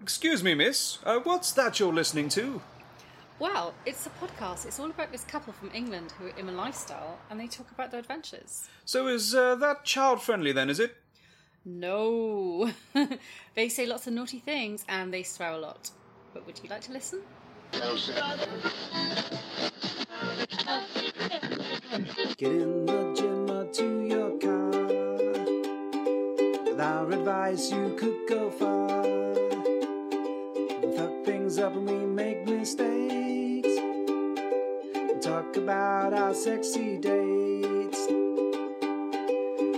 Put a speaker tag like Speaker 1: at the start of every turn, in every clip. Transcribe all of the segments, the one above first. Speaker 1: Excuse me, miss. Uh, what's that you're listening to?
Speaker 2: Well, it's a podcast. It's all about this couple from England who are in a lifestyle and they talk about their adventures.
Speaker 1: So is uh, that child friendly then, is it?
Speaker 2: No. they say lots of naughty things and they swear a lot. But would you like to listen?
Speaker 3: Get in the gym or to your car. With our advice, you could go far. We fuck things up and we make mistakes. We talk about our sexy dates.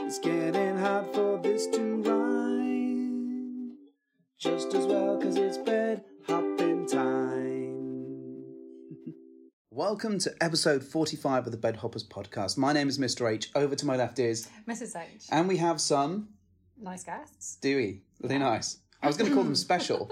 Speaker 3: It's getting hard for this to rhyme. Just as well, cause it's bed hopping time. Welcome to episode 45 of the Bed Hoppers podcast. My name is Mr. H. Over to my left is,
Speaker 2: Mrs. H.
Speaker 3: and we have some
Speaker 2: Nice guests.
Speaker 3: Stewie. Are they nice? I was going to call them special.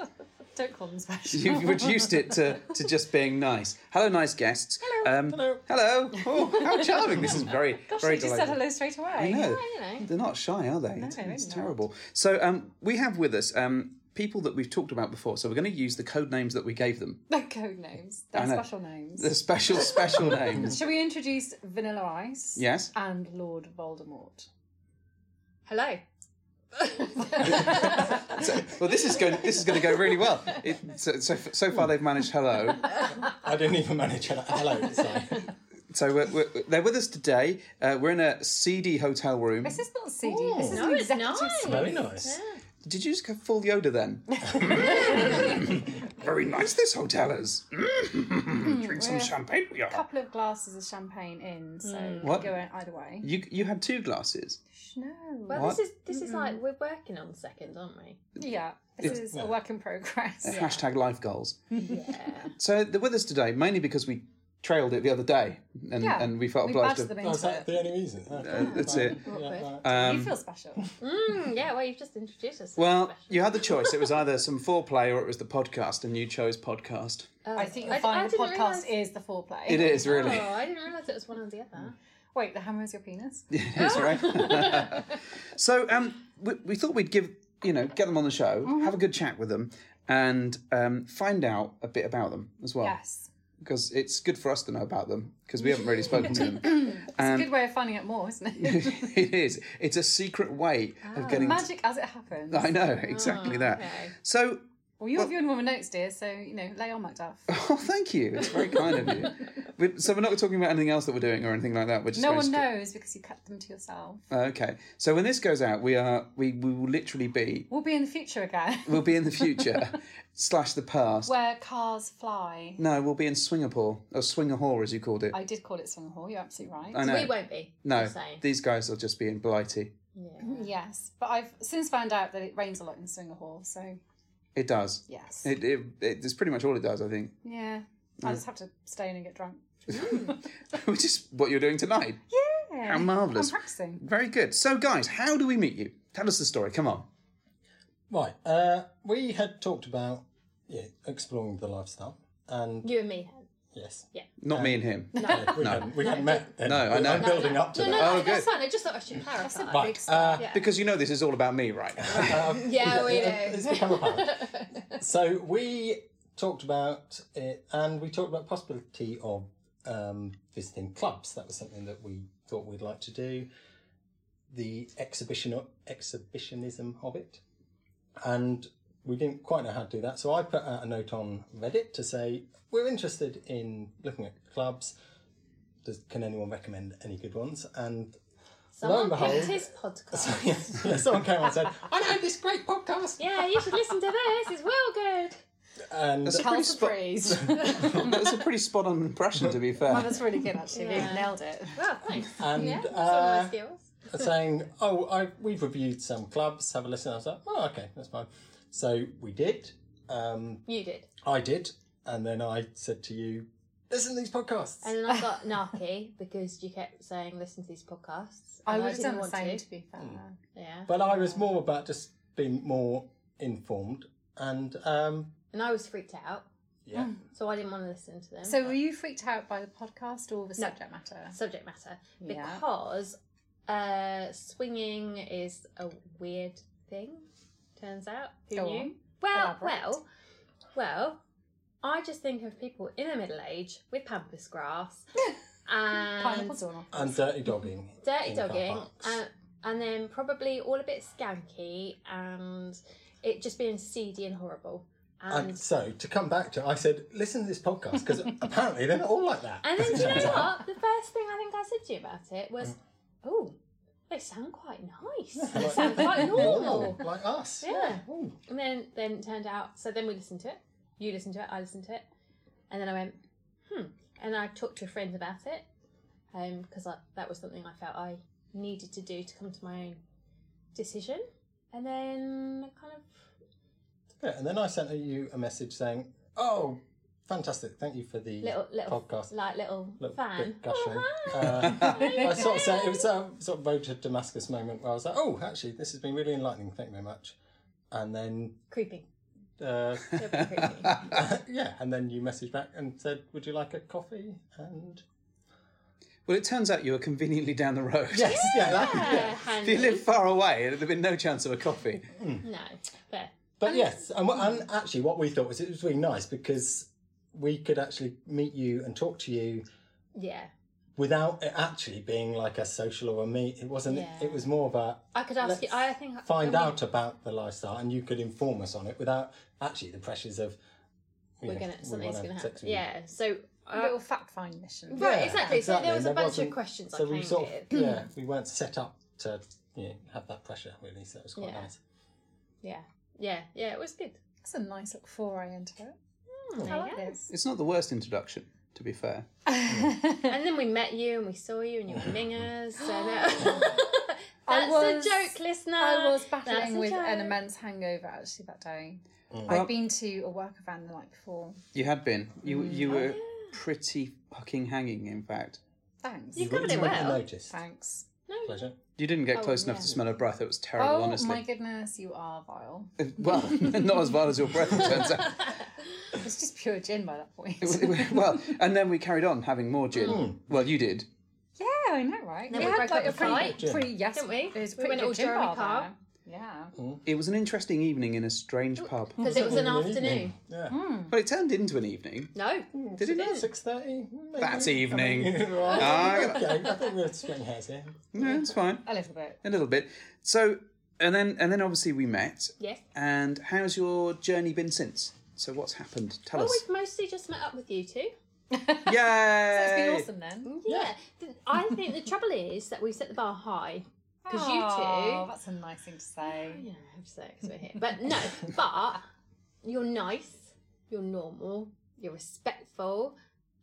Speaker 2: Don't call them special.
Speaker 3: You've reduced it to, to just being nice. Hello, nice guests. Hello. Um, hello. Hello. Oh, how charming. This is very, very delightful.
Speaker 2: straight away.
Speaker 3: I know.
Speaker 4: you know.
Speaker 3: They're not shy, are they? it's
Speaker 2: they're
Speaker 3: it's
Speaker 2: not.
Speaker 3: terrible. So um, we have with us um, people that we've talked about before. So we're going to use the code names that we gave them.
Speaker 2: They're code names.
Speaker 3: I
Speaker 2: They're
Speaker 3: know.
Speaker 2: special names.
Speaker 3: The special, special names.
Speaker 2: Shall we introduce Vanilla Ice?
Speaker 3: Yes.
Speaker 2: And Lord Voldemort.
Speaker 4: Hello.
Speaker 3: Well, this is going. This is going to go really well. It, so, so, so far, they've managed hello.
Speaker 5: I didn't even manage hello. hello sorry.
Speaker 3: So we're, we're, they're with us today. Uh, we're in a seedy hotel room.
Speaker 2: This is not CD.
Speaker 3: Oh.
Speaker 2: this is
Speaker 4: no,
Speaker 2: an
Speaker 4: it's
Speaker 2: executive
Speaker 4: nice.
Speaker 2: suite.
Speaker 5: Very nice.
Speaker 3: Did you just go full Yoda then? Very nice this hotel is.
Speaker 2: Mm-hmm.
Speaker 3: Mm. Drink some champagne. We are.
Speaker 2: couple of glasses of champagne in,
Speaker 4: Hmm.
Speaker 2: so
Speaker 3: What?
Speaker 2: go either way.
Speaker 3: You you had two glasses.
Speaker 2: No.
Speaker 4: Well,
Speaker 3: What?
Speaker 4: this is this is like we're working on second, aren't we?
Speaker 2: yeah, this is a work in progress.
Speaker 3: Hashtag life goals. so they're with us today mainly because we trailed it the other day and,
Speaker 2: Yeah.
Speaker 3: and we felt
Speaker 2: We
Speaker 3: obliged
Speaker 2: badged
Speaker 3: to.
Speaker 2: them
Speaker 5: Oh, is
Speaker 2: into
Speaker 5: that
Speaker 2: it.
Speaker 5: the only reason? Okay.
Speaker 3: That's it. Um,
Speaker 2: you feel special.
Speaker 4: Mm, yeah. Well, you've just introduced us.
Speaker 3: Hmm. Well, you had the choice. It was either some foreplay or it was the podcast, and you chose podcast.
Speaker 2: I think you'll
Speaker 4: I d- I
Speaker 2: find the
Speaker 4: didn't
Speaker 2: podcast
Speaker 4: realise-
Speaker 2: is the foreplay.
Speaker 3: It is
Speaker 4: Oh,
Speaker 3: really.
Speaker 4: I didn't realise it was one or the other.
Speaker 2: Wait, the hammer is your penis?
Speaker 3: That's right. so um, we, we thought we'd give you know get them on the show,
Speaker 2: Mm-hmm.
Speaker 3: have a good chat with them, and um, find out a bit about them as well.
Speaker 2: Yes.
Speaker 3: Because it's good for us to know about them because we haven't really spoken to them.
Speaker 2: It's a good way of finding out more, isn't it?
Speaker 3: it is. It's a secret way
Speaker 2: Ah,
Speaker 3: of getting. to-
Speaker 2: Magic as it happens.
Speaker 3: I know
Speaker 2: Ah,
Speaker 3: exactly that.
Speaker 4: okay.
Speaker 3: So.
Speaker 2: Well, you're viewing woman notes, dear, so, you know, lay on, MacDuff.
Speaker 3: Oh, thank you. It's very kind of you. We- So we're not talking about anything else that we're doing or anything like that. We're just
Speaker 2: No
Speaker 3: going
Speaker 2: one
Speaker 3: straight-
Speaker 2: knows because you kept them to yourself.
Speaker 3: Okay. So when this goes out, we are we, we will literally be
Speaker 2: We'll be in the future again,
Speaker 3: we'll be in the future slash the past.
Speaker 2: where cars fly.
Speaker 3: No, we'll be in Swingapore or Swingahore, as you called it.
Speaker 2: I did call it Swing Hall, you're absolutely right.
Speaker 3: I know.
Speaker 4: We won't be.
Speaker 3: Mm. no,
Speaker 4: just saying.
Speaker 3: these guys will just be in Blighty.
Speaker 4: Yeah.
Speaker 2: Yes, but I've since found out that it rains a lot in Swinger Hall, so
Speaker 3: It does.
Speaker 2: yes.
Speaker 3: It, it, it it's pretty much all it does, I think.
Speaker 2: yeah. I just have to stay in and get drunk.
Speaker 3: Which is what you're doing tonight.
Speaker 2: Yeah.
Speaker 3: How
Speaker 2: I'm
Speaker 3: marvellous!
Speaker 2: practicing.
Speaker 3: Very good. So, guys, how do we meet you? Tell us the story. Come on.
Speaker 5: Right. Uh, we had talked about yeah, exploring the lifestyle. And
Speaker 4: You and me. Hen.
Speaker 5: yes.
Speaker 3: Not me and him.
Speaker 5: Yeah, we, Hadn't, we hadn't met. then.
Speaker 3: No, I know.
Speaker 5: I'm building up to
Speaker 4: No, no,
Speaker 5: that.
Speaker 4: no,
Speaker 3: Oh,
Speaker 4: that's
Speaker 3: good.
Speaker 4: fine. I just thought I should clarify.
Speaker 5: Right. Uh,
Speaker 4: Yeah.
Speaker 3: Because you know this is all about me, right?
Speaker 4: yeah, we
Speaker 5: it- it's
Speaker 4: do.
Speaker 5: become apparent. so we talked about it, and we talked about possibility of um, visiting clubs. That was something that we thought we'd like to do. The exhibition exhibitionism of it, and we didn't quite know how to do that. So I put out a note on Reddit to say we're interested in looking at clubs. Does, can anyone recommend any good ones? And
Speaker 4: Someone
Speaker 5: lo and behold-
Speaker 4: picked his podcast.
Speaker 5: yeah, someone came on and said, "I know this great podcast."
Speaker 4: yeah, you should listen to this. It's well good.
Speaker 5: And
Speaker 3: That's a pretty,
Speaker 2: House of
Speaker 3: spot,
Speaker 2: Praise.
Speaker 3: that's a pretty spot on impression, to be fair.
Speaker 2: Oh, That's really good, actually.
Speaker 4: Yeah.
Speaker 2: You nailed it.
Speaker 4: Well, thanks.
Speaker 5: And,
Speaker 4: yeah, that's one of
Speaker 5: uh,
Speaker 4: my skills.
Speaker 5: saying, "Oh, I, we've reviewed some clubs. Have a listen." I was like, "Oh, okay, that's fine." So we did. Um,
Speaker 4: You did.
Speaker 5: I did, and then I said to you, "Listen to these podcasts."
Speaker 4: And then I got narky because you kept saying listen to these podcasts.
Speaker 2: I
Speaker 4: and
Speaker 2: would have
Speaker 4: didn't
Speaker 2: done the
Speaker 4: want
Speaker 2: same, to
Speaker 4: to.
Speaker 2: Mm. be fair.
Speaker 4: Yeah.
Speaker 5: but I was more about just being more informed, and um,
Speaker 4: And I was freaked out,
Speaker 5: yeah,
Speaker 4: so I didn't want to listen to them.
Speaker 2: So, were you freaked out by the podcast or the subject matter?
Speaker 4: subject matter
Speaker 2: Yeah.
Speaker 4: because uh, swinging is a weird thing. Turns out, who
Speaker 2: Go
Speaker 4: knew?
Speaker 2: on.
Speaker 4: Well,
Speaker 2: Elaborate.
Speaker 4: well, well. I just think of people in the middle age with pampas grass
Speaker 2: Pineapple
Speaker 4: and
Speaker 2: doorknob.
Speaker 5: And dirty dogging.
Speaker 4: dirty
Speaker 5: in car
Speaker 4: dogging, uh,
Speaker 5: parks.
Speaker 4: and, and then probably all a bit skanky and it just being seedy and horrible. And
Speaker 5: And so to come back to, I said, listen to this podcast because apparently they're not all like that.
Speaker 4: And then do you know what? The first thing I think I said to you about it was,
Speaker 5: Mm.
Speaker 4: oh, they sound quite nice. They sound quite normal.
Speaker 5: like us.
Speaker 4: Yeah.
Speaker 5: Ooh.
Speaker 4: And then then it turned out so then we listened to it. You listened to it, I listened to it. And then I went, hmm. And I talked to a friend about it. Um, because that was something I felt I needed to do to come to my own decision. And then I kind of
Speaker 5: Yeah, and then I sent you a message saying, "Oh, fantastic! Thank you for the
Speaker 4: little little
Speaker 5: podcast."
Speaker 4: like little,
Speaker 5: Little
Speaker 4: fan.
Speaker 5: bit gushing. Uh, I sort of said it was a sort of road to Damascus moment where I was like, "Oh, actually, this has been really enlightening. Thank you very much." And then,
Speaker 4: Creeping.
Speaker 5: uh,
Speaker 4: They're a bit creepy.
Speaker 5: yeah, and then you messaged back and said, "Would you like a coffee?" And
Speaker 3: Well, it turns out you were conveniently down the road.
Speaker 5: yes, yeah, that-
Speaker 4: Uh,
Speaker 3: If you
Speaker 4: handy.
Speaker 3: live far away, there'd been no chance of a coffee.
Speaker 4: No, fair.
Speaker 5: But yes, and, what- and actually, what we thought was it was really nice because we could actually meet you and talk to you
Speaker 4: Yeah.
Speaker 5: without it actually being like a social or a meet. It wasn't.
Speaker 4: Yeah.
Speaker 5: It was more of a
Speaker 4: I could ask
Speaker 5: Let's
Speaker 4: you. I think
Speaker 5: find
Speaker 4: I mean,
Speaker 5: out about the lifestyle, and you could inform us on it without actually the pressures of. you
Speaker 4: We're
Speaker 5: know,
Speaker 4: gonna
Speaker 5: we
Speaker 4: something's
Speaker 5: wanna
Speaker 4: gonna happen.
Speaker 5: text you.
Speaker 4: Yeah. So. Uh,
Speaker 2: Little fact find mission.
Speaker 4: Right, exactly. So there was a
Speaker 5: and
Speaker 4: bunch
Speaker 5: wasn't-
Speaker 4: of questions
Speaker 5: So
Speaker 4: I
Speaker 5: we
Speaker 4: came
Speaker 5: sort
Speaker 4: with. Hmm.
Speaker 5: of, yeah, we weren't set up to you know, have that pressure really. So it was quite
Speaker 4: Yeah.
Speaker 5: nice.
Speaker 4: Yeah, yeah, yeah. It was good.
Speaker 2: That's a nice little foray into it. I like this.
Speaker 3: It's not the worst introduction, to be fair.
Speaker 4: And then we met you, and we saw you, and you were mingers. So no.
Speaker 2: I
Speaker 4: that's
Speaker 2: was-
Speaker 4: a joke, listener.
Speaker 2: I was
Speaker 4: Uh, That's
Speaker 2: battling
Speaker 4: a
Speaker 2: with an
Speaker 4: joke.
Speaker 2: immense hangover actually that day.
Speaker 3: Well-
Speaker 2: I'd been to a work event the night before.
Speaker 3: You had been. You you were pretty fucking hanging, in fact.
Speaker 2: Thanks.
Speaker 4: You covered it
Speaker 5: wouldn't have
Speaker 4: well.
Speaker 5: noticed.
Speaker 2: Thanks.
Speaker 5: Pleasure.
Speaker 3: You didn't get
Speaker 4: Oh,
Speaker 3: close enough
Speaker 4: yeah.
Speaker 3: to smell her breath. It was terrible,
Speaker 2: Oh
Speaker 3: honestly. Uh,
Speaker 2: my goodness, you are vile.
Speaker 3: Well, not as vile as your breath, it turns out.
Speaker 2: It's just pure gin by that point.
Speaker 3: well, and then we carried on having more gin. Well, you did.
Speaker 2: Yeah, I know, right?
Speaker 4: Then we broke up the fight,
Speaker 2: pretty, pretty yes,
Speaker 4: didn't we?
Speaker 2: It was a
Speaker 4: We
Speaker 2: pretty
Speaker 4: went
Speaker 2: good
Speaker 4: all
Speaker 2: gin
Speaker 4: Jeremy
Speaker 2: bar
Speaker 4: Carr.
Speaker 2: there. Yeah.
Speaker 3: It was an interesting evening in a strange pub.
Speaker 4: Because it was an
Speaker 5: Evening,
Speaker 4: afternoon.
Speaker 5: Yeah.
Speaker 3: But it turned into an evening.
Speaker 4: No,
Speaker 3: Did it not?
Speaker 5: Six thirty.
Speaker 3: That's evening. Ah,
Speaker 5: okay, I think we're splitting hairs here.
Speaker 3: No, it's fine.
Speaker 2: A little bit.
Speaker 3: A little bit. So, and then and then obviously we met.
Speaker 4: yes.
Speaker 3: And how's your journey been since? So what's happened? Tell
Speaker 2: Oh,
Speaker 4: Well,
Speaker 3: us.
Speaker 4: Oh, we've mostly just met up with you two.
Speaker 3: Yay!
Speaker 2: It's been awesome then.
Speaker 4: Yeah. Th- I think the trouble is that we set the bar high because you
Speaker 2: Aw,
Speaker 4: two
Speaker 2: Oh, That's a nice thing to say.
Speaker 4: Yeah, I have sex we're here. But no, but you're nice, you're normal, you're respectful.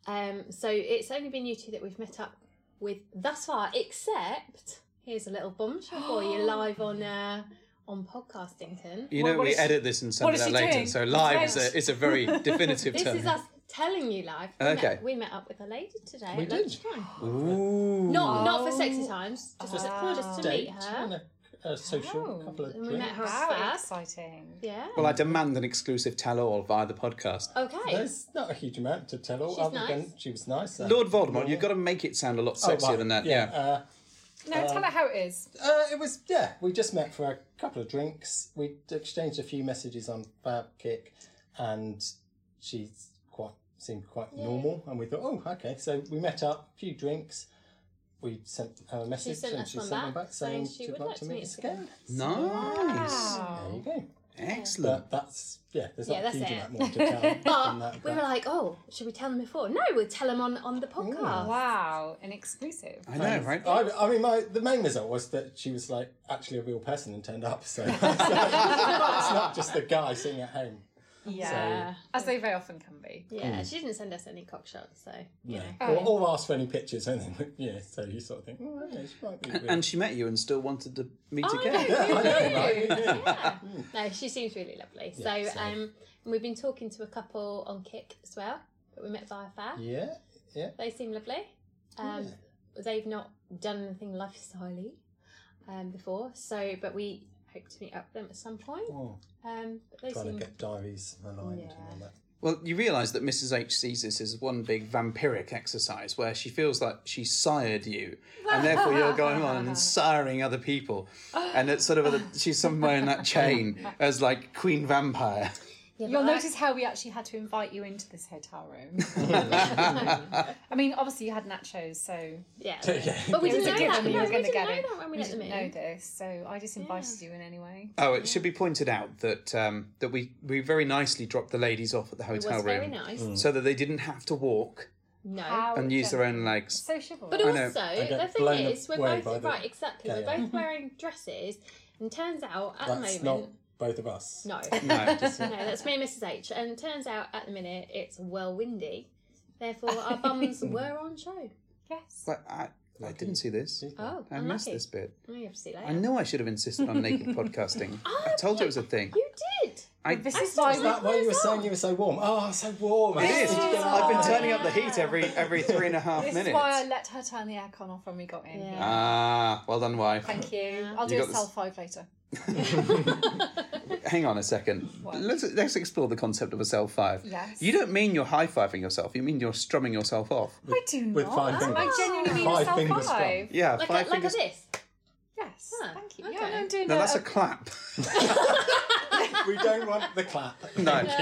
Speaker 4: Um, so it's only been you two that we've met up with thus far, except here's a little bombshell for you live on uh, on podcastington.
Speaker 3: You
Speaker 2: What-
Speaker 3: know
Speaker 2: what
Speaker 3: we
Speaker 2: is she-
Speaker 3: edit this and
Speaker 2: what
Speaker 3: send it
Speaker 2: is
Speaker 3: out
Speaker 2: she
Speaker 3: later,
Speaker 2: doing?
Speaker 3: so live is
Speaker 2: Thanks.
Speaker 3: a it's a very definitive
Speaker 4: This
Speaker 3: term.
Speaker 4: is us telling you live. We
Speaker 3: Okay.
Speaker 4: Met, we met up with a lady today
Speaker 5: We
Speaker 4: at
Speaker 5: did.
Speaker 4: lunchtime.
Speaker 3: Ooh.
Speaker 4: Not not for sexy times, just,
Speaker 2: Was it-
Speaker 4: for just to
Speaker 5: Date
Speaker 4: meet
Speaker 5: and
Speaker 4: her.
Speaker 5: a, a social
Speaker 2: Oh,
Speaker 5: couple of
Speaker 4: And we met
Speaker 5: drinks.
Speaker 4: her
Speaker 2: How
Speaker 4: at Fab.
Speaker 2: exciting.
Speaker 4: Yeah.
Speaker 3: Well, I demand an exclusive tell-all via the podcast.
Speaker 4: Okay.
Speaker 5: There's not a huge amount to tell all
Speaker 4: She's
Speaker 5: other
Speaker 4: nice.
Speaker 5: than she was nice. and-
Speaker 3: Lord Voldemort, you've got to make it sound a lot
Speaker 5: Oh,
Speaker 3: sexier
Speaker 5: right,
Speaker 3: than that. Yeah.
Speaker 5: Uh,
Speaker 2: No, tell her how it is.
Speaker 5: uh, it was yeah. We just met for a couple of drinks. We exchanged a few messages on FabKick, and she's quite seemed quite normal. And we thought, oh, okay. So we met up, a few drinks. We sent her a message
Speaker 4: sent
Speaker 5: and
Speaker 4: us
Speaker 5: she
Speaker 4: one
Speaker 5: sent one
Speaker 4: back
Speaker 5: back saying
Speaker 4: saying she
Speaker 5: she'd
Speaker 4: would
Speaker 5: like to meet us again.
Speaker 3: Nice.
Speaker 2: Ah,
Speaker 5: There you go.
Speaker 3: Excellent.
Speaker 5: But that's yeah. There's
Speaker 4: Oh. Yeah,
Speaker 5: not a huge
Speaker 4: that's it.
Speaker 5: amount more to tell. than
Speaker 4: But
Speaker 5: that, Oh,
Speaker 4: we
Speaker 5: but-
Speaker 4: were like, oh, should we tell them before? No, we'll tell them on, on the podcast.
Speaker 2: Wow, an exclusive.
Speaker 3: I know, right?
Speaker 5: I, I mean, my the main result was that she was like actually a real person and turned up. So, so it's not just a guy sitting at home.
Speaker 4: Yeah.
Speaker 2: As they very often can be.
Speaker 4: Yeah, she didn't send us any cockshots, so, you know.
Speaker 5: Or, or ask for any pictures, and then yeah. So you sort of think, oh, yeah, she might be. Real.
Speaker 3: And she met you and still wanted to meet again.
Speaker 5: I know, right?
Speaker 4: Yeah. No, she seems really lovely. So,
Speaker 5: Yeah, so-
Speaker 4: um, we've been talking to a couple on Kick as well that we met via Fab.
Speaker 5: yeah, yeah.
Speaker 4: They seem lovely. Um, They've not done anything lifestyle um, before, so, but we hope to meet up with them at some point.
Speaker 5: Oh,
Speaker 4: Um, but they
Speaker 5: trying to
Speaker 4: seem
Speaker 5: get diaries aligned and all that.
Speaker 3: Well, you realise that Mrs. H sees this as one big vampiric exercise where she feels like she sired you, and therefore you're going on and siring other people, and it's sort of a, she's somewhere in that chain as like Queen Vampire.
Speaker 2: You'll notice how we actually had to invite you into this hotel room. I mean, obviously you had nachos, so
Speaker 4: Yeah.
Speaker 5: Yeah.
Speaker 4: But we
Speaker 2: it was
Speaker 4: didn't
Speaker 2: a
Speaker 4: know that.
Speaker 2: given you
Speaker 4: No,
Speaker 2: were
Speaker 4: we
Speaker 2: going to
Speaker 4: didn't
Speaker 2: get
Speaker 4: know
Speaker 2: it.
Speaker 4: that when we
Speaker 2: you
Speaker 4: let them
Speaker 2: didn't
Speaker 4: in.
Speaker 2: know this, so I just invited you in anyway.
Speaker 3: Oh, it should be pointed out that um, that we we very nicely dropped the ladies off at the
Speaker 4: It
Speaker 3: hotel
Speaker 4: was
Speaker 3: room,
Speaker 4: very nice.
Speaker 5: Mm.
Speaker 4: Oh,
Speaker 3: so that they didn't have to walk
Speaker 4: No.
Speaker 2: How
Speaker 3: and use their own legs.
Speaker 2: So chivalrous.
Speaker 4: But
Speaker 3: I
Speaker 4: also,
Speaker 3: know.
Speaker 5: I get
Speaker 4: the
Speaker 5: blown
Speaker 4: thing is, we're
Speaker 5: away
Speaker 4: both
Speaker 5: by the-
Speaker 4: right. Exactly,
Speaker 5: Yeah,
Speaker 4: we're
Speaker 5: yeah.
Speaker 3: Mm-hmm.
Speaker 4: both wearing dresses, and turns out at
Speaker 5: That's
Speaker 4: the
Speaker 5: not
Speaker 4: moment,
Speaker 5: both of us.
Speaker 4: no, no,
Speaker 3: No,
Speaker 5: Just-
Speaker 4: that's me and Mrs H. And turns out at the minute it's well windy, therefore our bums were on show.
Speaker 2: yes.
Speaker 3: but I, I didn't see this.
Speaker 4: Oh,
Speaker 3: I missed
Speaker 4: unlucky.
Speaker 3: this bit.
Speaker 4: We have to see later.
Speaker 3: I know I should have insisted on naked podcasting. I
Speaker 4: Oh,
Speaker 3: told you
Speaker 4: yeah.
Speaker 3: it was a thing.
Speaker 4: You did.
Speaker 3: I,
Speaker 2: This
Speaker 4: I
Speaker 2: is
Speaker 4: thought
Speaker 2: why
Speaker 4: it
Speaker 5: Is
Speaker 2: we
Speaker 5: that why you were saying you were so warm? Oh, I'm so warm.
Speaker 3: It is.
Speaker 5: Did you get
Speaker 3: I've been
Speaker 5: out?
Speaker 3: turning up the heat every every three and a half
Speaker 2: This
Speaker 3: minutes.
Speaker 2: is why I let her turn the aircon off when we got in.
Speaker 4: Yeah.
Speaker 3: Ah, well done, wife.
Speaker 2: Thank you. I'll
Speaker 3: You
Speaker 2: do a
Speaker 3: got this-
Speaker 2: cell five later.
Speaker 3: Hang on a second. Let's let's explore the concept of a self five.
Speaker 2: Yes.
Speaker 3: You don't mean you're high fiving yourself. You mean you're strumming yourself off.
Speaker 2: I do not.
Speaker 5: with five fingers.
Speaker 2: I genuinely mean
Speaker 5: Five
Speaker 2: a cell
Speaker 5: fingers from.
Speaker 2: five.
Speaker 3: Yeah,
Speaker 4: Like,
Speaker 3: five
Speaker 4: a, like a
Speaker 3: fingers.
Speaker 4: this.
Speaker 2: Yes.
Speaker 4: Huh,
Speaker 2: Thank you.
Speaker 4: okay.
Speaker 2: Yeah, no, I'm doing
Speaker 3: no,
Speaker 2: a-
Speaker 3: that's a
Speaker 2: a-
Speaker 3: clap.
Speaker 5: We don't want the clap.
Speaker 3: No,
Speaker 5: Thank you.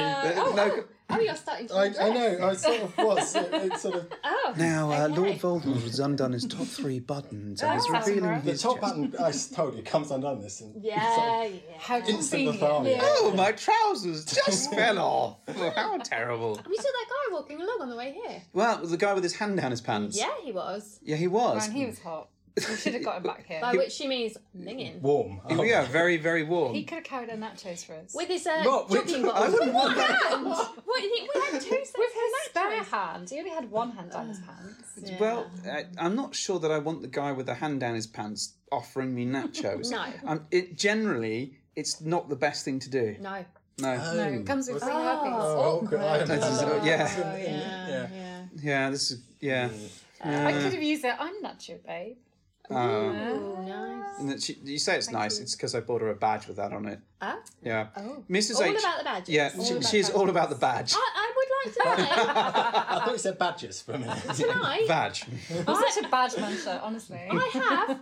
Speaker 3: Uh, no.
Speaker 4: Oh, you're starting to.
Speaker 5: I, I
Speaker 4: undress.
Speaker 5: know. I sort of was. It, it sort of
Speaker 4: Oh.
Speaker 3: Now, uh,
Speaker 4: okay.
Speaker 3: Lord Voldemort has undone his top three buttons and is
Speaker 2: Oh.
Speaker 3: revealing
Speaker 5: the
Speaker 3: his. chest.
Speaker 5: top button. I s- told you comes undone this. And
Speaker 4: Yeah, yeah.
Speaker 2: How
Speaker 5: Instant
Speaker 2: convenient.
Speaker 5: authority.
Speaker 3: Oh, my trousers just fell off. How terrible.
Speaker 4: We saw that guy walking along on the way here.
Speaker 3: Well, the guy with his hand down his pants.
Speaker 4: Yeah, he was.
Speaker 3: Yeah, he was.
Speaker 2: Man, he was hot. We should have got him back here.
Speaker 4: By which she means linging.
Speaker 5: warm. Oh,
Speaker 3: Yeah, very, very warm.
Speaker 2: He could have carried our nachos for us.
Speaker 4: With his uh,
Speaker 3: Not with-
Speaker 4: juggling
Speaker 3: I
Speaker 4: bottle.
Speaker 3: wouldn't want that.
Speaker 4: hand. What, he- we had two sets
Speaker 2: With his
Speaker 4: of
Speaker 2: spare
Speaker 4: nachos.
Speaker 2: hand. He only had one hand down his pants.
Speaker 4: Yeah.
Speaker 3: Well, I, I'm not sure that I want the guy with the hand down his pants offering me nachos.
Speaker 4: No.
Speaker 3: Um, it generally it's not the best thing to do.
Speaker 4: no.
Speaker 3: No.
Speaker 2: No, it comes with free
Speaker 5: Oh,
Speaker 2: herpes.
Speaker 5: awkward. I
Speaker 3: This is-
Speaker 5: imagine.
Speaker 3: yeah.
Speaker 5: Yeah. yeah.
Speaker 3: Yeah. This is yeah.
Speaker 2: I could have used that. I'm nacho, babe.
Speaker 3: Um,
Speaker 4: Oh, nice.
Speaker 3: and that she, you say it's nice. It's because I bought her a badge with that on it.
Speaker 4: Oh,
Speaker 3: Yeah.
Speaker 4: Oh.
Speaker 3: Mrs.
Speaker 4: all
Speaker 3: H.
Speaker 4: about the badges.
Speaker 3: yeah, she, she's all about the badge.
Speaker 4: I, I would like to say,
Speaker 5: I thought you said badges for a minute.
Speaker 4: tonight,
Speaker 3: Badge.
Speaker 2: I'm such a badge man shirt, honestly.
Speaker 4: I have,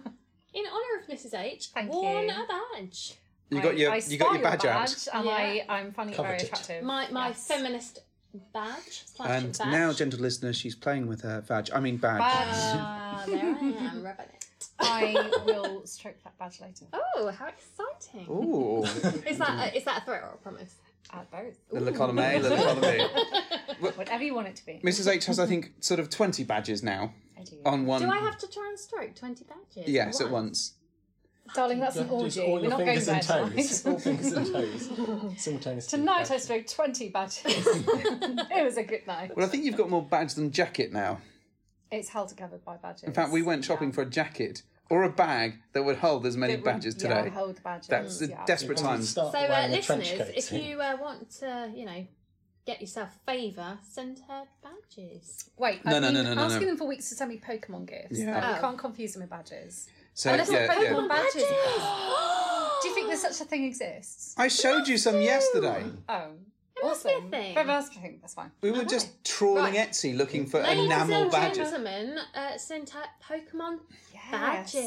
Speaker 4: in honour of Mrs H,
Speaker 2: Thank
Speaker 4: worn
Speaker 2: you.
Speaker 4: a badge.
Speaker 3: You got your
Speaker 2: I
Speaker 3: you got
Speaker 2: spy
Speaker 3: your badge, out.
Speaker 2: And
Speaker 4: Yeah.
Speaker 2: I, I'm finding it very
Speaker 5: Coveted.
Speaker 2: attractive.
Speaker 4: My my
Speaker 2: Yes.
Speaker 4: feminist badge. Slash
Speaker 3: And
Speaker 4: badge.
Speaker 3: now, gentle listeners, she's playing with her badge. I mean badge.
Speaker 2: badge.
Speaker 4: Ah, there I am, rubbing it.
Speaker 2: I will stroke that badge later.
Speaker 4: Oh, how exciting!
Speaker 3: Ooh.
Speaker 4: Is that a, is that a threat or a promise?
Speaker 2: Add both.
Speaker 3: little column A, little column B.
Speaker 2: Whatever you want it to be.
Speaker 3: Mrs. H has I think sort of twenty badges now
Speaker 2: I do.
Speaker 3: on one.
Speaker 4: Do I have to try and stroke twenty badges?
Speaker 3: Yes, at once.
Speaker 2: Darling, that's an
Speaker 5: Just
Speaker 2: orgy.
Speaker 5: all
Speaker 2: We're
Speaker 5: your
Speaker 2: not going
Speaker 5: fingers
Speaker 2: there
Speaker 5: and toes.
Speaker 2: tonight.
Speaker 5: all fingers and toes. Simultaneously.
Speaker 2: Tonight I stroked 20 badges. it was a good night.
Speaker 3: Well, I think you've got more badge than jacket now.
Speaker 2: It's held together by badges.
Speaker 3: In fact, we went shopping for a jacket or a bag that would hold as many badges
Speaker 2: Yeah,
Speaker 3: today.
Speaker 2: hold badges.
Speaker 3: That's the
Speaker 2: yeah.
Speaker 3: desperate times.
Speaker 5: Start
Speaker 4: So, uh,
Speaker 5: wearing a trench
Speaker 4: listeners,
Speaker 5: coat
Speaker 4: if
Speaker 5: soon.
Speaker 4: you uh, want to, you know, get yourself favour, send her badges.
Speaker 2: Wait,
Speaker 3: No,
Speaker 2: I've
Speaker 3: no,
Speaker 2: been
Speaker 3: no, no, no, no.
Speaker 2: asking them for weeks to send me Pokemon gifts.
Speaker 3: Yeah.
Speaker 2: Like,
Speaker 4: Oh.
Speaker 2: You can't confuse them with badges.
Speaker 3: So
Speaker 2: Unless they're
Speaker 3: yeah, yeah.
Speaker 2: Pokemon badges. do you think there's such a thing exists?
Speaker 3: I showed you some yesterday.
Speaker 2: Oh,
Speaker 4: must be a
Speaker 2: awesome.
Speaker 4: thing.
Speaker 2: But that's the thing. That's fine.
Speaker 3: We were just trawling
Speaker 4: Right.
Speaker 3: Etsy looking for
Speaker 4: Ladies
Speaker 3: enamel
Speaker 4: and
Speaker 3: badges.
Speaker 4: gentlemen, uh, send her Pokemon.
Speaker 2: Yes, I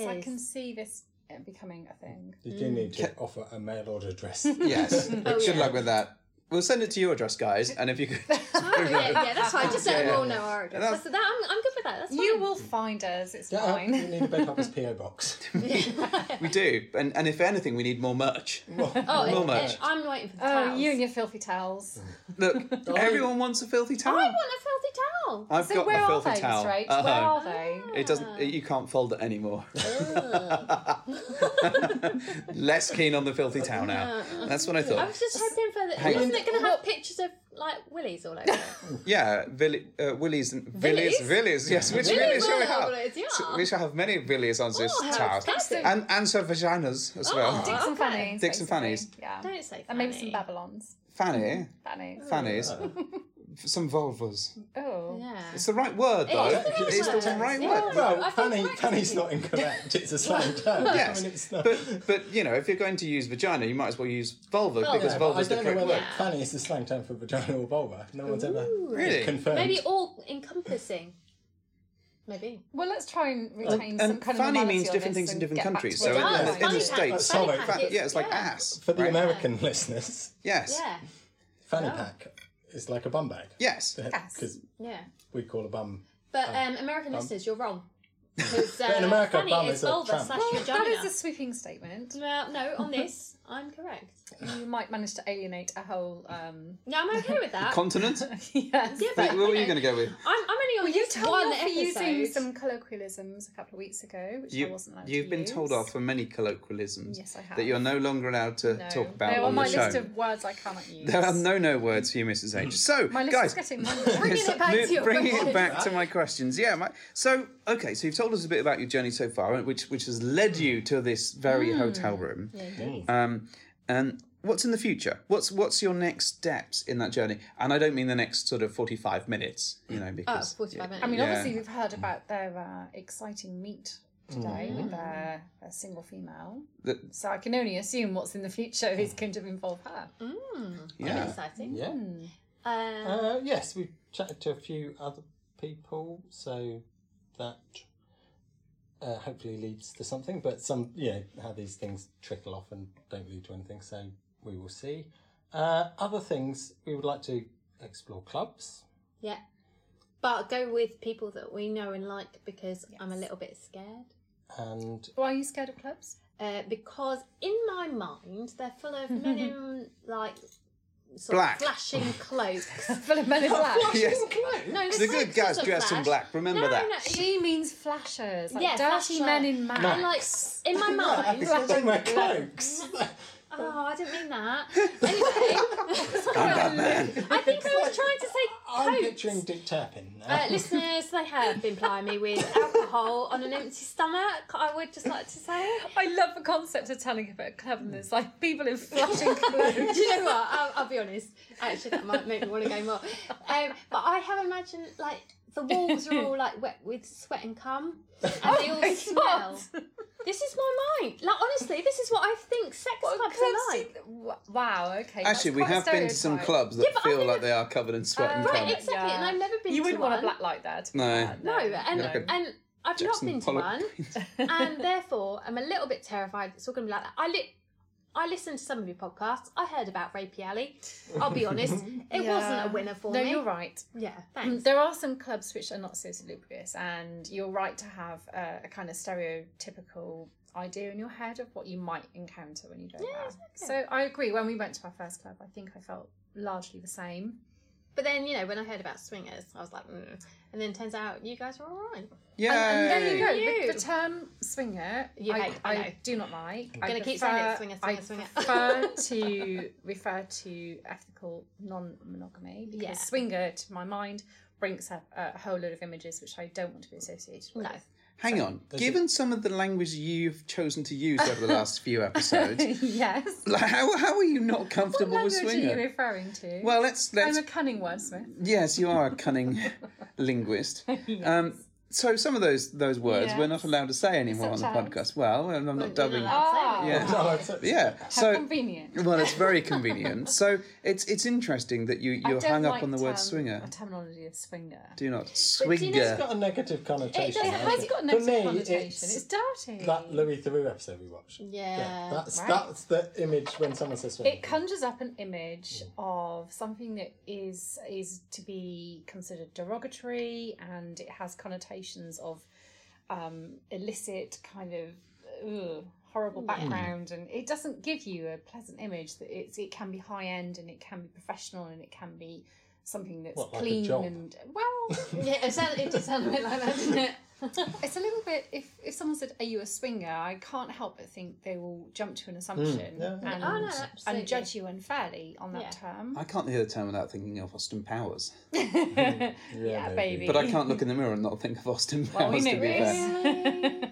Speaker 4: Badges.
Speaker 2: can see this uh, becoming a thing.
Speaker 5: You do need to offer a mail order address.
Speaker 3: Yes.
Speaker 2: Oh,
Speaker 3: Good
Speaker 4: yeah.
Speaker 3: luck with that. We'll send it to your address, guys, and if you could.
Speaker 4: Oh, yeah, yeah, that's fine. Just let them all know our address.
Speaker 3: That's-
Speaker 4: That's, that, I'm, I'm good with that. That's fine.
Speaker 2: You will find us. It's
Speaker 5: Yeah,
Speaker 2: fine.
Speaker 5: you need a bedhopper's PO box.
Speaker 3: we do. And, and if anything, we need more merch.
Speaker 4: Oh,
Speaker 3: Not
Speaker 4: and- and
Speaker 3: much.
Speaker 4: I'm waiting for the
Speaker 2: Oh,
Speaker 4: towels.
Speaker 2: you and your filthy towels.
Speaker 3: Look, everyone wants a filthy
Speaker 4: I
Speaker 3: towel.
Speaker 4: want a filthy towel.
Speaker 3: I've
Speaker 2: so
Speaker 3: got
Speaker 2: where
Speaker 3: a
Speaker 2: are
Speaker 3: filthy
Speaker 2: they,
Speaker 3: towel. Uh-huh.
Speaker 2: Miss Rach?
Speaker 3: at
Speaker 2: Where
Speaker 3: home.
Speaker 2: are they?
Speaker 4: Oh,
Speaker 3: It
Speaker 4: Ah.
Speaker 3: doesn't. You can't fold it anymore. Less keen on the filthy towel now. That's what I
Speaker 4: I
Speaker 3: thought.
Speaker 4: was just hoping for that.
Speaker 3: Hang on.
Speaker 4: Isn't it going to have pictures of like willies all over it?
Speaker 3: Yeah, Villi, uh, Willie's, Villies,
Speaker 4: Villies?
Speaker 3: Villies. Yes, which Villies shall we
Speaker 4: all
Speaker 3: have?
Speaker 4: over it, yeah. Oh,
Speaker 3: So we shall have many Villies on this
Speaker 4: how
Speaker 3: towel,
Speaker 4: expensive.
Speaker 3: and and some vaginas as well.
Speaker 4: Oh.
Speaker 2: Dicks and
Speaker 4: Okay.
Speaker 2: fannies.
Speaker 3: Dicks and
Speaker 2: basically.
Speaker 3: fannies.
Speaker 2: Yeah.
Speaker 4: Don't say
Speaker 2: And maybe some
Speaker 4: fanny.
Speaker 2: Babylons.
Speaker 3: Fanny,
Speaker 2: Fannies.
Speaker 3: Fanny's, some vulvas.
Speaker 2: Oh.
Speaker 4: Yeah.
Speaker 3: It's the right word, though.
Speaker 4: is the right
Speaker 3: It's the
Speaker 4: word.
Speaker 3: right
Speaker 4: Yeah.
Speaker 3: word.
Speaker 4: Well,
Speaker 5: Well,
Speaker 4: I've been
Speaker 5: Fanny,
Speaker 4: practicing.
Speaker 5: Fanny's not incorrect. It's a slang term.
Speaker 3: Yes,
Speaker 5: I mean, it's not.
Speaker 3: but but you know, if you're going to use vagina, you might as well use vulva because
Speaker 5: Yeah, but I
Speaker 3: vulva's the
Speaker 5: don't know
Speaker 3: correct
Speaker 5: whether
Speaker 3: word.
Speaker 5: fanny is the slang term for vagina or vulva. No one's ever
Speaker 3: Really?
Speaker 5: confirmed.
Speaker 4: Maybe all encompassing. Maybe.
Speaker 2: Well, let's try and retain some
Speaker 3: And
Speaker 2: kind of
Speaker 3: fanny
Speaker 2: normality
Speaker 3: means
Speaker 2: on
Speaker 3: different
Speaker 2: this
Speaker 3: things in
Speaker 2: and
Speaker 3: different
Speaker 2: get back
Speaker 3: countries.
Speaker 2: to
Speaker 3: So
Speaker 2: what
Speaker 3: in,
Speaker 2: it
Speaker 4: Ah,
Speaker 3: in,
Speaker 2: is.
Speaker 3: the- in
Speaker 4: funny
Speaker 3: the
Speaker 4: pack-
Speaker 3: states,
Speaker 4: funny
Speaker 5: Sorry, fa-
Speaker 4: packets,
Speaker 3: yeah, it's like
Speaker 4: yeah.
Speaker 3: ass.
Speaker 5: For the
Speaker 3: right?
Speaker 5: American listeners,
Speaker 3: Yes.
Speaker 4: Yeah,
Speaker 5: fanny pack is like a bum bag.
Speaker 3: Yes.
Speaker 5: Because
Speaker 4: yeah.
Speaker 5: we call a bum.
Speaker 4: But um, American listeners, you're wrong. Because uh,
Speaker 5: in America,
Speaker 4: funny
Speaker 5: bum
Speaker 4: is,
Speaker 5: is a
Speaker 4: vulva
Speaker 5: tramp.
Speaker 4: slash
Speaker 2: That
Speaker 4: vagina.
Speaker 2: is a sweeping statement.
Speaker 4: Well, no, on this, I'm correct.
Speaker 2: You might manage to alienate a whole. Um,
Speaker 4: No, I'm okay with that.
Speaker 3: Continent?
Speaker 2: yes.
Speaker 4: yeah, but,
Speaker 3: What were you
Speaker 4: know,
Speaker 3: going to go with?
Speaker 4: I'm, I'm only on
Speaker 2: Well, you
Speaker 4: this
Speaker 2: told
Speaker 4: one
Speaker 2: me off for
Speaker 4: episode.
Speaker 2: using some colloquialisms a couple of weeks ago, which I
Speaker 3: You,
Speaker 2: wasn't allowed to
Speaker 3: you've been
Speaker 2: use.
Speaker 3: told off for many colloquialisms
Speaker 2: Yes, I have.
Speaker 3: that you're no longer allowed to
Speaker 2: No.
Speaker 3: talk about
Speaker 2: They're
Speaker 3: on
Speaker 2: on my
Speaker 3: the
Speaker 2: list
Speaker 3: show.
Speaker 2: of Mm. words I cannot use.
Speaker 3: There are no no words for you, Mrs. H. So,
Speaker 2: My list
Speaker 3: guys,
Speaker 2: is getting longer.
Speaker 4: Bringing it back
Speaker 3: mo-
Speaker 4: to your
Speaker 3: bringing
Speaker 4: question.
Speaker 3: it back to my questions. Yeah. My, so, okay. So you've told us a bit about your journey so far, which which has led you to this
Speaker 2: Mm.
Speaker 3: very hotel room. Um, and what's in the future? What's what's your next steps in that journey? And I don't mean the next sort of forty five minutes. You
Speaker 2: Uh,
Speaker 3: know,
Speaker 4: Oh,
Speaker 3: because
Speaker 4: 45 minutes.
Speaker 2: I mean,
Speaker 3: Yeah. Mm.
Speaker 2: obviously, we've heard about their uh, exciting meet today with their, their single female.
Speaker 3: the,
Speaker 2: So I can only assume what's in the future is going to involve her.
Speaker 3: yeah.
Speaker 4: exciting.
Speaker 5: Yeah.
Speaker 4: Um,
Speaker 5: Uh, yes, we've chatted to a few other people, so that uh, hopefully leads to something. But some, you know, how these things trickle off and don't lead to anything, so we will see. Uh, other things we would like to explore clubs.
Speaker 4: yeah. But go with people that we know and like because I'm a little bit scared.
Speaker 5: And
Speaker 2: Why are you scared of clubs?
Speaker 4: Uh, because in my mind, they're full of men in like sort
Speaker 3: Black.
Speaker 4: of flashing cloaks.
Speaker 2: Full of men in black.
Speaker 3: Yes.
Speaker 4: no,
Speaker 3: The good guys dressed in black. Remember that.
Speaker 2: She means flashers, like
Speaker 4: Yeah,
Speaker 2: dirty
Speaker 4: flashlight.
Speaker 2: men in masks.
Speaker 4: And like in my mind,
Speaker 5: Because they wear cloaks.
Speaker 4: oh, I didn't mean that. Anyway, I think I was trying to say
Speaker 5: I'm
Speaker 4: coats.
Speaker 5: picturing Dick Turpin now.
Speaker 4: Uh, listeners, they have been plying me with alcohol on an empty stomach. I would just like to say.
Speaker 2: I love the concept of telling about a club and
Speaker 4: Hmm.
Speaker 2: there's like people in flashing clothes.
Speaker 4: Do you know what? I'll, I'll be honest. Actually, that might make me want to go more. Um, but I have imagined like the walls are all like wet with sweat and cum, and they all smell. Oh This is my mind. Like honestly, this is what I think sex clubs are like.
Speaker 2: Wow, okay. that's
Speaker 3: Actually, we
Speaker 2: quite a
Speaker 3: have been to some
Speaker 2: stereotype.
Speaker 3: clubs that
Speaker 4: Yeah, but I
Speaker 3: feel
Speaker 4: think
Speaker 3: like they are covered in sweat and
Speaker 2: Uh,
Speaker 3: cum.
Speaker 4: Right, exactly.
Speaker 2: Yeah.
Speaker 4: And I've never been.
Speaker 2: You
Speaker 4: to
Speaker 2: wouldn't
Speaker 4: one.
Speaker 2: want a black light there. To be
Speaker 3: No.
Speaker 2: fair,
Speaker 4: No, and
Speaker 3: Like a
Speaker 4: and I've
Speaker 3: Jackson
Speaker 4: not been to
Speaker 3: Pollock.
Speaker 4: one, and therefore I'm a little bit terrified. It's all going to be like that. I li- I listened to some of your podcasts. I heard about Rapey Alley. I'll be honest, it
Speaker 2: Yeah.
Speaker 4: wasn't a winner for
Speaker 2: no,
Speaker 4: me.
Speaker 2: you're right.
Speaker 4: Yeah,
Speaker 2: Mm,
Speaker 4: thanks.
Speaker 2: There are some clubs which are not so salubrious, and you're right to have a, a kind of stereotypical idea in your head of what you might encounter when you go there. So I agree. When we went to our first club, I think I felt largely the same.
Speaker 4: But then you know when I heard about swingers, I was like, mm. and then turns out you guys were all right.
Speaker 3: Yeah.
Speaker 2: And, and there you go. The,
Speaker 4: You.
Speaker 2: the term swinger,
Speaker 4: You
Speaker 2: I,
Speaker 4: hate, I
Speaker 2: I,
Speaker 4: know.
Speaker 2: do not like. I'm
Speaker 4: gonna keep saying it, swinger, swinger,
Speaker 2: I
Speaker 4: swinger.
Speaker 2: prefer to refer to ethical non-monogamy because
Speaker 4: Yeah.
Speaker 2: swinger, to my mind, brings up a whole load of images which I don't want to be associated with.
Speaker 4: No,
Speaker 3: Hang on. Given some of the language you've chosen to use over the last few episodes,
Speaker 2: yes.
Speaker 3: like, how, how are you not
Speaker 2: What
Speaker 3: comfortable with
Speaker 2: language are you
Speaker 3: swinger?
Speaker 2: referring to?
Speaker 3: Well, let's
Speaker 2: I'm
Speaker 3: let's.
Speaker 2: a cunning wordsmith.
Speaker 3: Yes, you are a cunning linguist. Um, so some of those those words we're not
Speaker 2: Yes.
Speaker 3: allowed to say anymore on the
Speaker 2: Sometimes.
Speaker 3: podcast. Well, I'm not dubbing.
Speaker 4: allowed. Ah.
Speaker 3: Yeah.
Speaker 5: No, it's- it's-
Speaker 3: Yeah.
Speaker 2: How
Speaker 3: So
Speaker 2: convenient.
Speaker 3: well, it's very convenient. So it's it's interesting that you
Speaker 2: I
Speaker 3: you're
Speaker 2: don't
Speaker 3: hung up
Speaker 2: like
Speaker 3: on the word
Speaker 2: term-
Speaker 3: swinger.
Speaker 2: The terminology of swinger.
Speaker 3: Do not
Speaker 4: you know-
Speaker 5: It's
Speaker 3: swigger.
Speaker 5: got a negative connotation.
Speaker 4: It does-
Speaker 5: hasn't
Speaker 2: It has got a
Speaker 5: For
Speaker 2: negative
Speaker 5: me,
Speaker 2: connotation.
Speaker 5: it's-
Speaker 2: It's, dirty.
Speaker 5: That Louis Theroux episode we watched.
Speaker 4: Yeah.
Speaker 5: that's
Speaker 2: Right.
Speaker 5: that's the image when someone says swimming.
Speaker 2: It conjures up an image of something that is is to be considered derogatory, and it has connotations of um, illicit kind of ugh,
Speaker 4: Hmm.
Speaker 2: horrible background, and it doesn't give you a pleasant image. That it's it can be high end, and it can be professional, and it can be something that's
Speaker 5: What, like a
Speaker 2: clean
Speaker 5: job?
Speaker 2: and well.
Speaker 4: yeah, it, sound, it did sound a bit like that, didn't it?
Speaker 2: It's a little bit if if someone said, "Are you a swinger?" I can't help but think they will jump to an assumption
Speaker 5: Hmm. yeah, yeah.
Speaker 2: and,
Speaker 4: Oh
Speaker 2: and
Speaker 4: no, absolutely.
Speaker 2: judge you unfairly on that term.
Speaker 3: I can't hear the term without thinking of Austin Powers,
Speaker 2: yeah, baby.
Speaker 3: but I can't look in the mirror and not think of Austin Powers.
Speaker 2: we
Speaker 3: to
Speaker 2: know
Speaker 3: be fair.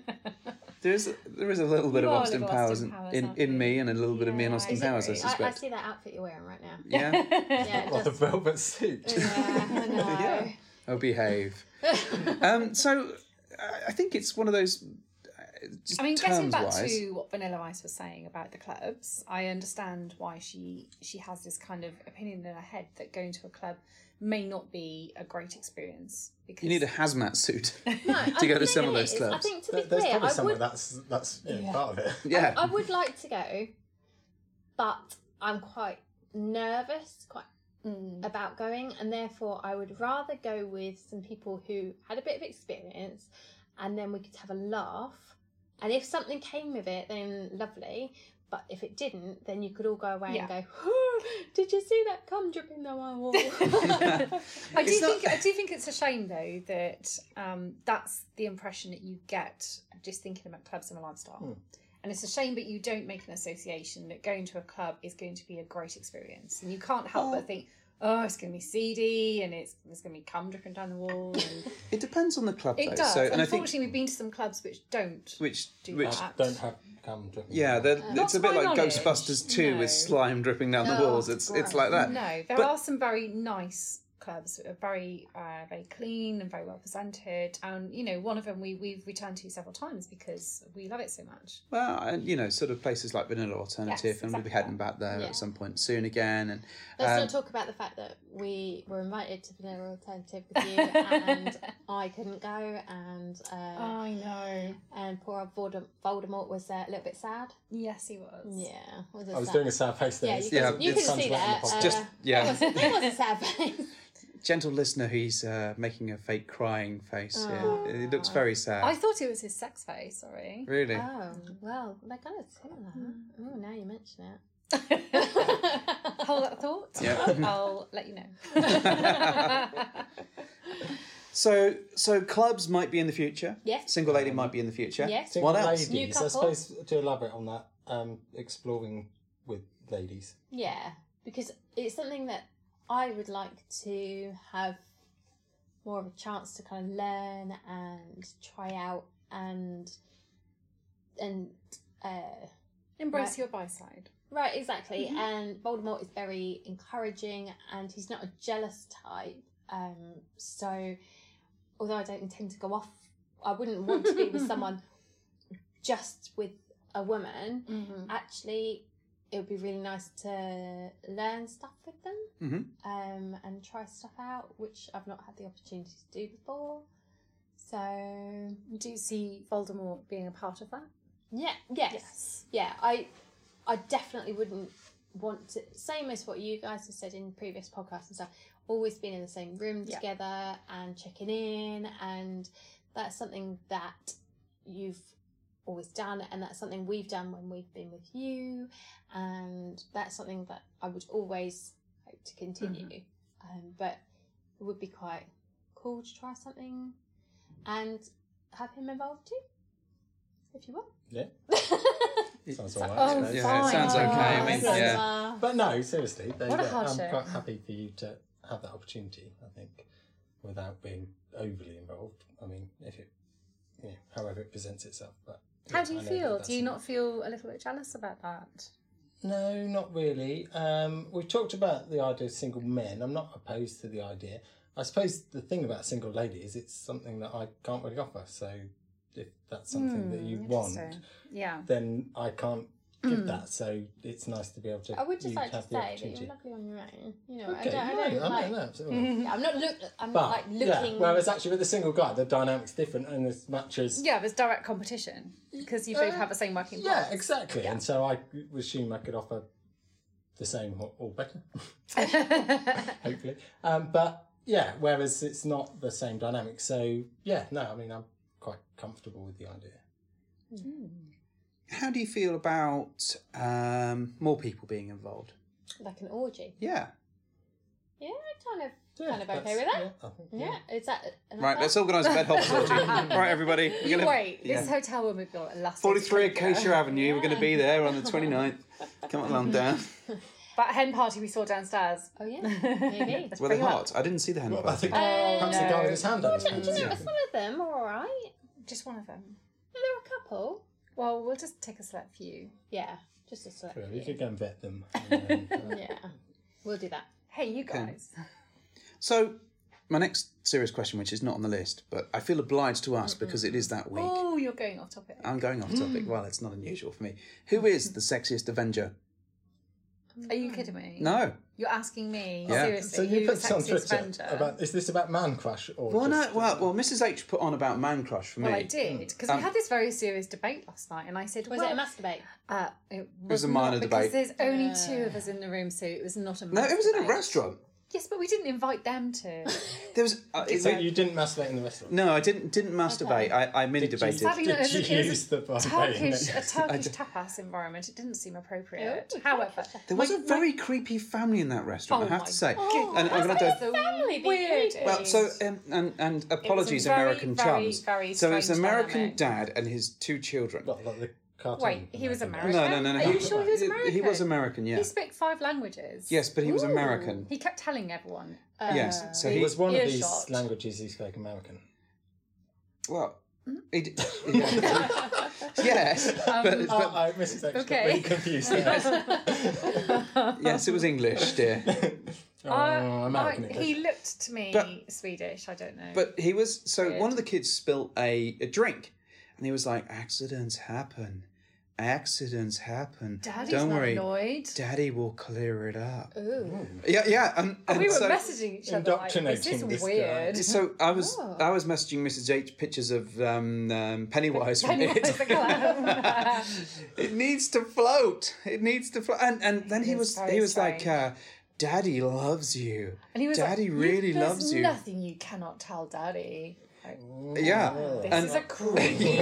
Speaker 2: this.
Speaker 3: There is there is a little bit
Speaker 2: You
Speaker 3: of
Speaker 2: are a
Speaker 3: Austin
Speaker 2: little
Speaker 3: Powers,
Speaker 2: Austin
Speaker 3: in-
Speaker 2: Powers,
Speaker 3: in,
Speaker 2: aren't
Speaker 3: in
Speaker 2: you?
Speaker 3: me and a little bit of me and
Speaker 2: Yeah,
Speaker 3: Austin
Speaker 2: is it
Speaker 3: Powers, I
Speaker 2: really?
Speaker 4: I, I
Speaker 3: suspect.
Speaker 4: see that outfit you're wearing right now.
Speaker 3: yeah.
Speaker 4: Yeah, it
Speaker 5: Or the
Speaker 4: does.
Speaker 5: velvet suit.
Speaker 4: Yeah, I know.
Speaker 3: Yeah. Oh, behave. um, so I- I think it's one of those. uh, Just
Speaker 2: I mean, getting
Speaker 3: terms
Speaker 2: back
Speaker 3: wise.
Speaker 2: to what Vanilla Ice was saying about the clubs, I understand why she she has this kind of opinion in her head that going to a club may not be a great experience because
Speaker 3: You need a hazmat suit.
Speaker 4: No, I
Speaker 3: to go to
Speaker 4: think
Speaker 3: some of
Speaker 4: it
Speaker 3: those
Speaker 4: is. I
Speaker 3: clubs.
Speaker 4: think to be
Speaker 5: There- There's
Speaker 4: clear,
Speaker 5: probably
Speaker 4: I
Speaker 5: somewhere
Speaker 4: would
Speaker 5: that's that's you know, part of it.
Speaker 3: Yeah.
Speaker 4: I would like to go, but I'm quite nervous, quite
Speaker 2: Mm.
Speaker 4: about going, and therefore I would rather go with some people who had a bit of experience, and then we could have a laugh. And if something came of it, then lovely. But if it didn't, then you could all go away
Speaker 2: Yeah.
Speaker 4: and go, "Whew, "Did you see that cum dripping down my wall?"
Speaker 2: I do
Speaker 3: It's not-
Speaker 2: think I do think it's a shame though that um, that's the impression that you get just thinking about clubs and a lifestyle.
Speaker 3: Hmm.
Speaker 2: And it's a shame that you don't make an association that going to a club is going to be a great experience, and you can't help but think, oh, it's going to be seedy, and it's there's going to be cum dripping down the wall. And
Speaker 3: It depends on the club,
Speaker 2: it
Speaker 3: though.
Speaker 2: does.
Speaker 3: So, and I
Speaker 2: Unfortunately,
Speaker 3: think
Speaker 2: we've been to some clubs which don't
Speaker 3: which
Speaker 2: do
Speaker 3: which
Speaker 2: that.
Speaker 5: Don't have come dripping.
Speaker 3: yeah, they're- it's a
Speaker 2: to
Speaker 3: bit
Speaker 2: my
Speaker 3: like
Speaker 2: knowledge,
Speaker 3: Ghostbusters Two
Speaker 2: no.
Speaker 3: with slime dripping down the walls. It's it's like that.
Speaker 2: No, there
Speaker 3: But-
Speaker 2: are some very nice clubs that are very uh, very clean and very well presented and you know one of them we, we've returned to several times because we love it so much
Speaker 3: Well, and you know, sort of places like Vanilla Alternative,
Speaker 2: Yes,
Speaker 3: and we'll be
Speaker 2: exactly.
Speaker 3: heading back there
Speaker 4: Yeah.
Speaker 3: at some point soon again. And
Speaker 4: Let's
Speaker 3: um,
Speaker 4: not talk about the fact that we were invited to Vanilla Alternative with you, and I couldn't go, and uh,
Speaker 2: i know
Speaker 4: and poor old Voldem- Voldemort was uh, a little bit sad.
Speaker 2: yes he was
Speaker 4: Yeah, was
Speaker 5: I was doing a sad face there.
Speaker 4: Yeah, you
Speaker 5: It's-
Speaker 4: can,
Speaker 3: Yeah,
Speaker 4: you
Speaker 3: it's
Speaker 4: can see that.
Speaker 5: It's
Speaker 4: uh,
Speaker 3: just yeah,
Speaker 4: it was- it was a sad face.
Speaker 3: gentle listener, he's uh, making a fake crying face. here. It looks very sad.
Speaker 2: i thought it was his sex face sorry
Speaker 3: Really,
Speaker 4: Oh well, they're kind of similar. Oh, now you mention it.
Speaker 2: hold that thought
Speaker 3: Yeah.
Speaker 2: i'll let you know
Speaker 3: so so clubs might be in the future.
Speaker 4: Yes.
Speaker 3: single lady might be in the future.
Speaker 4: Yes.
Speaker 5: Single
Speaker 3: What else?
Speaker 5: ladies.
Speaker 4: New
Speaker 5: I
Speaker 4: couple?
Speaker 5: suppose to elaborate on that, um, exploring with ladies.
Speaker 4: Yeah, because it's something that I would like to have more of a chance to kind of learn and try out and and uh
Speaker 2: embrace
Speaker 4: Right.
Speaker 2: your by side
Speaker 4: Right, exactly. And Voldemort is very encouraging and he's not a jealous type. Um, so, although I don't intend to go off, I wouldn't want to be with someone just with a woman. Actually, it would be really nice to learn stuff with them
Speaker 3: Mhm.
Speaker 4: um, and try stuff out, which I've not had the opportunity to do before. So,
Speaker 2: do you see voldemort being a part of that
Speaker 4: yeah, yes. yeah i i definitely wouldn't want to same as what you guys have said in previous podcasts and stuff always being in the same room
Speaker 2: Yeah.
Speaker 4: together and checking in and that's something that you've always done and that's something we've done when we've been with you and that's something that i would always hope to continue um, but it would be quite cool to try something and have him involved too if you want
Speaker 5: Yeah, sounds all right.
Speaker 2: oh
Speaker 3: Yeah, it
Speaker 2: fine.
Speaker 3: sounds okay. I mean,
Speaker 2: Yes.
Speaker 3: yeah.
Speaker 5: But no, seriously, there
Speaker 2: What
Speaker 5: you
Speaker 2: a
Speaker 5: go.
Speaker 2: hardship.
Speaker 5: I'm quite happy for you to have that opportunity. I think without being overly involved. I mean, if it, you know, however it presents itself. But
Speaker 2: How
Speaker 5: yeah,
Speaker 2: do you
Speaker 5: I know that
Speaker 2: feel?
Speaker 5: that's
Speaker 2: Do you not feel a little bit jealous about that?
Speaker 5: No, not really. Um, we've talked about the idea of single men. I'm not opposed to the idea. I suppose the thing about single lady is it's something that I can't really offer. So if that's something that you
Speaker 4: Hmm,
Speaker 5: want,
Speaker 2: interesting. Yeah.
Speaker 5: then I can't give that. So it's nice to be able to.
Speaker 4: I would just
Speaker 5: you
Speaker 4: like to
Speaker 5: have
Speaker 4: say
Speaker 5: the
Speaker 4: that
Speaker 5: opportunity.
Speaker 4: you're lovely on your own. You know,
Speaker 5: Okay,
Speaker 4: I
Speaker 5: no,
Speaker 4: don't, I don't
Speaker 5: I
Speaker 4: like.
Speaker 5: know, absolutely.
Speaker 4: I'm not look. I'm
Speaker 5: But
Speaker 4: not like looking.
Speaker 5: yeah, whereas actually with a single guy, the dynamic's different, and as much as
Speaker 2: Yeah, there's direct competition because you both
Speaker 5: Uh,
Speaker 2: have the same working
Speaker 5: Yeah,
Speaker 2: class.
Speaker 5: exactly. And so I assume I could offer the same or, or better, hopefully. Um, but yeah, whereas it's not the same dynamic. So yeah, no, I mean, I'm quite comfortable with the idea.
Speaker 3: How do you feel about um, more people being involved?
Speaker 4: like an orgy.
Speaker 3: Yeah.
Speaker 4: Yeah, I'm kind of
Speaker 5: Yeah,
Speaker 4: kind of okay
Speaker 5: that's-
Speaker 4: with that.
Speaker 5: Yeah, I think,
Speaker 4: Yeah, is that an
Speaker 3: Right,
Speaker 4: offer?
Speaker 3: let's organise a bed hop sortie. All right, everybody. We're gonna,
Speaker 2: Uh-huh. Wait,
Speaker 3: yeah.
Speaker 2: this hotel room we've got last
Speaker 3: 43 Acacia Avenue. We're going to be there on the 29th. Come along down.
Speaker 2: That hen party we saw downstairs.
Speaker 4: Oh yeah, maybe.
Speaker 3: Were they hot? I didn't see the hen
Speaker 5: Well, I
Speaker 3: party.
Speaker 5: think perhaps the guy with his hand on his
Speaker 4: Uh, Do you know
Speaker 5: pants.
Speaker 4: what, some of them are all right?
Speaker 2: Just one of them.
Speaker 4: There are a couple.
Speaker 2: Well, we'll just take a select few.
Speaker 4: Yeah, just a select.
Speaker 5: Well,
Speaker 4: few.
Speaker 5: You could go and vet them. and then, uh,
Speaker 4: Yeah, we'll do that.
Speaker 2: Hey, you guys.
Speaker 3: So, my next serious question, which is not on the list, but I feel obliged to ask because it is that week.
Speaker 2: Oh, you're going off topic.
Speaker 3: I'm going off topic.
Speaker 2: Mm.
Speaker 3: Well, it's not unusual for me. Who is the sexiest Avenger?
Speaker 2: Are you kidding me?
Speaker 3: No.
Speaker 2: You're asking me
Speaker 3: Yeah.
Speaker 2: seriously.
Speaker 5: so you
Speaker 2: who
Speaker 5: put
Speaker 2: the
Speaker 5: this on
Speaker 2: sexiest
Speaker 5: Twitter
Speaker 2: Avenger?
Speaker 5: about is this about man crush or
Speaker 3: Well, no.
Speaker 5: just-
Speaker 3: Well, well, Mrs. H put on about man crush for me.
Speaker 2: Well, I did because
Speaker 3: Um,
Speaker 2: we had this very serious debate last night, and I said,
Speaker 4: Was
Speaker 2: well,
Speaker 4: it a masturbate?
Speaker 2: Uh, it was,
Speaker 3: a minor
Speaker 2: not, because
Speaker 3: debate.
Speaker 2: There's only two of us in the room, so it was not a.
Speaker 3: No, it was in a
Speaker 2: masturbate.
Speaker 3: restaurant.
Speaker 2: Yes, but we didn't invite them to.
Speaker 3: There was. Uh, it-
Speaker 5: So you didn't masturbate in the restaurant.
Speaker 3: no, I didn't. Didn't masturbate. I, I mini debated.
Speaker 5: Did
Speaker 2: Sadly, no, it was,
Speaker 5: you
Speaker 2: it was a
Speaker 5: use the bar
Speaker 2: Turkish, a
Speaker 5: name?
Speaker 2: Turkish tapas environment. It didn't seem appropriate.
Speaker 4: Oh,
Speaker 2: However, oh
Speaker 3: There was a very creepy family in that restaurant. I have to say. and I'm gonna
Speaker 2: that's
Speaker 3: do.
Speaker 2: the
Speaker 4: Family, the
Speaker 2: weirdest.
Speaker 3: Well, so um, and and apologies,
Speaker 2: very,
Speaker 3: American
Speaker 2: very,
Speaker 3: chums.
Speaker 2: very
Speaker 3: so it's
Speaker 2: strange
Speaker 3: American
Speaker 2: dynamic.
Speaker 3: dad and his two children.
Speaker 5: Well, like the cartoon.
Speaker 2: Wait, he was
Speaker 5: American.
Speaker 2: American.
Speaker 3: No, no, no, no.
Speaker 2: Are you sure he was
Speaker 3: He-
Speaker 2: American?
Speaker 3: He was American. Yeah.
Speaker 2: He spoke five languages.
Speaker 3: Yes, but he was American.
Speaker 2: He kept telling everyone.
Speaker 3: yes. So
Speaker 5: It
Speaker 3: he
Speaker 5: was one of these
Speaker 2: Earshot.
Speaker 5: languages he spoke American.
Speaker 3: Well, he d- yes,
Speaker 2: Um,
Speaker 3: but,
Speaker 5: Oh,
Speaker 3: but
Speaker 5: I missed that.
Speaker 2: Okay. Uh,
Speaker 5: Okay. confused. there.
Speaker 3: yes, it was English, dear.
Speaker 5: oh,
Speaker 2: I-
Speaker 5: American.
Speaker 2: I-
Speaker 5: it
Speaker 2: uh, he
Speaker 5: is.
Speaker 2: looked to me
Speaker 3: But-
Speaker 2: Swedish. I don't know.
Speaker 3: But he was so one of the kids spilt a, a drink, and he was like, "Accidents happen, accidents happen.
Speaker 2: Daddy's
Speaker 3: Don't
Speaker 2: not
Speaker 3: worry,
Speaker 2: annoyed.
Speaker 3: Daddy will clear it up." Yeah, yeah, and, and
Speaker 2: we were
Speaker 3: so,
Speaker 2: messaging each other like, "Is this,
Speaker 5: indoctrinating this
Speaker 2: weird?"
Speaker 3: so I was
Speaker 2: Oh.
Speaker 3: I was messaging Mrs H pictures of um, um, Pennywise from
Speaker 2: Pennywise
Speaker 3: it.
Speaker 2: the clown.
Speaker 3: it needs to float. It needs to float. And and then he
Speaker 2: is
Speaker 3: was
Speaker 2: very
Speaker 3: he was
Speaker 2: strange.
Speaker 3: like, uh, "Daddy loves you."
Speaker 2: and he was like,
Speaker 3: "Daddy
Speaker 2: "You-
Speaker 3: really
Speaker 2: there's
Speaker 3: loves you."
Speaker 2: Nothing you cannot tell, Daddy. Like,
Speaker 3: Yeah,
Speaker 2: this
Speaker 3: and
Speaker 2: is a creepy.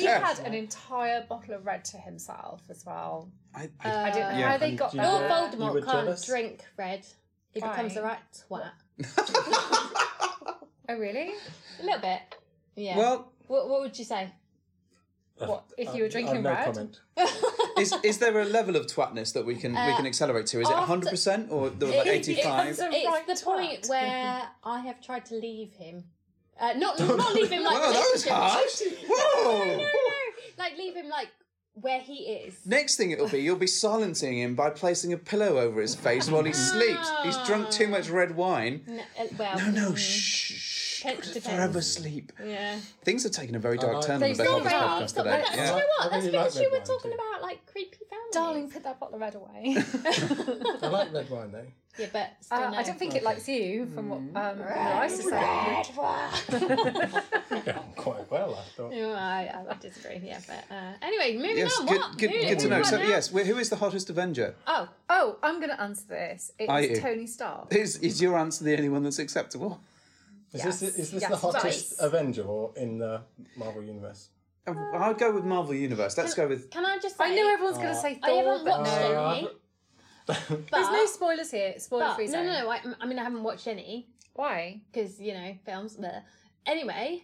Speaker 2: he had an entire bottle of red to himself as well.
Speaker 3: I, I,
Speaker 2: I don't know
Speaker 3: Yeah.
Speaker 2: how they
Speaker 5: And
Speaker 2: got
Speaker 5: do
Speaker 2: that.
Speaker 5: you- Uh, you
Speaker 4: Lord
Speaker 5: were
Speaker 4: Voldemort can't
Speaker 5: jealous?
Speaker 4: drink red. He becomes
Speaker 2: Why?
Speaker 4: a right twat.
Speaker 2: Oh really?
Speaker 4: A little bit. Yeah.
Speaker 3: well,
Speaker 4: what, what would you say?
Speaker 2: What if you were drinking
Speaker 5: I've Uh, no
Speaker 2: red?
Speaker 5: comment.
Speaker 3: is is there a level of twatness that we can
Speaker 2: Uh,
Speaker 3: we can accelerate to? Is it
Speaker 4: after-
Speaker 3: hundred percent or the
Speaker 4: It- it-
Speaker 3: eighty five?
Speaker 4: It's,
Speaker 2: a
Speaker 4: it's
Speaker 2: right
Speaker 4: the point
Speaker 2: twat.
Speaker 4: where I have tried to leave him. Uh, not not leave him like
Speaker 3: Wow, Oh, that was
Speaker 4: relationship.
Speaker 3: harsh. Whoa!
Speaker 4: Like leave him like where he is.
Speaker 3: Next thing it'll be you'll be silencing him by placing a pillow over his face while he sleeps. He's drunk too much red wine.
Speaker 4: No, uh, well,
Speaker 3: No, shh. shh,
Speaker 4: Depends-
Speaker 3: Forever
Speaker 4: depends.
Speaker 3: sleep.
Speaker 4: Yeah.
Speaker 3: Things have taken a very dark
Speaker 5: like
Speaker 3: turn on the
Speaker 2: They've
Speaker 3: Beck Hobbits
Speaker 2: gone
Speaker 3: podcast
Speaker 4: But
Speaker 3: today.
Speaker 4: that's,
Speaker 3: Yeah.
Speaker 4: you know what?
Speaker 5: I
Speaker 4: That's
Speaker 5: really
Speaker 4: because
Speaker 5: like
Speaker 4: you
Speaker 5: red
Speaker 4: were
Speaker 5: wine
Speaker 4: talking
Speaker 5: too.
Speaker 4: about like creepy families.
Speaker 2: Darling, put that bottle of red away.
Speaker 5: I like red wine though.
Speaker 4: Yeah, but still
Speaker 2: Uh,
Speaker 4: no. Mm-hmm.
Speaker 2: I don't think it likes you, from what um, I suspect.
Speaker 5: Yeah, quite well, I thought.
Speaker 4: No, I, I disagree. Yeah, but uh, anyway, moving
Speaker 3: Yes,
Speaker 4: on.
Speaker 3: good,
Speaker 4: what?
Speaker 3: good,
Speaker 4: Moving
Speaker 3: good to know.
Speaker 4: on
Speaker 3: So,
Speaker 4: now.
Speaker 3: yes, wh- who is the hottest Avenger?
Speaker 4: Oh,
Speaker 2: Oh, I'm going to answer this.
Speaker 3: Are you?
Speaker 2: It's Tony Stark.
Speaker 3: Is, is your answer the only one that's acceptable?
Speaker 5: Is
Speaker 2: Yes.
Speaker 5: this, is this
Speaker 2: Yes,
Speaker 5: the hottest
Speaker 4: right.
Speaker 5: Avenger or in the Marvel universe?
Speaker 3: Uh, I'll go with Marvel Universe. Let's go with.
Speaker 4: can I just? Say,
Speaker 2: I know everyone's going to say
Speaker 4: I
Speaker 2: Thor.
Speaker 4: haven't
Speaker 2: but
Speaker 4: watched
Speaker 2: no.
Speaker 4: any. But,
Speaker 2: There's no spoilers here. Spoiler
Speaker 4: but,
Speaker 2: free
Speaker 4: no,
Speaker 2: zone.
Speaker 4: no, no. I, I mean, I haven't watched any
Speaker 2: Why?
Speaker 4: because you know films. But anyway,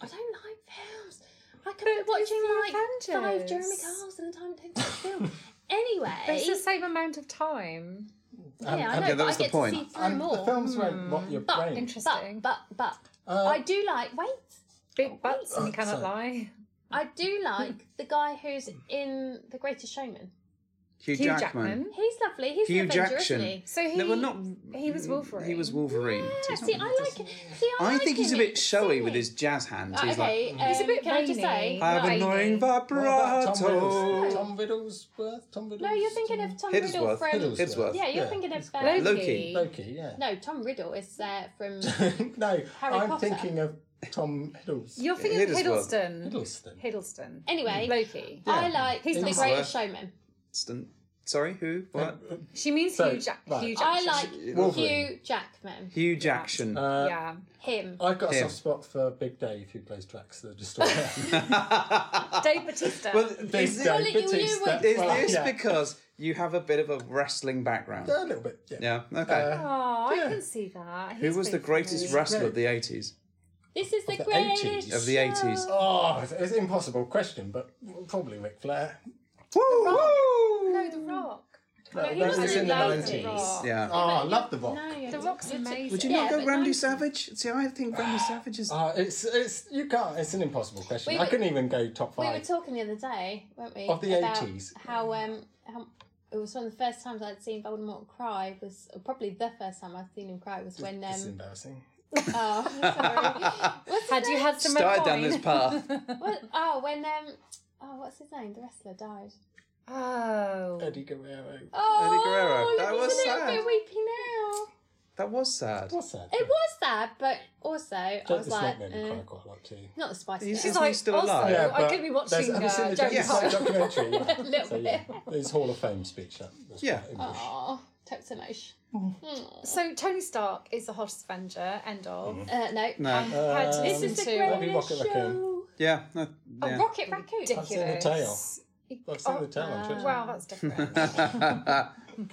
Speaker 4: I don't like films. I could be watching like
Speaker 2: the
Speaker 4: five
Speaker 2: Avengers.
Speaker 4: Jeremy Carlson time takes film. Anyway,
Speaker 2: It's the same amount of time.
Speaker 4: yeah, I know.
Speaker 3: Yeah, Um, that
Speaker 4: but
Speaker 3: was
Speaker 4: I
Speaker 3: the
Speaker 4: get
Speaker 3: point.
Speaker 4: to see through
Speaker 5: And
Speaker 4: more.
Speaker 5: the films
Speaker 2: Hmm.
Speaker 5: won't rot your
Speaker 4: But-
Speaker 5: brain.
Speaker 2: Interesting.
Speaker 4: But but but
Speaker 5: Uh,
Speaker 4: I do like wait.
Speaker 2: Big butts and you
Speaker 5: sorry.
Speaker 2: cannot lie.
Speaker 4: I do like the guy who's in The Greatest Showman.
Speaker 3: Hugh,
Speaker 2: Hugh
Speaker 3: Jackman.
Speaker 2: Jackman.
Speaker 4: He's lovely. He's
Speaker 3: Hugh
Speaker 4: an Avenger,
Speaker 3: Jackson.
Speaker 4: isn't he?
Speaker 2: So he,
Speaker 3: No, well, not.
Speaker 2: he was Wolverine.
Speaker 3: He was Wolverine.
Speaker 4: Yeah, see, I like it. See, I,
Speaker 3: I
Speaker 4: like
Speaker 3: think he's a
Speaker 4: him.
Speaker 3: bit showy
Speaker 4: See?
Speaker 3: with his jazz hands.
Speaker 4: Uh,
Speaker 3: He's
Speaker 4: okay,
Speaker 3: like,
Speaker 4: um,
Speaker 2: He's a bit
Speaker 4: can I just
Speaker 2: veiny.
Speaker 4: say?
Speaker 3: I have
Speaker 2: not
Speaker 3: an annoying
Speaker 2: Amy.
Speaker 5: What about Tom
Speaker 3: vibrato.
Speaker 5: Riddles? Tom Riddlesworth? Tom Riddles?
Speaker 4: No, you're thinking of Tom Riddle
Speaker 3: Hiddlesworth.
Speaker 4: from.
Speaker 5: Hiddlesworth.
Speaker 3: Hiddlesworth.
Speaker 4: Yeah, you're
Speaker 5: Yeah.
Speaker 4: thinking of. Uh,
Speaker 2: Loki.
Speaker 3: Loki.
Speaker 5: Loki, yeah.
Speaker 4: No, Tom Riddle is uh, from.
Speaker 5: no, I'm
Speaker 4: Potter.
Speaker 5: thinking of Tom Hiddles.
Speaker 2: You're thinking of
Speaker 3: Hiddleston.
Speaker 2: Hiddleston.
Speaker 5: Hiddleston.
Speaker 2: Hiddleston.
Speaker 4: Anyway,
Speaker 2: Loki.
Speaker 4: I like
Speaker 2: He's
Speaker 4: The
Speaker 2: not-
Speaker 4: Greatest Showman.
Speaker 3: Stan- Sorry, who? What?
Speaker 2: She means
Speaker 5: So,
Speaker 2: Hugh, Jack-
Speaker 5: right.
Speaker 2: Hugh
Speaker 4: I
Speaker 2: Jackman.
Speaker 4: like
Speaker 5: Wolverine.
Speaker 4: Hugh Jackman.
Speaker 3: Hugh Jackman.
Speaker 5: Uh,
Speaker 2: Yeah.
Speaker 4: Him.
Speaker 5: I've got a
Speaker 3: Him.
Speaker 5: soft spot for Big Dave, who plays Drax the Destroyer.
Speaker 2: Dave Batista.
Speaker 4: Uh,
Speaker 3: well,
Speaker 5: Big
Speaker 3: is,
Speaker 5: Dave
Speaker 4: you- you
Speaker 5: Batista.
Speaker 4: would-
Speaker 3: is
Speaker 5: Well,
Speaker 3: this
Speaker 5: yeah.
Speaker 3: because you have a bit of a wrestling background?
Speaker 5: Yeah, a little bit? Yeah.
Speaker 3: Yeah.
Speaker 4: Uh,
Speaker 3: Okay.
Speaker 2: oh, I
Speaker 5: yeah.
Speaker 2: can see that.
Speaker 3: Who
Speaker 2: He's
Speaker 3: was the
Speaker 2: been-
Speaker 3: greatest wrestler
Speaker 5: great.
Speaker 3: of the 80s?
Speaker 4: This is the,
Speaker 5: the
Speaker 4: greatest
Speaker 5: 80s.
Speaker 3: Of the 80s.
Speaker 5: Oh, it's, it's an impossible question, but probably Ric Flair.
Speaker 3: Woo!
Speaker 2: No, The Rock.
Speaker 4: No, he
Speaker 5: that
Speaker 4: was
Speaker 5: was in the
Speaker 4: really
Speaker 5: 90s.
Speaker 4: late.
Speaker 3: Yeah.
Speaker 5: Oh, I love the Vogue.
Speaker 4: No,
Speaker 2: The Rock's amazing.
Speaker 3: Would you
Speaker 4: Yeah,
Speaker 3: not go
Speaker 4: but
Speaker 3: Randy
Speaker 4: nine-
Speaker 3: Savage? See, I think Randy Savage is.
Speaker 5: Ah, it's it's you can't. It's an impossible question.
Speaker 4: We
Speaker 5: I
Speaker 4: were-
Speaker 5: couldn't even go top
Speaker 4: We were
Speaker 5: five.
Speaker 4: talking the other day, weren't we?
Speaker 5: Of the
Speaker 4: about
Speaker 5: 80s.
Speaker 4: How um how it was one of the first times I'd seen Voldemort cry was or probably the first time I'd seen him cry was when
Speaker 5: It's
Speaker 4: um
Speaker 5: embarrassing.
Speaker 4: oh sorry what's his
Speaker 2: Had you
Speaker 4: name?
Speaker 2: had some
Speaker 3: Started down
Speaker 2: wine?
Speaker 3: this path.
Speaker 4: what, oh when um oh what's his name the wrestler died
Speaker 3: Uh,
Speaker 2: oh.
Speaker 5: Eddie Guerrero.
Speaker 4: oh
Speaker 3: Guerrero.
Speaker 4: look,
Speaker 3: That
Speaker 4: he's
Speaker 3: was
Speaker 4: a little
Speaker 3: sad.
Speaker 4: bit weepy now
Speaker 3: That was sad.
Speaker 5: What's that?
Speaker 4: it was sad but also I
Speaker 5: Jake
Speaker 4: was
Speaker 5: the
Speaker 4: like
Speaker 5: Snake made me
Speaker 4: uh,
Speaker 5: cry quite a lot too.
Speaker 4: not the spicy
Speaker 3: He's-
Speaker 4: Girl.
Speaker 2: She's like,
Speaker 3: still
Speaker 2: also,
Speaker 3: alive. Yeah,
Speaker 2: I'm going to be
Speaker 5: but there's-
Speaker 2: watching
Speaker 5: Have you seen
Speaker 2: uh,
Speaker 5: the
Speaker 2: Jake
Speaker 5: Jake
Speaker 3: Joker?
Speaker 5: the Snake documentary?
Speaker 4: a
Speaker 5: Yeah.
Speaker 4: little
Speaker 5: so
Speaker 4: bit
Speaker 5: yeah, his Hall of Fame speech. That was
Speaker 3: Yeah.
Speaker 5: quite English.
Speaker 4: oh types of emotion
Speaker 2: So Tony Stark is the hottest Avenger, end of.
Speaker 3: Mm-hmm.
Speaker 4: uh, no
Speaker 3: No.
Speaker 2: I had to
Speaker 5: Um,
Speaker 4: this
Speaker 2: listen
Speaker 4: is the
Speaker 2: to
Speaker 5: Maybe
Speaker 4: greatest
Speaker 5: Rocket Raccoon.
Speaker 4: show
Speaker 3: Yeah. no,
Speaker 4: Oh,
Speaker 2: a
Speaker 3: yeah.
Speaker 2: Rocket Raccoon.
Speaker 5: I've seen the tail. I've seen the tail. on Twitter.
Speaker 2: Wow, that's different.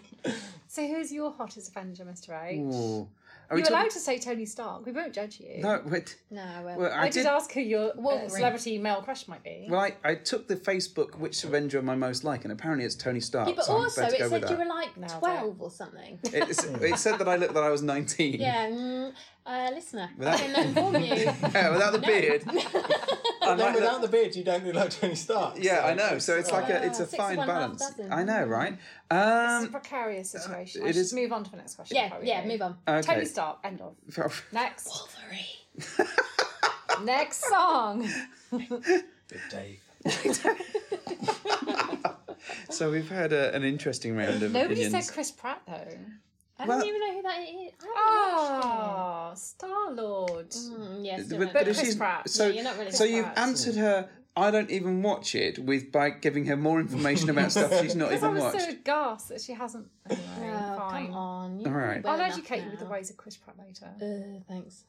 Speaker 2: so who's your hottest Avenger, Mr. H?
Speaker 3: Ooh. Are we
Speaker 2: You're
Speaker 3: talking-
Speaker 2: allowed to say Tony Stark. We won't judge you.
Speaker 3: No, wait.
Speaker 4: no I won't.
Speaker 3: Well,
Speaker 2: I,
Speaker 3: I
Speaker 2: did,
Speaker 3: did.
Speaker 2: ask who your uh,
Speaker 4: Wolverine.
Speaker 2: celebrity male crush might be.
Speaker 3: Well, I, I took the Facebook which Avenger am I most like, and apparently it's Tony Stark.
Speaker 4: Yeah, but
Speaker 3: so
Speaker 4: also
Speaker 3: I'm better
Speaker 4: it
Speaker 3: go with
Speaker 4: said you
Speaker 3: that.
Speaker 4: were like
Speaker 2: Nailed it.
Speaker 4: 12 or something.
Speaker 3: It, it's-
Speaker 2: Hmm.
Speaker 3: it said that I looked that I was 19.
Speaker 4: yeah, mm, uh, listener,
Speaker 3: Without-
Speaker 4: I can inform you.
Speaker 3: Yeah, without the beard. I
Speaker 5: And then
Speaker 3: might look-
Speaker 5: without the beard, you don't look like Tony Stark.
Speaker 3: yeah,
Speaker 5: so
Speaker 3: I know. So it's like a it's a
Speaker 4: Six of
Speaker 3: fine
Speaker 4: one, half
Speaker 3: balance.
Speaker 4: dozen.
Speaker 3: I know, right?
Speaker 2: it's a
Speaker 3: Um,
Speaker 2: precarious situation.
Speaker 3: it
Speaker 2: I should
Speaker 3: is-
Speaker 2: move on to the next question.
Speaker 4: Yeah,
Speaker 2: probably.
Speaker 4: yeah, move on.
Speaker 2: Tony
Speaker 3: okay.
Speaker 2: Stark, end of. Next,
Speaker 4: Sorry.
Speaker 2: next song.
Speaker 5: Big Dave.
Speaker 3: so we've had a, an interesting round of
Speaker 2: Nobody
Speaker 3: opinions.
Speaker 2: said Chris Pratt though.
Speaker 4: I
Speaker 3: Well-
Speaker 4: don't even know who that is. I
Speaker 2: Ah, Star Lord.
Speaker 4: haven't watched it. Mm, yes,
Speaker 3: But,
Speaker 4: but,
Speaker 3: but if
Speaker 2: Chris
Speaker 3: she's,
Speaker 2: Pratt.
Speaker 3: so
Speaker 4: Yeah, you're not really
Speaker 3: so
Speaker 4: Chris
Speaker 3: you've
Speaker 2: Pratt.
Speaker 3: answered her. I don't even watch it with by giving her more information about stuff she's not
Speaker 2: Because I
Speaker 3: even
Speaker 2: was so
Speaker 3: watched.
Speaker 2: aghast that she hasn't. Anyway,
Speaker 4: oh,
Speaker 2: fine.
Speaker 4: come on. you
Speaker 3: All
Speaker 4: know
Speaker 3: right.
Speaker 4: well
Speaker 2: I'll
Speaker 4: enough
Speaker 2: educate you with the
Speaker 4: now.
Speaker 2: ways of Chris Pratt later.
Speaker 4: Uh, thanks.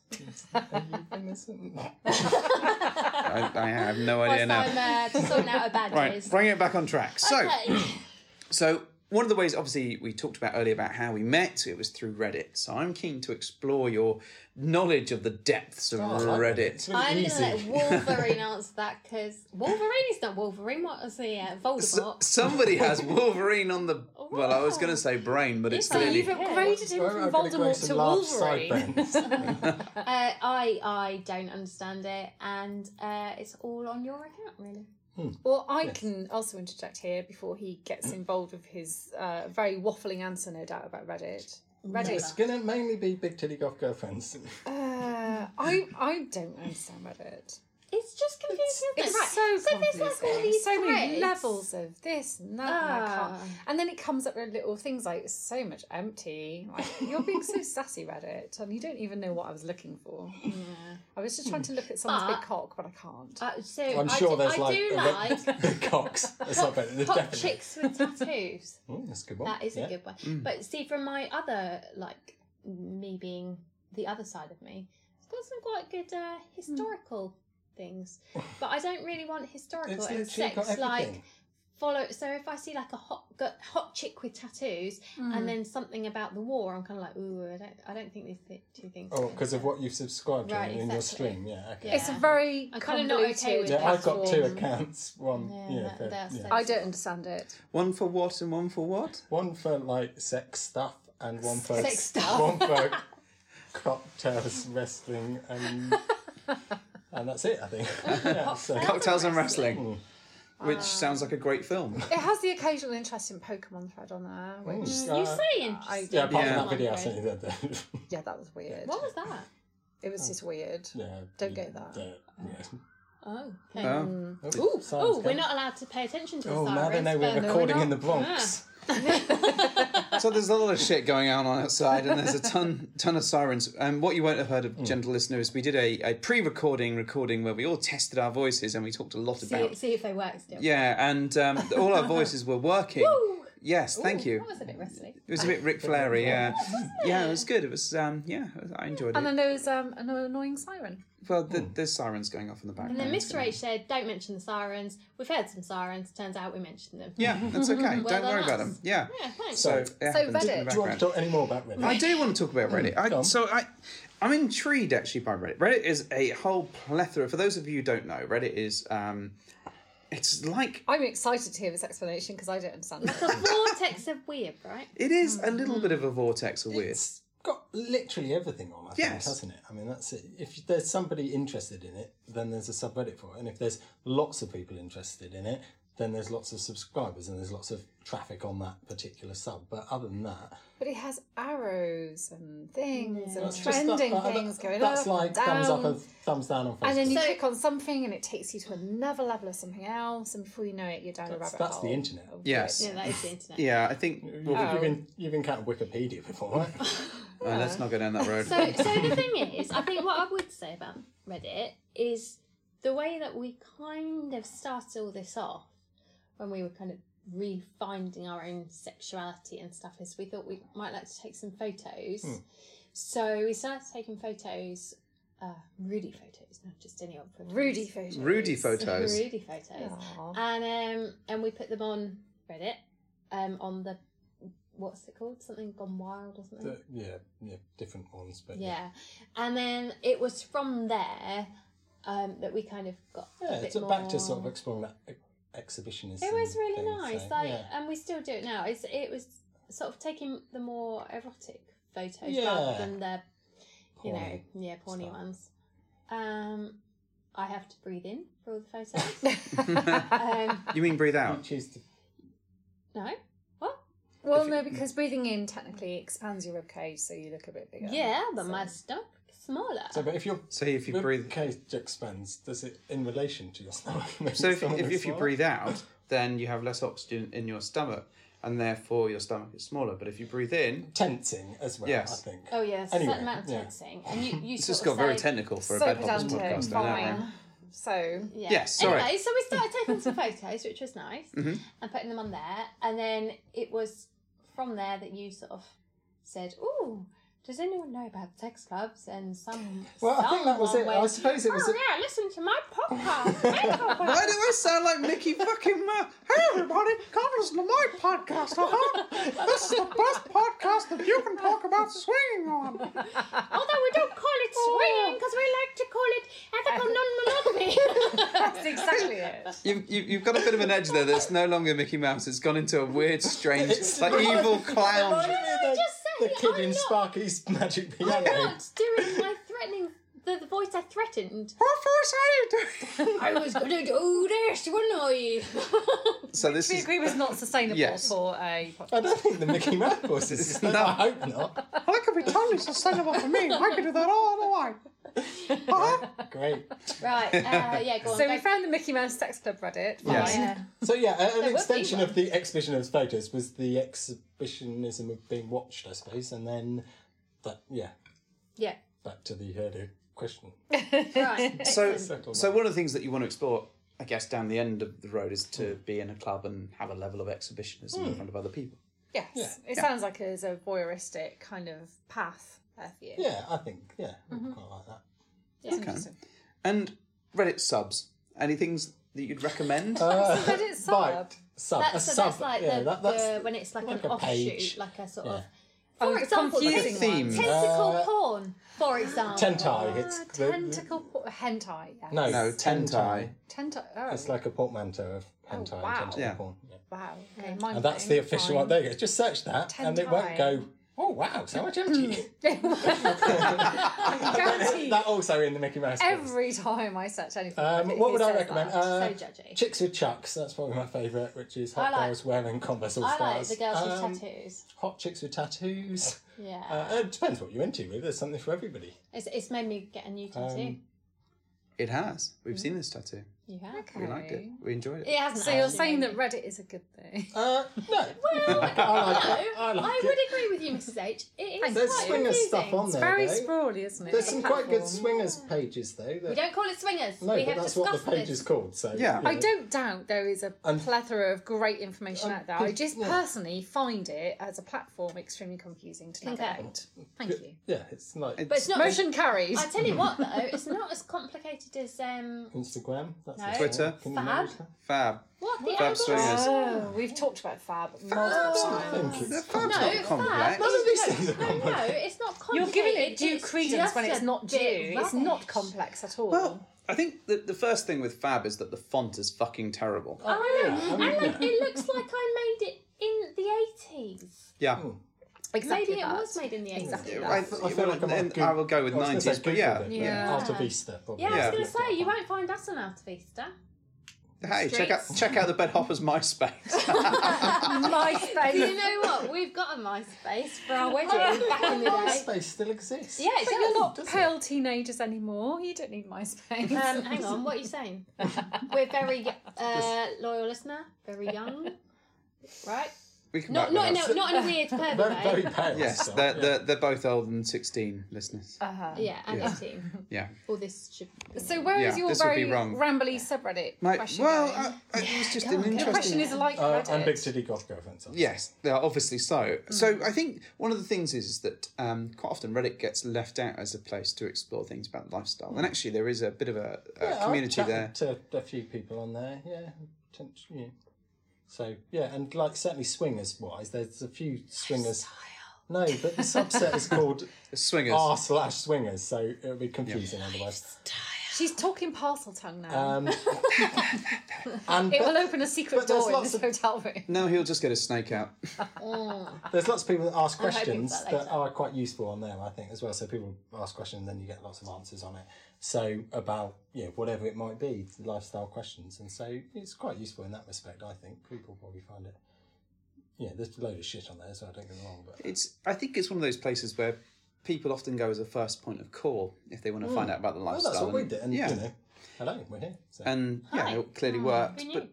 Speaker 5: Innocent.
Speaker 3: I, I have no idea
Speaker 4: Whilst
Speaker 3: now.
Speaker 4: I'm uh, just sorting out a badges.
Speaker 3: Right, bring it back on track. So.
Speaker 4: Okay.
Speaker 3: So one of the ways, obviously, we talked about earlier about how we met. It was through Reddit. So I'm keen to explore your knowledge of the depths of
Speaker 5: Oh, I like that.
Speaker 3: Reddit.
Speaker 5: It's really
Speaker 4: I'm going to
Speaker 5: easy.
Speaker 4: let Wolverine answer that because Wolverine is not Wolverine. What is he? Uh,
Speaker 3: S-
Speaker 4: Voldemort.
Speaker 3: somebody has Wolverine on the. Well, I was going to say brain, but it's
Speaker 4: Yeah.
Speaker 3: clearly.
Speaker 2: You've upgraded him
Speaker 5: Where
Speaker 2: from
Speaker 5: am I gonna grow
Speaker 2: Voldemort
Speaker 5: some
Speaker 2: to
Speaker 5: large
Speaker 2: Wolverine.
Speaker 5: sideburns?
Speaker 4: Uh, I I don't understand it, and uh, it's all on your account, really.
Speaker 2: Well, I can also interject here before he gets
Speaker 3: Mm.
Speaker 2: involved with his uh, very waffling answer, no doubt, about Reddit.
Speaker 5: it's
Speaker 2: Reddit.
Speaker 5: going to mainly be big titty golf girlfriends.
Speaker 2: Uh, I I don't understand Reddit.
Speaker 4: It's just confusing, isn't
Speaker 2: It's
Speaker 4: it?
Speaker 2: so
Speaker 4: Right. there's
Speaker 2: confusing.
Speaker 4: like all these
Speaker 2: so many
Speaker 4: threads.
Speaker 2: levels of this and that. And, I can't.
Speaker 4: Ah.
Speaker 2: and then it comes up with little things like so much empty. Like you're being so sassy, Reddit, and you don't even know what I was looking for. Yeah. I was just trying to look at someone's
Speaker 4: But-
Speaker 2: big cock, but I can't.
Speaker 4: Uh, so
Speaker 5: I'm
Speaker 4: I
Speaker 5: sure
Speaker 4: do,
Speaker 5: there's
Speaker 4: I
Speaker 5: like,
Speaker 4: do
Speaker 5: a re-
Speaker 4: like
Speaker 5: big cocks. It's not better. There's
Speaker 4: hot
Speaker 5: definitely.
Speaker 4: chicks with tattoos.
Speaker 5: Mm, that's a good one.
Speaker 4: That is
Speaker 5: yeah. Mm.
Speaker 4: a good one. But see, from my other like me being the other side of me, it's got some quite good uh, historical things. But I don't really want historical
Speaker 5: It's
Speaker 4: and
Speaker 5: literally got
Speaker 4: sex like
Speaker 5: everything.
Speaker 4: follow. So if I see like a hot got hot chick with tattoos and then something about the war, I'm kind of like, ooh, I don't, I don't think these thi- two things.
Speaker 5: Oh, because of what you've subscribed to
Speaker 4: Right,
Speaker 5: in your
Speaker 4: exactly.
Speaker 5: stream. Yeah, okay.
Speaker 4: Yeah.
Speaker 2: It's a very
Speaker 4: I'm kinda not okay
Speaker 2: convoluted.
Speaker 4: with
Speaker 5: Yeah, I've got two
Speaker 2: platform.
Speaker 5: accounts. One,
Speaker 4: Yeah,
Speaker 5: yeah,
Speaker 4: that-
Speaker 5: for-
Speaker 4: that's
Speaker 5: yeah.
Speaker 4: it.
Speaker 2: I don't understand it.
Speaker 3: One for what and one for what?
Speaker 5: one for like sex stuff and one for
Speaker 4: Sex stuff.
Speaker 5: one for cocktails, wrestling, and and that's it. I think. yeah, so.
Speaker 3: Cocktails and wrestling. Which sounds like a great film.
Speaker 2: It has the occasional interesting Pokemon thread on there, which
Speaker 4: You
Speaker 5: Uh,
Speaker 4: say interesting.
Speaker 5: yeah, apart
Speaker 3: Yeah.
Speaker 5: from that video I sent you the other day.
Speaker 2: yeah, that was weird.
Speaker 4: What was that?
Speaker 2: It was just weird.
Speaker 5: Oh. yeah,
Speaker 2: Don't go there.
Speaker 5: the- yeah.
Speaker 4: Oh, okay.
Speaker 3: Oh.
Speaker 5: Ooh,
Speaker 4: Oh, we're not allowed to pay attention to the
Speaker 5: Oh,
Speaker 4: sirens.
Speaker 5: now they know we're
Speaker 4: but- Ah,
Speaker 5: recording in the Bronx.
Speaker 3: So there's a lot of shit going on outside, and there's a ton, ton of sirens. And what you won't have heard of, gentle listener, is we did a, a pre-recording recording where we all tested our voices, and we talked a lot about
Speaker 4: See, see if they work still.
Speaker 3: Yeah, and um, all our voices were working. Yes, thank you.
Speaker 4: That was a bit wrestly.
Speaker 3: It was a bit Ric Flair, yeah. Yeah, it was good. It was, um, yeah, I enjoyed
Speaker 2: And
Speaker 3: it.
Speaker 2: then there was um, an annoying siren.
Speaker 3: Well, th there's sirens going off in the
Speaker 4: And
Speaker 3: background.
Speaker 4: then
Speaker 3: It's
Speaker 4: Mr.
Speaker 3: gonna-
Speaker 4: H said, "Don't mention the sirens. We've heard some sirens. Turns out we mentioned them."
Speaker 3: Yeah, that's okay. Don't
Speaker 4: done
Speaker 3: worry about
Speaker 4: us.
Speaker 3: them. Yeah.
Speaker 4: Yeah, thanks.
Speaker 3: So, it happens in the
Speaker 2: Reddit. Do you want
Speaker 5: Do you want to
Speaker 3: background.
Speaker 5: talk any more about Reddit?
Speaker 3: I do want to talk about Reddit.
Speaker 5: go
Speaker 3: I,
Speaker 5: on.
Speaker 3: so I, I'm intrigued actually by Reddit. Reddit is a whole plethora. For those of you who don't know, Reddit is um, It's like
Speaker 2: I'm excited to hear this explanation because I don't understand.
Speaker 4: Like a vortex of weird, right?
Speaker 3: it is a little bit of a vortex of weird.
Speaker 5: It's got literally everything on, I
Speaker 3: Yes.
Speaker 5: think, hasn't it? I mean, that's it. If there's somebody interested in it, then there's a subreddit for it. And if there's lots of people interested in it, then there's lots of subscribers and there's lots of traffic on that particular sub. But other than that,
Speaker 2: But it has arrows and things and
Speaker 5: that's just that- uh,
Speaker 2: trending
Speaker 5: that- that-
Speaker 2: things going
Speaker 5: That's
Speaker 2: up
Speaker 5: like
Speaker 2: and down.
Speaker 5: thumbs up and thumbs down on Facebook.
Speaker 2: and then you
Speaker 4: So-
Speaker 2: click on something and it takes you to another level of something else, and before you know it, you're down
Speaker 5: that's,
Speaker 2: a rabbit
Speaker 5: that's
Speaker 2: hole.
Speaker 5: the internet.
Speaker 3: Yes.
Speaker 4: Yeah, that is the internet.
Speaker 3: Yeah, I think.
Speaker 5: You've,
Speaker 3: Well,
Speaker 4: Oh.
Speaker 5: you've, been, you've encountered Wikipedia before, right?
Speaker 3: uh, let's not go down that road.
Speaker 4: So, so the thing is, I think what I would say about Reddit is the way that we kind of started all this off when we were kind of refinding our own sexuality and stuff is we thought we might like to take some photos. So we started taking photos, uh, Rudy photos, not just any old photos.
Speaker 2: Rudy photos.
Speaker 3: Rudy photos.
Speaker 4: Rudy photos.
Speaker 2: Aw.
Speaker 4: And um, and we put them on Reddit, um, on the what's it called? Something gone wild or something.
Speaker 5: The- yeah, yeah, different ones, but
Speaker 4: Yeah, and then it was from there um, that we kind of got
Speaker 5: yeah,
Speaker 4: a bit
Speaker 5: it's back to
Speaker 4: more-
Speaker 5: sort of exploring that e- exhibitionist.
Speaker 4: It was
Speaker 5: and
Speaker 4: really
Speaker 5: things,
Speaker 4: nice,
Speaker 5: so,
Speaker 4: like,
Speaker 5: yeah.
Speaker 4: and we still do it now. It's it was sort of taking the more erotic photos rather
Speaker 5: Yeah.
Speaker 4: than the you know
Speaker 5: Porny
Speaker 4: yeah porny
Speaker 5: stuff.
Speaker 4: ones. Um, I have to breathe in for all the photos. um,
Speaker 3: You mean breathe
Speaker 5: You
Speaker 3: out?
Speaker 5: choose to
Speaker 4: no, what?
Speaker 2: Well, no, because breathing in technically expands your rib cage, so you look a bit bigger.
Speaker 4: Yeah, but my stomach is smaller.
Speaker 5: So, but if you're
Speaker 3: So if you breathe,
Speaker 5: case expands, does it in relation to your stomach?
Speaker 3: so if, if, if you breathe out, then you have less oxygen in your stomach, and therefore your stomach is smaller. But if you breathe in,
Speaker 5: tensing as well,
Speaker 3: Yes.
Speaker 5: I think.
Speaker 4: oh yes, a
Speaker 5: Anyway,
Speaker 4: certain amount of
Speaker 5: yeah.
Speaker 4: tensing, and you you
Speaker 3: it's
Speaker 4: sort
Speaker 3: just
Speaker 4: of
Speaker 3: got very
Speaker 4: say-
Speaker 3: technical for a
Speaker 2: so
Speaker 3: bed hoppers
Speaker 2: pedantic.
Speaker 3: podcast. I know, right?
Speaker 2: Fine. So
Speaker 4: Yeah.
Speaker 3: Yes, sorry.
Speaker 4: Anyway, so we started taking some photos, which was nice,
Speaker 5: Mm-hmm.
Speaker 4: and putting them on there. And then it was from there that you sort of said, "Ooh, does anyone know about sex clubs?" And some.
Speaker 5: Well, I think that was
Speaker 4: someone
Speaker 5: it. I
Speaker 4: went,
Speaker 5: suppose it was.
Speaker 4: Oh yeah, listen to my podcast. my podcast."
Speaker 3: Why do I sound like Mickey fucking Mouse? Hey everybody, come listen to my podcast, uh-huh. This is the best podcast that you can talk about swinging on.
Speaker 4: Although we don't call it
Speaker 5: Oh.
Speaker 4: swinging because we like to call it ethical non-monogamy.
Speaker 2: that's exactly it.
Speaker 3: You've, you, you've got a bit of an edge there that's no longer Mickey Mouse. It's gone into a weird, strange, like evil clown.
Speaker 5: the,
Speaker 4: just
Speaker 5: the
Speaker 4: saying,
Speaker 5: kid
Speaker 4: I'm
Speaker 5: in
Speaker 4: not-
Speaker 5: Sparky's magic piano.
Speaker 4: I'm not doing my threatening. The, the voice I threatened.
Speaker 3: What force are you doing?
Speaker 4: I was going to do this, wasn't I?
Speaker 3: So this
Speaker 2: We
Speaker 3: is.
Speaker 2: agree was not sustainable
Speaker 3: Yes.
Speaker 2: for a podcast.
Speaker 5: I don't think the Mickey Mouse voice is.
Speaker 3: No.
Speaker 5: I hope not.
Speaker 3: That could be totally sustainable for me. I could do that all the way. Huh?
Speaker 5: Great.
Speaker 4: Right. Uh, yeah. Go on.
Speaker 2: So we
Speaker 4: go.
Speaker 2: found the Mickey Mouse Sex Club Reddit. Fine.
Speaker 3: Yes.
Speaker 4: Yeah.
Speaker 5: So yeah, a- an
Speaker 4: be
Speaker 5: extension
Speaker 4: one.
Speaker 5: of the exhibitionist photos was the exhibitionism of being watched, I suppose, and then that yeah,
Speaker 4: Yeah.
Speaker 5: back to the earlier question.
Speaker 4: Right.
Speaker 3: So,
Speaker 5: Circle
Speaker 3: so one of the things that you want to explore, I guess, down the end of the road is to be in a club and have a level of exhibitionism in front of other people.
Speaker 2: Yes. It sounds like it's a voyeuristic kind of path there for you.
Speaker 5: Yeah, I think yeah,
Speaker 4: Mm-hmm.
Speaker 5: I quite like that.
Speaker 3: And Reddit subs. Any things that you'd recommend?
Speaker 2: But it's sub.
Speaker 5: Right, sub. a
Speaker 4: That's, so
Speaker 5: sub.
Speaker 4: that's like
Speaker 5: yeah,
Speaker 4: the,
Speaker 5: that, that's
Speaker 4: the, when it's like,
Speaker 5: like
Speaker 4: an
Speaker 5: a
Speaker 4: offshoot,
Speaker 5: page.
Speaker 4: like a sort
Speaker 5: Yeah.
Speaker 4: of.
Speaker 2: Oh,
Speaker 4: For
Speaker 2: the
Speaker 4: example,
Speaker 2: confusing
Speaker 4: tentacle,
Speaker 3: one.
Speaker 4: tentacle
Speaker 5: Uh,
Speaker 4: porn. For example.
Speaker 5: Tentai. It's
Speaker 2: Ah,
Speaker 5: the-
Speaker 2: tentacle por- hentai. Yes.
Speaker 5: No,
Speaker 3: no,
Speaker 5: Tentai.
Speaker 3: Tentai.
Speaker 2: Tentai. Oh.
Speaker 5: It's like a portmanteau of hentai
Speaker 2: Oh, wow.
Speaker 5: and tentacle
Speaker 3: Yeah.
Speaker 5: porn. Yeah.
Speaker 2: wow. Okay. mind
Speaker 5: And that's the
Speaker 2: blowing.
Speaker 5: official
Speaker 2: Fine.
Speaker 5: one. There you go. Just search that, and it won't
Speaker 2: Tentai.
Speaker 5: go. Oh wow! So much energy.
Speaker 2: I guarantee
Speaker 5: that also in the Mickey Mouse. voice.
Speaker 2: every time I search anything.
Speaker 5: Um,
Speaker 2: like it,
Speaker 5: what
Speaker 2: who
Speaker 5: would I
Speaker 2: says
Speaker 5: recommend?
Speaker 2: that?
Speaker 5: Uh,
Speaker 4: so judgy.
Speaker 5: Chicks with chucks. That's probably my favourite, which is hot
Speaker 4: I like-
Speaker 5: girls wearing Converse all
Speaker 4: I like
Speaker 5: stars.
Speaker 4: the girls
Speaker 5: Um,
Speaker 4: with tattoos.
Speaker 5: Hot chicks with tattoos.
Speaker 4: Yeah.
Speaker 5: Uh, it depends what you're into. Really. There's something for everybody.
Speaker 4: it's, it's made me get a new tattoo.
Speaker 5: um,
Speaker 3: It has. We've seen this tattoo.
Speaker 4: you have?
Speaker 3: We liked it. We enjoyed it.
Speaker 4: It hasn't.
Speaker 2: so you're
Speaker 4: actually
Speaker 2: saying
Speaker 4: made
Speaker 2: that Reddit is a good thing.
Speaker 5: Uh, no.
Speaker 4: me- Well,
Speaker 5: I
Speaker 4: no,
Speaker 5: like it. I
Speaker 4: I,
Speaker 5: like it.
Speaker 4: would agree with you, Mrs. H. It is
Speaker 5: There's
Speaker 4: quite
Speaker 5: swingers
Speaker 4: confusing.
Speaker 5: stuff on
Speaker 2: It's
Speaker 5: there.
Speaker 2: very
Speaker 5: though.
Speaker 2: sprawly, isn't it?
Speaker 5: There's
Speaker 2: the
Speaker 5: some quite good
Speaker 2: platform?
Speaker 5: swingers pages though. That,
Speaker 4: We don't call it swingers.
Speaker 5: no,
Speaker 4: we
Speaker 5: but
Speaker 4: have
Speaker 5: that's what
Speaker 4: discussed
Speaker 5: the page
Speaker 4: this.
Speaker 5: is called. So
Speaker 3: Yeah.
Speaker 5: you
Speaker 2: I
Speaker 5: know.
Speaker 2: don't doubt there is a
Speaker 5: And-
Speaker 2: plethora of great information
Speaker 5: Um,
Speaker 2: out there. I
Speaker 5: good-
Speaker 2: just
Speaker 5: yeah.
Speaker 2: personally find it as a platform extremely confusing to
Speaker 4: Okay.
Speaker 2: navigate. Thank you.
Speaker 5: Yeah, it's like
Speaker 4: But it's not.
Speaker 2: Motion carried.
Speaker 4: I tell you what, though, it's not as complicated as um.
Speaker 5: Instagram. That's
Speaker 4: No.
Speaker 5: the
Speaker 3: Twitter.
Speaker 5: one. Can you
Speaker 4: Fab.
Speaker 5: manage that?
Speaker 3: Fab.
Speaker 4: What the
Speaker 3: Fab
Speaker 4: algorithm-
Speaker 3: swingers.
Speaker 2: Oh, we've talked about Fab multiple times.
Speaker 5: Thank you.
Speaker 3: Fab's
Speaker 4: No,
Speaker 3: not
Speaker 4: Fab-
Speaker 3: complex.
Speaker 5: None of these things are
Speaker 4: No, no,
Speaker 5: complex.
Speaker 4: it's not
Speaker 2: You're giving it due
Speaker 4: It's
Speaker 2: credence
Speaker 4: just
Speaker 2: when it's
Speaker 4: a
Speaker 2: not due.
Speaker 4: bit
Speaker 2: It's not
Speaker 4: rubbish.
Speaker 2: complex at all.
Speaker 4: Oh.
Speaker 3: Well, I think the, the first thing with Fab is that the font is fucking terrible.
Speaker 4: Oh, I know.
Speaker 5: yeah, I
Speaker 4: And
Speaker 5: mean,
Speaker 4: like,
Speaker 5: yeah.
Speaker 4: it looks like I made it in the eighties.
Speaker 3: Yeah.
Speaker 2: exactly
Speaker 4: Maybe it
Speaker 2: that.
Speaker 4: was made in the eighties.
Speaker 2: Exactly that.
Speaker 3: I,
Speaker 5: I
Speaker 3: th-
Speaker 5: feel like I'm on
Speaker 3: and
Speaker 5: Goog-
Speaker 3: I will go with
Speaker 5: I was gonna say
Speaker 3: 90s, but
Speaker 5: Google
Speaker 3: yeah.
Speaker 5: it,
Speaker 2: Yeah.
Speaker 5: Out of Easter, probably.
Speaker 4: Yeah, I
Speaker 3: Yeah.
Speaker 4: was going to say you won't find us on Out of Easter.
Speaker 3: Hey, check out
Speaker 4: Streets.
Speaker 3: check out the Bed Hoppers MySpace.
Speaker 4: Do you
Speaker 2: MySpace.
Speaker 4: know what? We've got a MySpace for our wedding back in the day.
Speaker 5: MySpace still exists.
Speaker 4: Yeah, it
Speaker 2: But you're
Speaker 4: does.
Speaker 2: not
Speaker 5: does it?
Speaker 2: pale teenagers anymore. You don't need MySpace.
Speaker 4: Um, hang on, what are you saying? We're very uh, loyal listener, very young, right?
Speaker 3: we can
Speaker 4: Not
Speaker 3: work
Speaker 4: not
Speaker 3: that
Speaker 4: in
Speaker 3: out.
Speaker 4: a, not in a weird pervert
Speaker 5: Very, very
Speaker 4: way.
Speaker 5: pale.
Speaker 3: Yes,
Speaker 5: still,
Speaker 3: they're,
Speaker 5: yeah.
Speaker 3: they're, they're both older than 16, listeners.
Speaker 2: Uh-huh.
Speaker 4: Yeah, and
Speaker 3: Yeah.
Speaker 4: eighteen.
Speaker 3: Yeah.
Speaker 4: All this should.
Speaker 2: So where is
Speaker 3: Yeah,
Speaker 2: your
Speaker 3: this would be
Speaker 2: very
Speaker 3: wrong.
Speaker 2: rambly subreddit
Speaker 3: My,
Speaker 2: question?
Speaker 3: well, uh,
Speaker 2: going?
Speaker 3: I, I, it was just
Speaker 4: go
Speaker 3: an
Speaker 4: on, go on.
Speaker 2: the
Speaker 3: interesting.
Speaker 2: question is like
Speaker 5: Uh,
Speaker 2: Reddit.
Speaker 5: and Big City Goth Girlfriends. obviously.
Speaker 3: Yes, they are obviously so. So I think one of the things is, that um, quite often Reddit gets left out as a place to explore things about lifestyle, and actually there is a bit of a, a
Speaker 5: Yeah, I've
Speaker 3: community
Speaker 5: chatted
Speaker 3: there.
Speaker 5: To a few people on there, yeah. potentially, yeah. So yeah, and like certainly swingers wise, there's a few swingers. No, but the subset is called
Speaker 3: Swingers.
Speaker 5: r slash swingers, so it'll be confusing otherwise.
Speaker 2: She's talking parcel tongue now.
Speaker 5: Um, and
Speaker 2: it
Speaker 5: but
Speaker 2: will open a secret
Speaker 5: but there's
Speaker 2: door in
Speaker 5: lots
Speaker 2: this
Speaker 5: of-
Speaker 2: hotel room.
Speaker 3: No, he'll just get a snake out.
Speaker 5: there's lots of people that ask
Speaker 4: I'll hope it's
Speaker 5: questions
Speaker 4: that
Speaker 5: that
Speaker 4: later.
Speaker 5: are quite useful on there, I think, as well. So people ask questions, and then you get lots of answers on it. So about yeah, whatever it might be, lifestyle questions, and so it's quite useful in that respect. I think people probably find it. Yeah, there's a load of shit on there, so I don't get me wrong, but
Speaker 3: It's. I think it's one of those places where people often go as a first point of call if they want to find out about the
Speaker 5: well,
Speaker 3: lifestyle.
Speaker 5: that's what we
Speaker 3: and-
Speaker 5: did, and
Speaker 3: yeah,
Speaker 5: you know, hello, we're here. So.
Speaker 3: and yeah,
Speaker 4: Hi.
Speaker 3: it clearly
Speaker 4: Oh,
Speaker 3: worked.
Speaker 4: who knew?
Speaker 3: But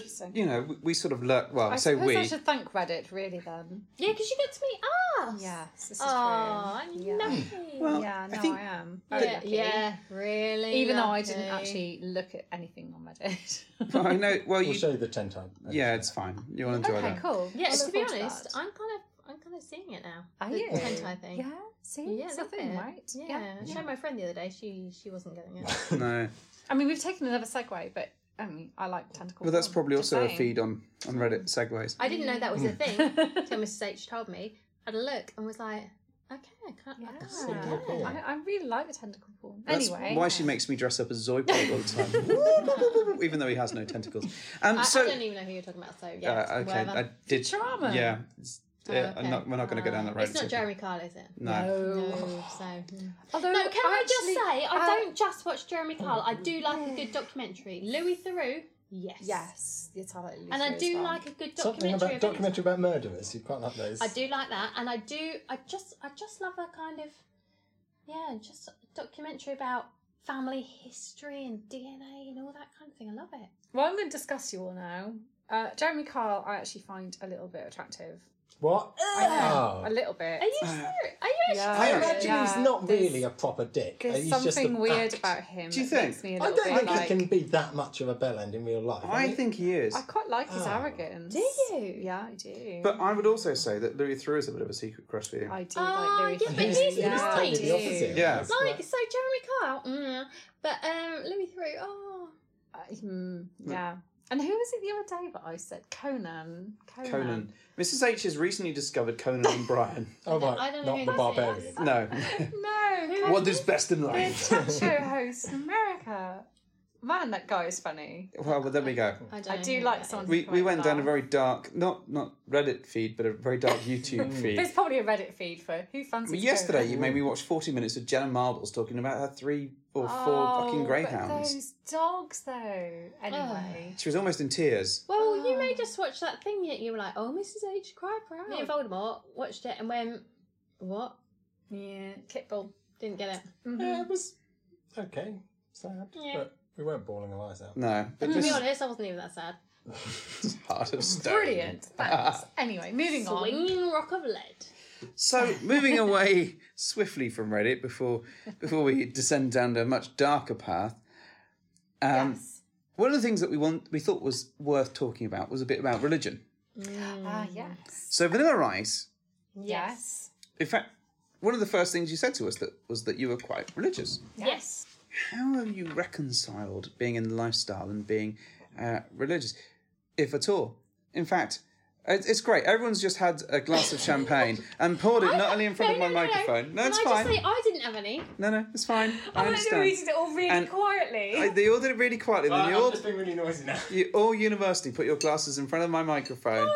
Speaker 3: but you know, we, we sort of lurk. Well,
Speaker 2: I
Speaker 3: so
Speaker 2: suppose
Speaker 3: we.
Speaker 2: I should thank Reddit, really, then.
Speaker 4: Yeah, because you get to meet us.
Speaker 2: Yes, this is
Speaker 4: Oh, I'm
Speaker 2: Yeah.
Speaker 4: lucky.
Speaker 3: Well,
Speaker 2: true. Yeah,
Speaker 3: I
Speaker 2: no,
Speaker 3: think
Speaker 2: I am. Very
Speaker 4: yeah,
Speaker 2: lucky.
Speaker 4: yeah, really.
Speaker 2: Even though I didn't
Speaker 4: lucky.
Speaker 2: actually look at anything on Reddit.
Speaker 3: I know. Well,
Speaker 5: We'll
Speaker 3: you.
Speaker 5: show you the ten time.
Speaker 3: Yeah, it's fine. You'll enjoy
Speaker 2: okay,
Speaker 3: that.
Speaker 2: cool.
Speaker 4: Yeah,
Speaker 2: I look
Speaker 4: to be
Speaker 2: forward to
Speaker 4: honest,
Speaker 2: that.
Speaker 4: I'm kind of I'm kind of seeing it now.
Speaker 2: Are
Speaker 4: the
Speaker 2: you?
Speaker 4: hentai thing.
Speaker 2: Yeah, see,
Speaker 4: Yeah,
Speaker 2: it's a
Speaker 4: love
Speaker 2: thing,
Speaker 4: it.
Speaker 2: right?
Speaker 4: Yeah. I showed my friend the other day. She she wasn't getting it.
Speaker 3: No,
Speaker 2: I mean, we've taken another segue, but I mean, I like tentacle.
Speaker 3: but that's
Speaker 2: porn,
Speaker 3: probably
Speaker 2: just
Speaker 3: also a
Speaker 2: saying.
Speaker 3: feed on on Reddit segues.
Speaker 4: I didn't know that was a thing until Mrs H told me. Had a look and was like, okay, I can't. I can't
Speaker 2: Yeah.
Speaker 4: get it."
Speaker 2: I, I really like the tentacle porn.
Speaker 3: That's
Speaker 2: anyway,
Speaker 3: why she makes me dress up as Zoidberg all the time, even though he has no tentacles. Um,
Speaker 4: I,
Speaker 3: so
Speaker 4: I don't even know who you're talking about. So yeah,
Speaker 3: uh, okay,
Speaker 4: whatever.
Speaker 3: I did.
Speaker 2: Futurama.
Speaker 3: Yeah, it's- uh,
Speaker 4: Oh,
Speaker 3: I'm not, we're not going to go down that road.
Speaker 4: It's not
Speaker 3: okay.
Speaker 4: Jeremy Kyle, is it?
Speaker 3: No.
Speaker 4: No. So hmm.
Speaker 2: Although,
Speaker 4: no, can I just
Speaker 2: actually-
Speaker 4: say I
Speaker 2: uh,
Speaker 4: don't just watch Jeremy Kyle. I do like a good documentary. Louis Theroux, yes,
Speaker 2: Yes, it's like
Speaker 4: and I do like a good documentary.
Speaker 5: Something about
Speaker 4: of anything.
Speaker 5: documentary about murderers. You quite like those.
Speaker 4: I do like that, and I do. I just, I just love a kind of, yeah, just a documentary about family history and DNA and all that kind of thing. I love it.
Speaker 2: Well, I'm going to discuss you all now. Uh, Jeremy Carl, I actually find a little bit attractive.
Speaker 5: What?
Speaker 2: A
Speaker 5: Oh.
Speaker 2: little bit.
Speaker 4: Are you? ser- Are you actually?
Speaker 2: Yeah.
Speaker 5: I
Speaker 4: serious?
Speaker 5: imagine he's
Speaker 2: Yeah,
Speaker 5: not
Speaker 2: there's-
Speaker 5: really a proper dick.
Speaker 2: There's
Speaker 5: he's
Speaker 2: something
Speaker 5: just a
Speaker 2: weird
Speaker 5: act.
Speaker 2: about him.
Speaker 3: Do you
Speaker 2: that
Speaker 3: think?
Speaker 2: Makes me a
Speaker 5: I
Speaker 2: little
Speaker 5: don't think
Speaker 2: bit like,
Speaker 5: he can be that much of a bellend in real life.
Speaker 3: I think he is.
Speaker 2: I quite like his
Speaker 5: Oh.
Speaker 2: arrogance.
Speaker 4: Do you?
Speaker 2: Yeah, I do.
Speaker 3: But I would also say that Louis Theroux is a bit of a secret crush for you.
Speaker 2: I do like
Speaker 4: Ah,
Speaker 2: Louis.
Speaker 4: yeah, but
Speaker 2: Theroux.
Speaker 4: he's
Speaker 5: he's, he's
Speaker 2: yeah,
Speaker 5: totally
Speaker 2: I
Speaker 5: the
Speaker 2: do.
Speaker 5: opposite.
Speaker 3: Yeah.
Speaker 5: That's
Speaker 4: Like
Speaker 5: right.
Speaker 4: so, Jeremy Kyle. Mm, but um, Louis Theroux. Oh,
Speaker 2: Uh, hmm, yeah. And who was it the other day that I said? Conan. Conan.
Speaker 3: Conan. Mrs H has recently discovered Conan and Brian.
Speaker 5: Oh, right.
Speaker 4: I don't know
Speaker 5: not
Speaker 4: who
Speaker 5: the
Speaker 4: does it.
Speaker 5: barbarian.
Speaker 3: No.
Speaker 2: No.
Speaker 3: what is best in
Speaker 2: The
Speaker 3: life?
Speaker 2: chat show host in America. Man, that guy is funny.
Speaker 3: well, well, there we go.
Speaker 4: I, don't
Speaker 2: I
Speaker 4: know
Speaker 2: do
Speaker 4: who
Speaker 2: like
Speaker 4: that
Speaker 2: someone.
Speaker 4: is.
Speaker 3: We, we went down a
Speaker 2: very.
Speaker 3: very dark, not not Reddit feed, but a very dark YouTube feed.
Speaker 2: There's probably a Reddit feed for who fancies.
Speaker 3: Yesterday,
Speaker 2: Conan.
Speaker 3: you made me watch 40 minutes of Jenna Marbles talking about her three or four fucking
Speaker 2: Oh, but
Speaker 3: greyhounds.
Speaker 2: Those dogs, though. Anyway,
Speaker 3: She was almost in tears.
Speaker 4: Well, you made us watch that thing that you were like, "Oh, Mrs H, cry proud." Ah. Me and Voldemort watched it and went, "What?
Speaker 2: yeah, Kitbull. Mm-hmm.
Speaker 4: Didn't get it."
Speaker 5: Yeah, it was okay. Sad.
Speaker 4: Yeah.
Speaker 5: But we weren't bawling our eyes out.
Speaker 3: No, but
Speaker 4: To be
Speaker 3: this
Speaker 4: honest, I wasn't even that sad.
Speaker 3: is heart of stone.
Speaker 2: Brilliant. Thanks. anyway, moving on.
Speaker 4: Swinging rock of lead.
Speaker 3: So moving away swiftly from Reddit before before we descend down to a much darker path. Um,
Speaker 2: yes.
Speaker 3: One of the things that we want we thought was worth talking about was a bit about religion.
Speaker 2: Ah, yes.
Speaker 3: So Vanilla Rice,
Speaker 2: Yes.
Speaker 3: in fact, one of the first things you said to us that was that you were quite religious.
Speaker 4: Yes.
Speaker 3: How have you reconciled being in the lifestyle and being uh, religious, if at all? In fact, It's, it's great. Everyone's just had a glass of champagne and poured it not only in front of my microphone. No,
Speaker 4: Can
Speaker 3: it's
Speaker 4: I
Speaker 3: fine.
Speaker 4: just say I didn't have any?
Speaker 3: No, no, it's fine. I
Speaker 2: And then we did
Speaker 3: understand.
Speaker 2: it all really
Speaker 3: And-
Speaker 2: quietly.
Speaker 3: I, they all did it really quietly. Then you all,
Speaker 5: being really noisy now.
Speaker 3: you, all university put your glasses in front of my microphone.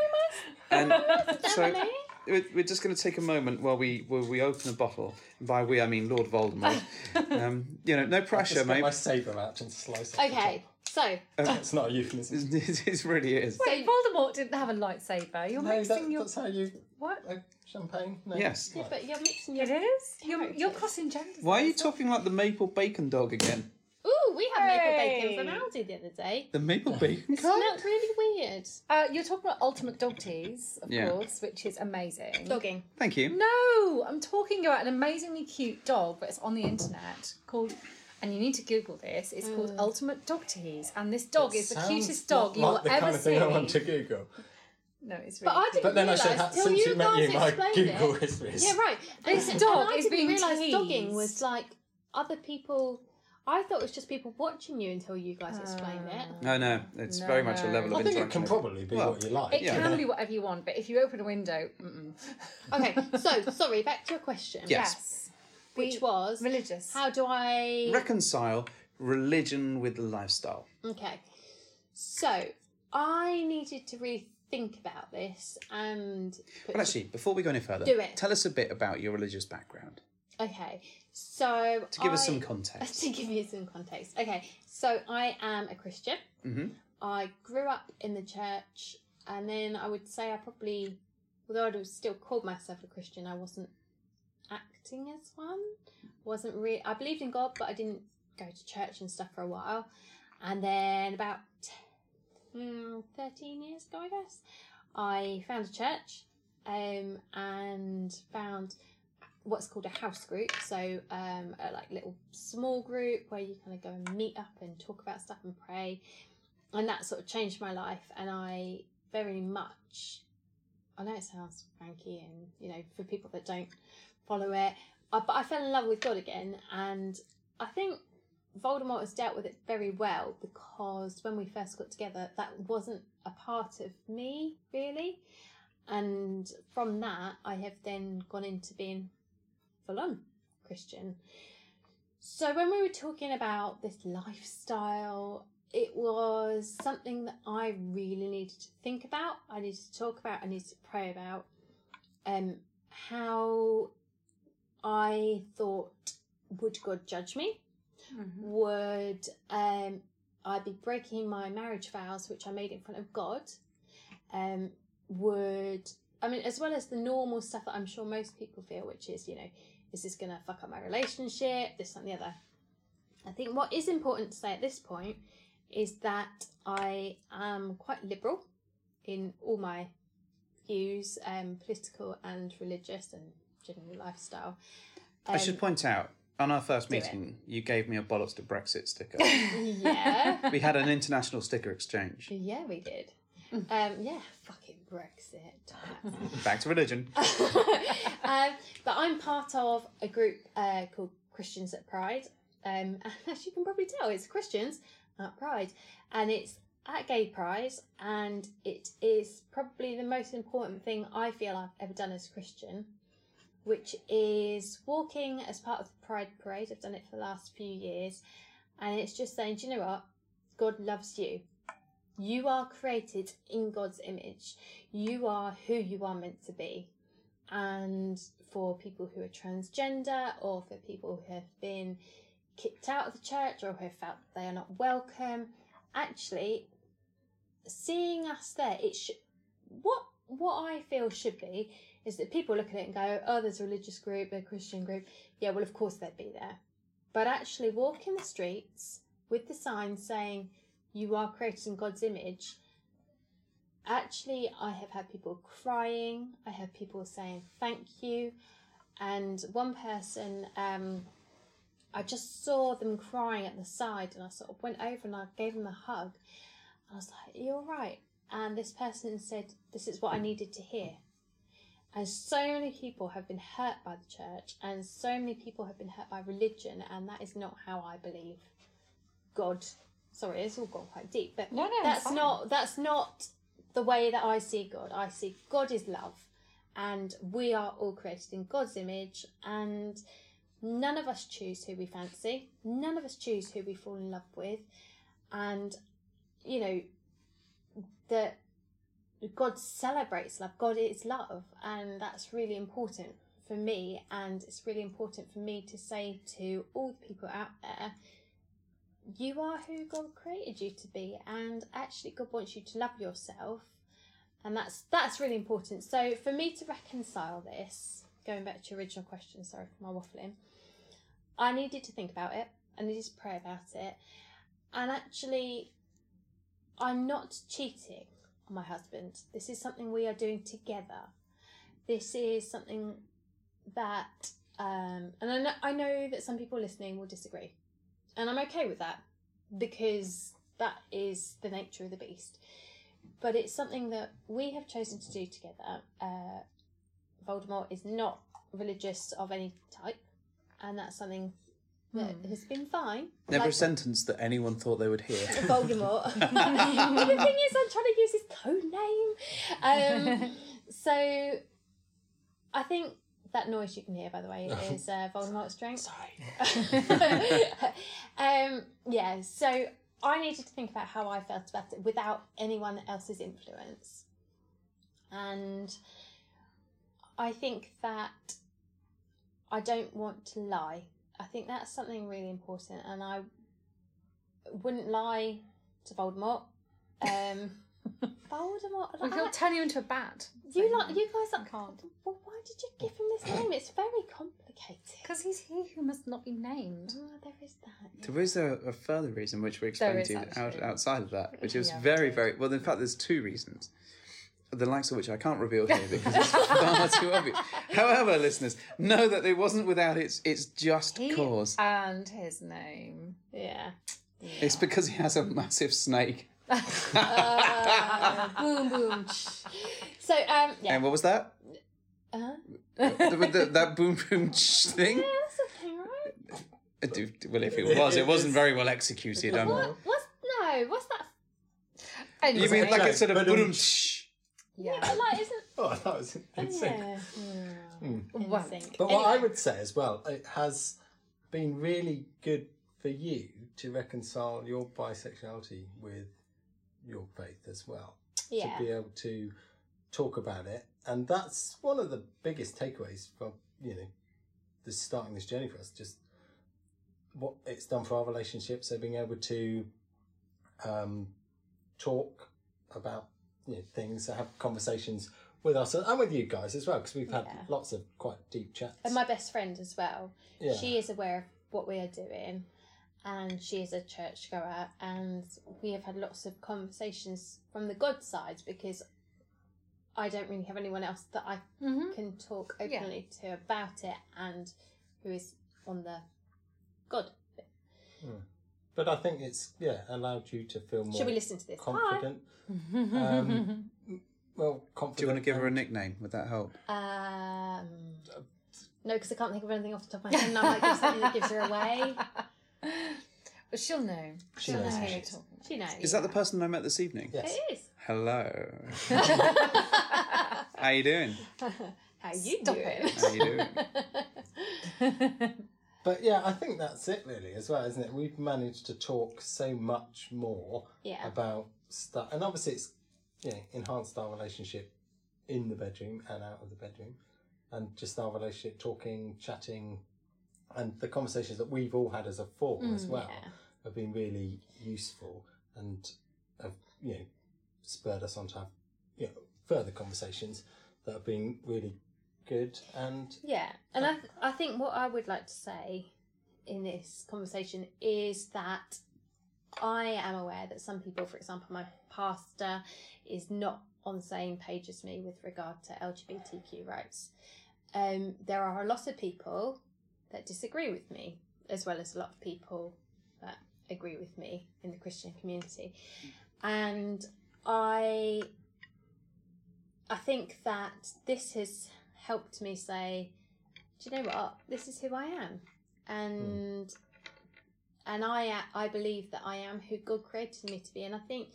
Speaker 3: and so
Speaker 4: Oh, Emily?
Speaker 3: we're, we're just going to take a moment while we while we open a bottle. By we, I mean Lord Voldemort. um, you know, no pressure,
Speaker 5: Just get
Speaker 3: mate.
Speaker 5: my saber out and slice. it.
Speaker 4: Okay, so
Speaker 5: That's not a euphemism.
Speaker 3: it really is.
Speaker 2: Wait, Voldemort didn't have a lightsaber. You're
Speaker 5: No,
Speaker 2: mixing
Speaker 5: that,
Speaker 2: your
Speaker 5: that's how you
Speaker 2: what?
Speaker 5: uh, champagne. No.
Speaker 3: Yes.
Speaker 5: Right.
Speaker 4: but you're mixing
Speaker 2: It
Speaker 4: your.
Speaker 2: is. You're, you're
Speaker 4: Characters.
Speaker 2: crossing genders.
Speaker 3: Why are you talking like the maple bacon dog again?
Speaker 4: Ooh, we
Speaker 2: Hey.
Speaker 4: had maple bacon from Aldi the other day.
Speaker 3: The maple bacon
Speaker 4: It
Speaker 3: dog?
Speaker 4: smelled really weird.
Speaker 2: Uh, you're talking about Ultimate Dog Teas, of
Speaker 3: Yeah.
Speaker 2: course, which is amazing.
Speaker 4: Dogging.
Speaker 3: Thank you.
Speaker 2: No, I'm talking about an amazingly cute dog, but it's on the internet called. And you need to Google this. It's called Ultimate Dog Teas, and this dog is the
Speaker 5: Mm. Sounds
Speaker 2: cutest dog you
Speaker 5: not
Speaker 2: will
Speaker 5: like the
Speaker 2: ever
Speaker 5: kind of
Speaker 2: see.
Speaker 5: thing I want to Google.
Speaker 2: No, it's really.
Speaker 4: But I
Speaker 2: cute.
Speaker 4: didn't
Speaker 5: But then I
Speaker 4: realise
Speaker 5: said, ha-
Speaker 4: till
Speaker 5: since
Speaker 4: you
Speaker 5: you met
Speaker 4: guys
Speaker 5: me, my
Speaker 4: explained
Speaker 5: Google
Speaker 4: it.
Speaker 5: is this.
Speaker 4: Yeah, right.
Speaker 2: This
Speaker 4: And
Speaker 2: dog
Speaker 4: I
Speaker 2: is
Speaker 4: didn't
Speaker 2: being
Speaker 4: realise dogging
Speaker 2: teased.
Speaker 4: was like other people. I thought it was just people watching you until you guys explained it.
Speaker 3: No, no, it's
Speaker 2: No,
Speaker 3: very much a
Speaker 2: no.
Speaker 3: level
Speaker 5: I
Speaker 3: of
Speaker 5: think it
Speaker 3: interaction.
Speaker 5: can probably be
Speaker 3: Well,
Speaker 5: what you like.
Speaker 2: It
Speaker 3: Yeah.
Speaker 2: can be whatever you want, but if you open a window, mm-mm.
Speaker 4: Okay, so sorry. Back to your question,
Speaker 3: Yeah.
Speaker 2: yes,
Speaker 4: which was
Speaker 2: religious.
Speaker 4: how do I?
Speaker 3: Reconcile religion with lifestyle.
Speaker 4: Okay. So I needed to really think about this and put
Speaker 3: But actually, before we go any further,
Speaker 4: Do it.
Speaker 3: tell us a bit about your religious background
Speaker 4: Okay. So
Speaker 3: to give us some
Speaker 4: I-
Speaker 3: context.
Speaker 4: to give you some context. Okay. So I am a Christian.
Speaker 3: Mhm.
Speaker 4: I grew up in the church and then I would say I probably although I'd have still called myself a Christian, I wasn't acting as one. Wasn't really I believed in God but I didn't go to church and stuff for a while. And then about mm, 13 years ago, I guess, I found a church um, and found what's called a house group. So, um, a like little small group where you kind of go and meet up and talk about stuff and pray. And that sort of changed my life. And I very much, I know it sounds cranky and, you know, for people that don't follow it, I, but I fell in love with God again. And I think Voldemort has dealt with it very well because when we first got together, that wasn't a part of me really. And from that, I have then gone into being full on Christian. So when we were talking about this lifestyle, it was something that I really needed to think about. I needed to talk about. I needed to pray about um, how I thought would God judge me? would um, I be breaking my marriage vows, which I made in front of God? Um, would I mean, as well as the normal stuff that I'm sure most people feel, which is, you know, is this going to fuck up my relationship, this that, and the other? I think what is important to say at this point is that I am quite liberal in all my views, um, political and religious and general lifestyle.
Speaker 3: I should point out, on our first
Speaker 4: do it.
Speaker 3: meeting, you gave me a bollocks to Brexit sticker.
Speaker 4: Yeah.
Speaker 3: we had an international sticker exchange.
Speaker 4: Yeah, we did. Um, yeah, fucking Brexit.
Speaker 3: Back to religion.
Speaker 4: um, but I'm part of a group uh, called Christians at Pride. Um, and as you can probably tell, it's Christians at Pride. And it's at Gay Pride. And it is probably the most important thing I feel I've ever done as a Christian, which is walking as part of the Pride Parade. I've done it for the last few years. And it's just saying, do you know what? God loves you. You are created in God's image. You are who you are meant to be and for people who are transgender or for people who have been kicked out of the church or who have felt they are not welcome. Actually, seeing us there, it should, what what I feel should be is that people look at it and go, "Oh, there's a religious group, a Christian group. Yeah, well, of course they'd be there." But actually, walking the streets with the sign saying, "You are created in God's image," actually i have had people crying i have people saying thank you and one person um i just saw them crying at the side and i sort of went over and i gave them a hug i was like you're right and this person said this is what i needed to hear and so many people have been hurt by the church and so many people have been hurt by religion and that is not how i believe god sorry it's all gone quite deep but
Speaker 2: No, no, it's
Speaker 4: that's
Speaker 2: fine.
Speaker 4: not that's not the way that I see God. I see God is love, and we are all created in God's image, and none of us choose who we fancy, none of us choose who we fall in love with, and you know, that God celebrates love, God is love, and that's really important for me, and it's really important for me to say to all the people out there you are who God created you to be, and actually, God wants you to love yourself, and that's that's really important. So, for me to reconcile this, going back to your original question, sorry for my waffling, I needed to think about it, I needed to pray about it, and actually, I'm not cheating on my husband. This is something we are doing together. This is something that, um, and I know, I know that some people listening will disagree and I'm okay with that because that is the nature of the beast. But it's something that we have chosen to do together. Uh, Voldemort is not religious of any type, and that's something that has been fine.
Speaker 3: Never
Speaker 4: Like-
Speaker 3: a sentence that anyone thought they would hear.
Speaker 4: Voldemort. But the thing is, I'm trying to use his code name. Um, so I think that noise you can hear, by the way, is uh, Voldemort's drink. Sorry. um, yeah, so I needed to think about how I felt about it without anyone else's influence. And I think that I don't want to lie. I think that's something really important, and I wouldn't lie to Voldemort. Um, Voldemort,
Speaker 2: We will
Speaker 4: like,
Speaker 2: turn you into a bat.
Speaker 4: you like you guys
Speaker 2: I
Speaker 4: like.
Speaker 2: can't.
Speaker 4: Well, why did you give him this name? It's very complicated.
Speaker 2: Because he's he who must not be named.
Speaker 4: Oh, there is that.
Speaker 3: There is a, a further reason which we explained
Speaker 2: There is
Speaker 3: to you out,
Speaker 2: actually.
Speaker 3: outside of that, which is
Speaker 2: Yeah, we
Speaker 3: very,
Speaker 2: did.
Speaker 3: very well. In fact, there's two reasons, the likes of which I can't reveal here because it's far too obvious. However, listeners, know that it wasn't without its its just
Speaker 2: He
Speaker 3: cause.
Speaker 2: and his name.
Speaker 4: Yeah.
Speaker 3: It's because he has a massive snake.
Speaker 4: boom, boom. So, um, yeah.
Speaker 3: And what was that?
Speaker 4: Uh-huh.
Speaker 3: With the- that boom boom thing?
Speaker 4: Yeah, that's a thing, right?
Speaker 3: Uh, do- Well, if it was, it wasn't very well executed. I'm-
Speaker 4: What, what's no? What's that?
Speaker 2: Anyway,
Speaker 3: You mean like
Speaker 5: Okay,
Speaker 3: it's sort of
Speaker 5: ba-dum.
Speaker 3: boom?
Speaker 2: yeah.
Speaker 4: But like, isn't
Speaker 5: Oh, that was insane.
Speaker 4: yeah?
Speaker 2: Well,
Speaker 4: Sync.
Speaker 5: But what I
Speaker 4: Anyway.
Speaker 5: would say as well, it has been really good for you to reconcile your bisexuality with your faith as well.
Speaker 4: Yeah.
Speaker 5: To be able to talk about it. And that's one of the biggest takeaways from, you know, this starting this journey for us, just what it's done for our relationship. So being able to um, talk about you know, things, have conversations with us and with you guys as well, because we've had
Speaker 4: Yeah.
Speaker 5: lots of quite deep chats.
Speaker 4: And my best friend as well.
Speaker 5: Yeah.
Speaker 4: She is aware of what we are doing, and she is a churchgoer, and we have had lots of conversations from the God side because I don't really have anyone else that I can talk
Speaker 2: Mm-hmm. Yeah.
Speaker 4: openly to about it, and who is on the God.
Speaker 5: But I think it's yeah allowed you to feel more
Speaker 4: Should we listen to this?
Speaker 5: confident. um, well, confident.
Speaker 3: Do you want to give her a nickname? Would that help?
Speaker 4: Hi. Um, no, because I can't think of anything off the top of my head, and I might give something that gives her away.
Speaker 2: But she'll know.
Speaker 5: She knows
Speaker 2: who
Speaker 5: who
Speaker 2: you're
Speaker 5: she
Speaker 2: talking about.
Speaker 4: She knows.
Speaker 3: Is that the person I met this evening?
Speaker 5: Yes.
Speaker 4: It is.
Speaker 3: Hello. How you doing?
Speaker 4: How you
Speaker 2: Stop
Speaker 4: doing?
Speaker 2: it.
Speaker 3: How you doing?
Speaker 5: But yeah, I think that's it really as well, isn't it? We've managed to talk so much more
Speaker 4: Yeah.
Speaker 5: about stuff, and obviously it's you know, enhanced our relationship in the bedroom and out of the bedroom, and just our relationship talking, chatting, and the conversations that we've all had as a four as well
Speaker 4: Mm, yeah.
Speaker 5: have been really useful and have you know spurred us on to have you know further conversations that have been really good and
Speaker 4: Yeah, and I, I think what I would like to say in this conversation is that I am aware that some people, for example, my pastor is not on the same page as me with regard to LGBTQ rights. Um, there are a lot of people that disagree with me, as well as a lot of people that agree with me in the Christian community. And I I think that this has helped me say, do you know what? This is who I am, and and I I believe that I am who God created me to be, and I think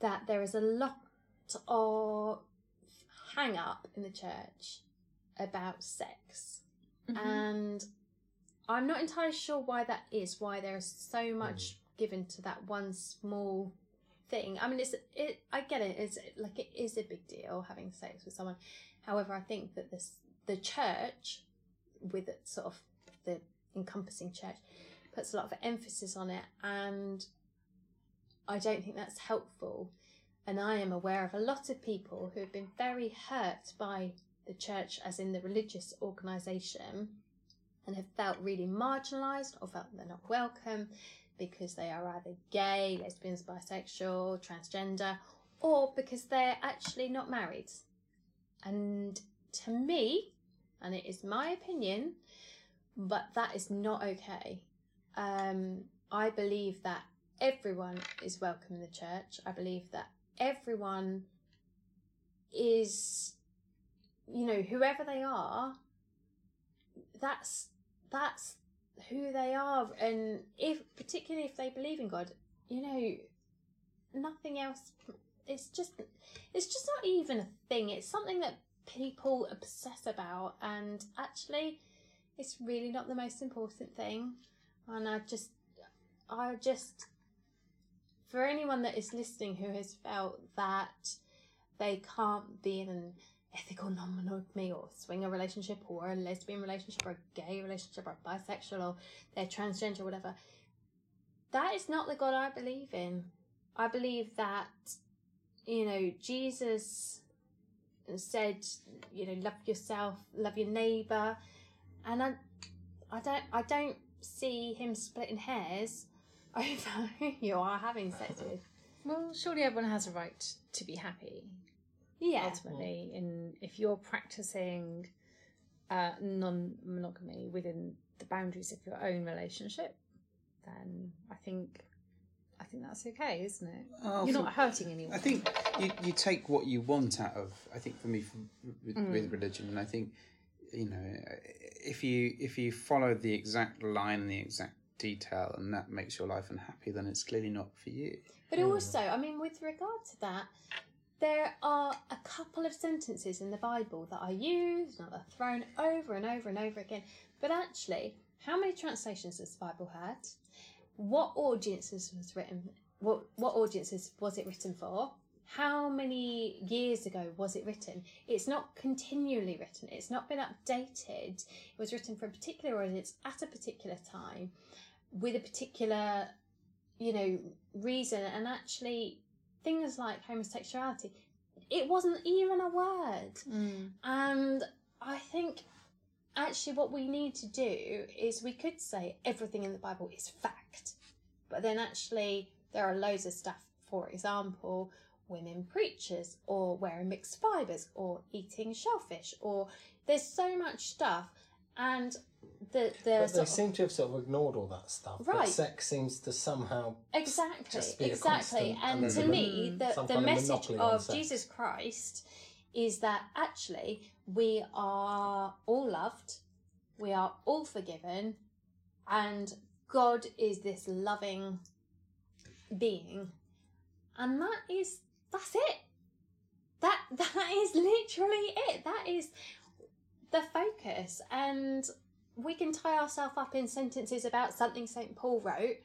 Speaker 4: that there is a lot of hang up in the church about sex.
Speaker 2: Mm-hmm.
Speaker 4: And I'm not entirely sure why that is, why there is so much given to that one small thing. I mean, it's it. I get it. It's like it is a big deal having sex with someone. However, I think that this the church, with it sort of the encompassing church, puts a lot of emphasis on it, and I don't think that's helpful. And I am aware of a lot of people who have been very hurt by the church, as in the religious organisation, and have felt really marginalised or felt they're not welcome because they are either gay, lesbians, bisexual, transgender, or because they're actually not married. And to me, and it is my opinion, but that is not okay. Um, I believe that everyone is welcome in the church. I believe that everyone is, you know, whoever they are, that's that's who they are and if particularly if they believe in god you know nothing else it's just it's just not even a thing it's something that people obsess about and actually it's really not the most important thing and i just i just for anyone that is listening who has felt that they can't be in an ethical non-monogamy or swinger relationship or a lesbian relationship or a gay relationship or bisexual or they're transgender or whatever. That is not the God I believe in. I believe that, you know, Jesus said, you know, love yourself, love your neighbour, and I, I don't, I don't see him splitting hairs over who you are having sex with.
Speaker 2: Well, surely everyone has a right to be happy.
Speaker 4: Yeah,
Speaker 2: ultimately in if you're practicing uh, non-monogamy within the boundaries of your own relationship then i think i think that's okay isn't it
Speaker 3: Oh,
Speaker 2: you're
Speaker 3: for-
Speaker 2: not hurting anyone
Speaker 3: I think you, you take what you want out of. I think for me, from, with, with religion, and I think you know if you if you follow the exact line, the exact detail, and that makes your life unhappy, then it's clearly not for you.
Speaker 4: But also, I mean, with regard to that, there are a couple of sentences in the Bible that are used and are thrown over and over and over again. But actually, how many translations does the Bible had? What audiences was written? What what audiences was it written for? How many years ago was it written? It's not continually written. It's not been updated. It was written for a particular audience at a particular time, with a particular you know, reason and actually things like homosexuality, it wasn't even a word.
Speaker 2: Mm.
Speaker 4: And I think actually what we need to do is we could say everything in the Bible is fact, but then actually there are loads of stuff, for example, women preachers or wearing mixed fibres or eating shellfish or there's so much stuff and the
Speaker 5: But
Speaker 4: the
Speaker 5: they
Speaker 4: sort of-
Speaker 5: seem to have sort of ignored all that stuff. But
Speaker 4: Right.
Speaker 5: sex seems to somehow
Speaker 4: Exactly,
Speaker 5: just be a
Speaker 4: exactly.
Speaker 5: constant
Speaker 4: And to
Speaker 5: element.
Speaker 4: me, the,
Speaker 5: Some
Speaker 4: the
Speaker 5: kind of
Speaker 4: message
Speaker 5: monopoly on
Speaker 4: of
Speaker 5: sex.
Speaker 4: Jesus Christ is that actually we are all loved, we are all forgiven, and God is this loving being. And that is, that's it. That That is literally it. That is the focus. And we can tie ourselves up in sentences about something St. Paul wrote.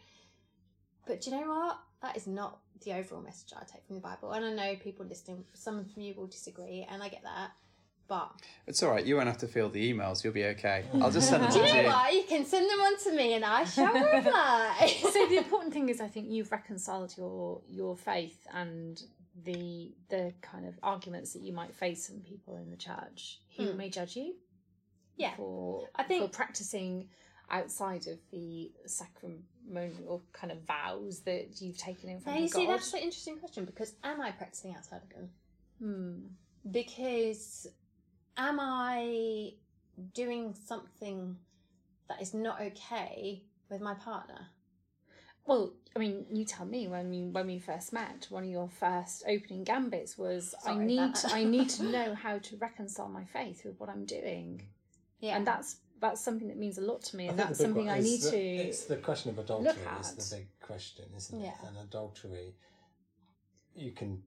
Speaker 4: But do you know what? That is not the overall message I take from the Bible. And I know people listening, some of you will disagree, and I get that. But
Speaker 3: It's all right. You won't have to field the emails. You'll be okay. I'll just send them
Speaker 4: do you
Speaker 3: to
Speaker 4: know
Speaker 3: you.
Speaker 4: what? You can send them on to me and I shall reply.
Speaker 2: so the important thing is i think you've reconciled your your faith and the the kind of arguments that you might face from people in the church who may judge you
Speaker 4: Hmm. yeah.
Speaker 2: for
Speaker 4: I think-
Speaker 2: for practicing outside of the sacramental kind of vows that you've taken in
Speaker 4: Now,
Speaker 2: front
Speaker 4: you
Speaker 2: of God.
Speaker 4: see, that's an interesting question because am I practicing outside of God?
Speaker 2: Hmm.
Speaker 4: Because am I doing something that is not okay with my partner?
Speaker 2: Well, I mean, you tell me when we when we first met. One of your first opening gambits was, "I
Speaker 4: Sorry about
Speaker 2: need
Speaker 4: that.
Speaker 2: I need to know how to reconcile my faith with what I'm doing,"
Speaker 4: Yeah.
Speaker 2: and that's that's something that means a lot to me,
Speaker 5: I
Speaker 2: and
Speaker 5: think
Speaker 2: that's
Speaker 5: the big
Speaker 2: something
Speaker 5: one
Speaker 2: I
Speaker 5: is
Speaker 2: need
Speaker 5: the-
Speaker 2: to.
Speaker 5: It's the question of adultery
Speaker 2: look
Speaker 5: is the
Speaker 2: at.
Speaker 5: big question, isn't it?
Speaker 4: Yeah.
Speaker 5: And adultery, you can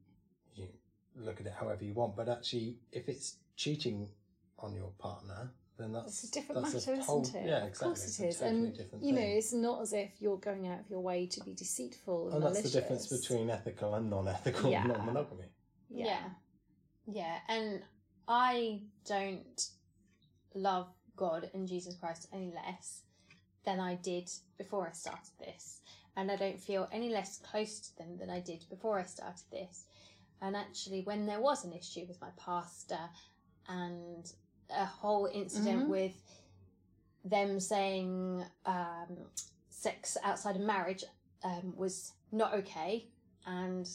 Speaker 5: you look at it however you want, but actually, if it's cheating on your partner, then that's
Speaker 2: It's a different
Speaker 5: that's
Speaker 2: matter,
Speaker 5: whole-
Speaker 2: isn't it?
Speaker 5: Yeah,
Speaker 2: Of
Speaker 5: exactly.
Speaker 2: course it
Speaker 5: it's
Speaker 2: is.
Speaker 5: a totally
Speaker 2: And
Speaker 5: different
Speaker 2: you know,
Speaker 5: thing.
Speaker 2: it's not as if you're going out of your way to be deceitful and,
Speaker 5: and that's the difference
Speaker 2: malicious.
Speaker 5: between ethical and non-ethical
Speaker 2: Yeah.
Speaker 5: non-monogamy.
Speaker 2: yeah.
Speaker 4: Yeah, and I don't love God and Jesus Christ any less than I did before I started this. And I don't feel any less close to them than I did before I started this. And actually, when there was an issue with my pastor and a whole incident with them saying um, sex outside of marriage um, was not okay and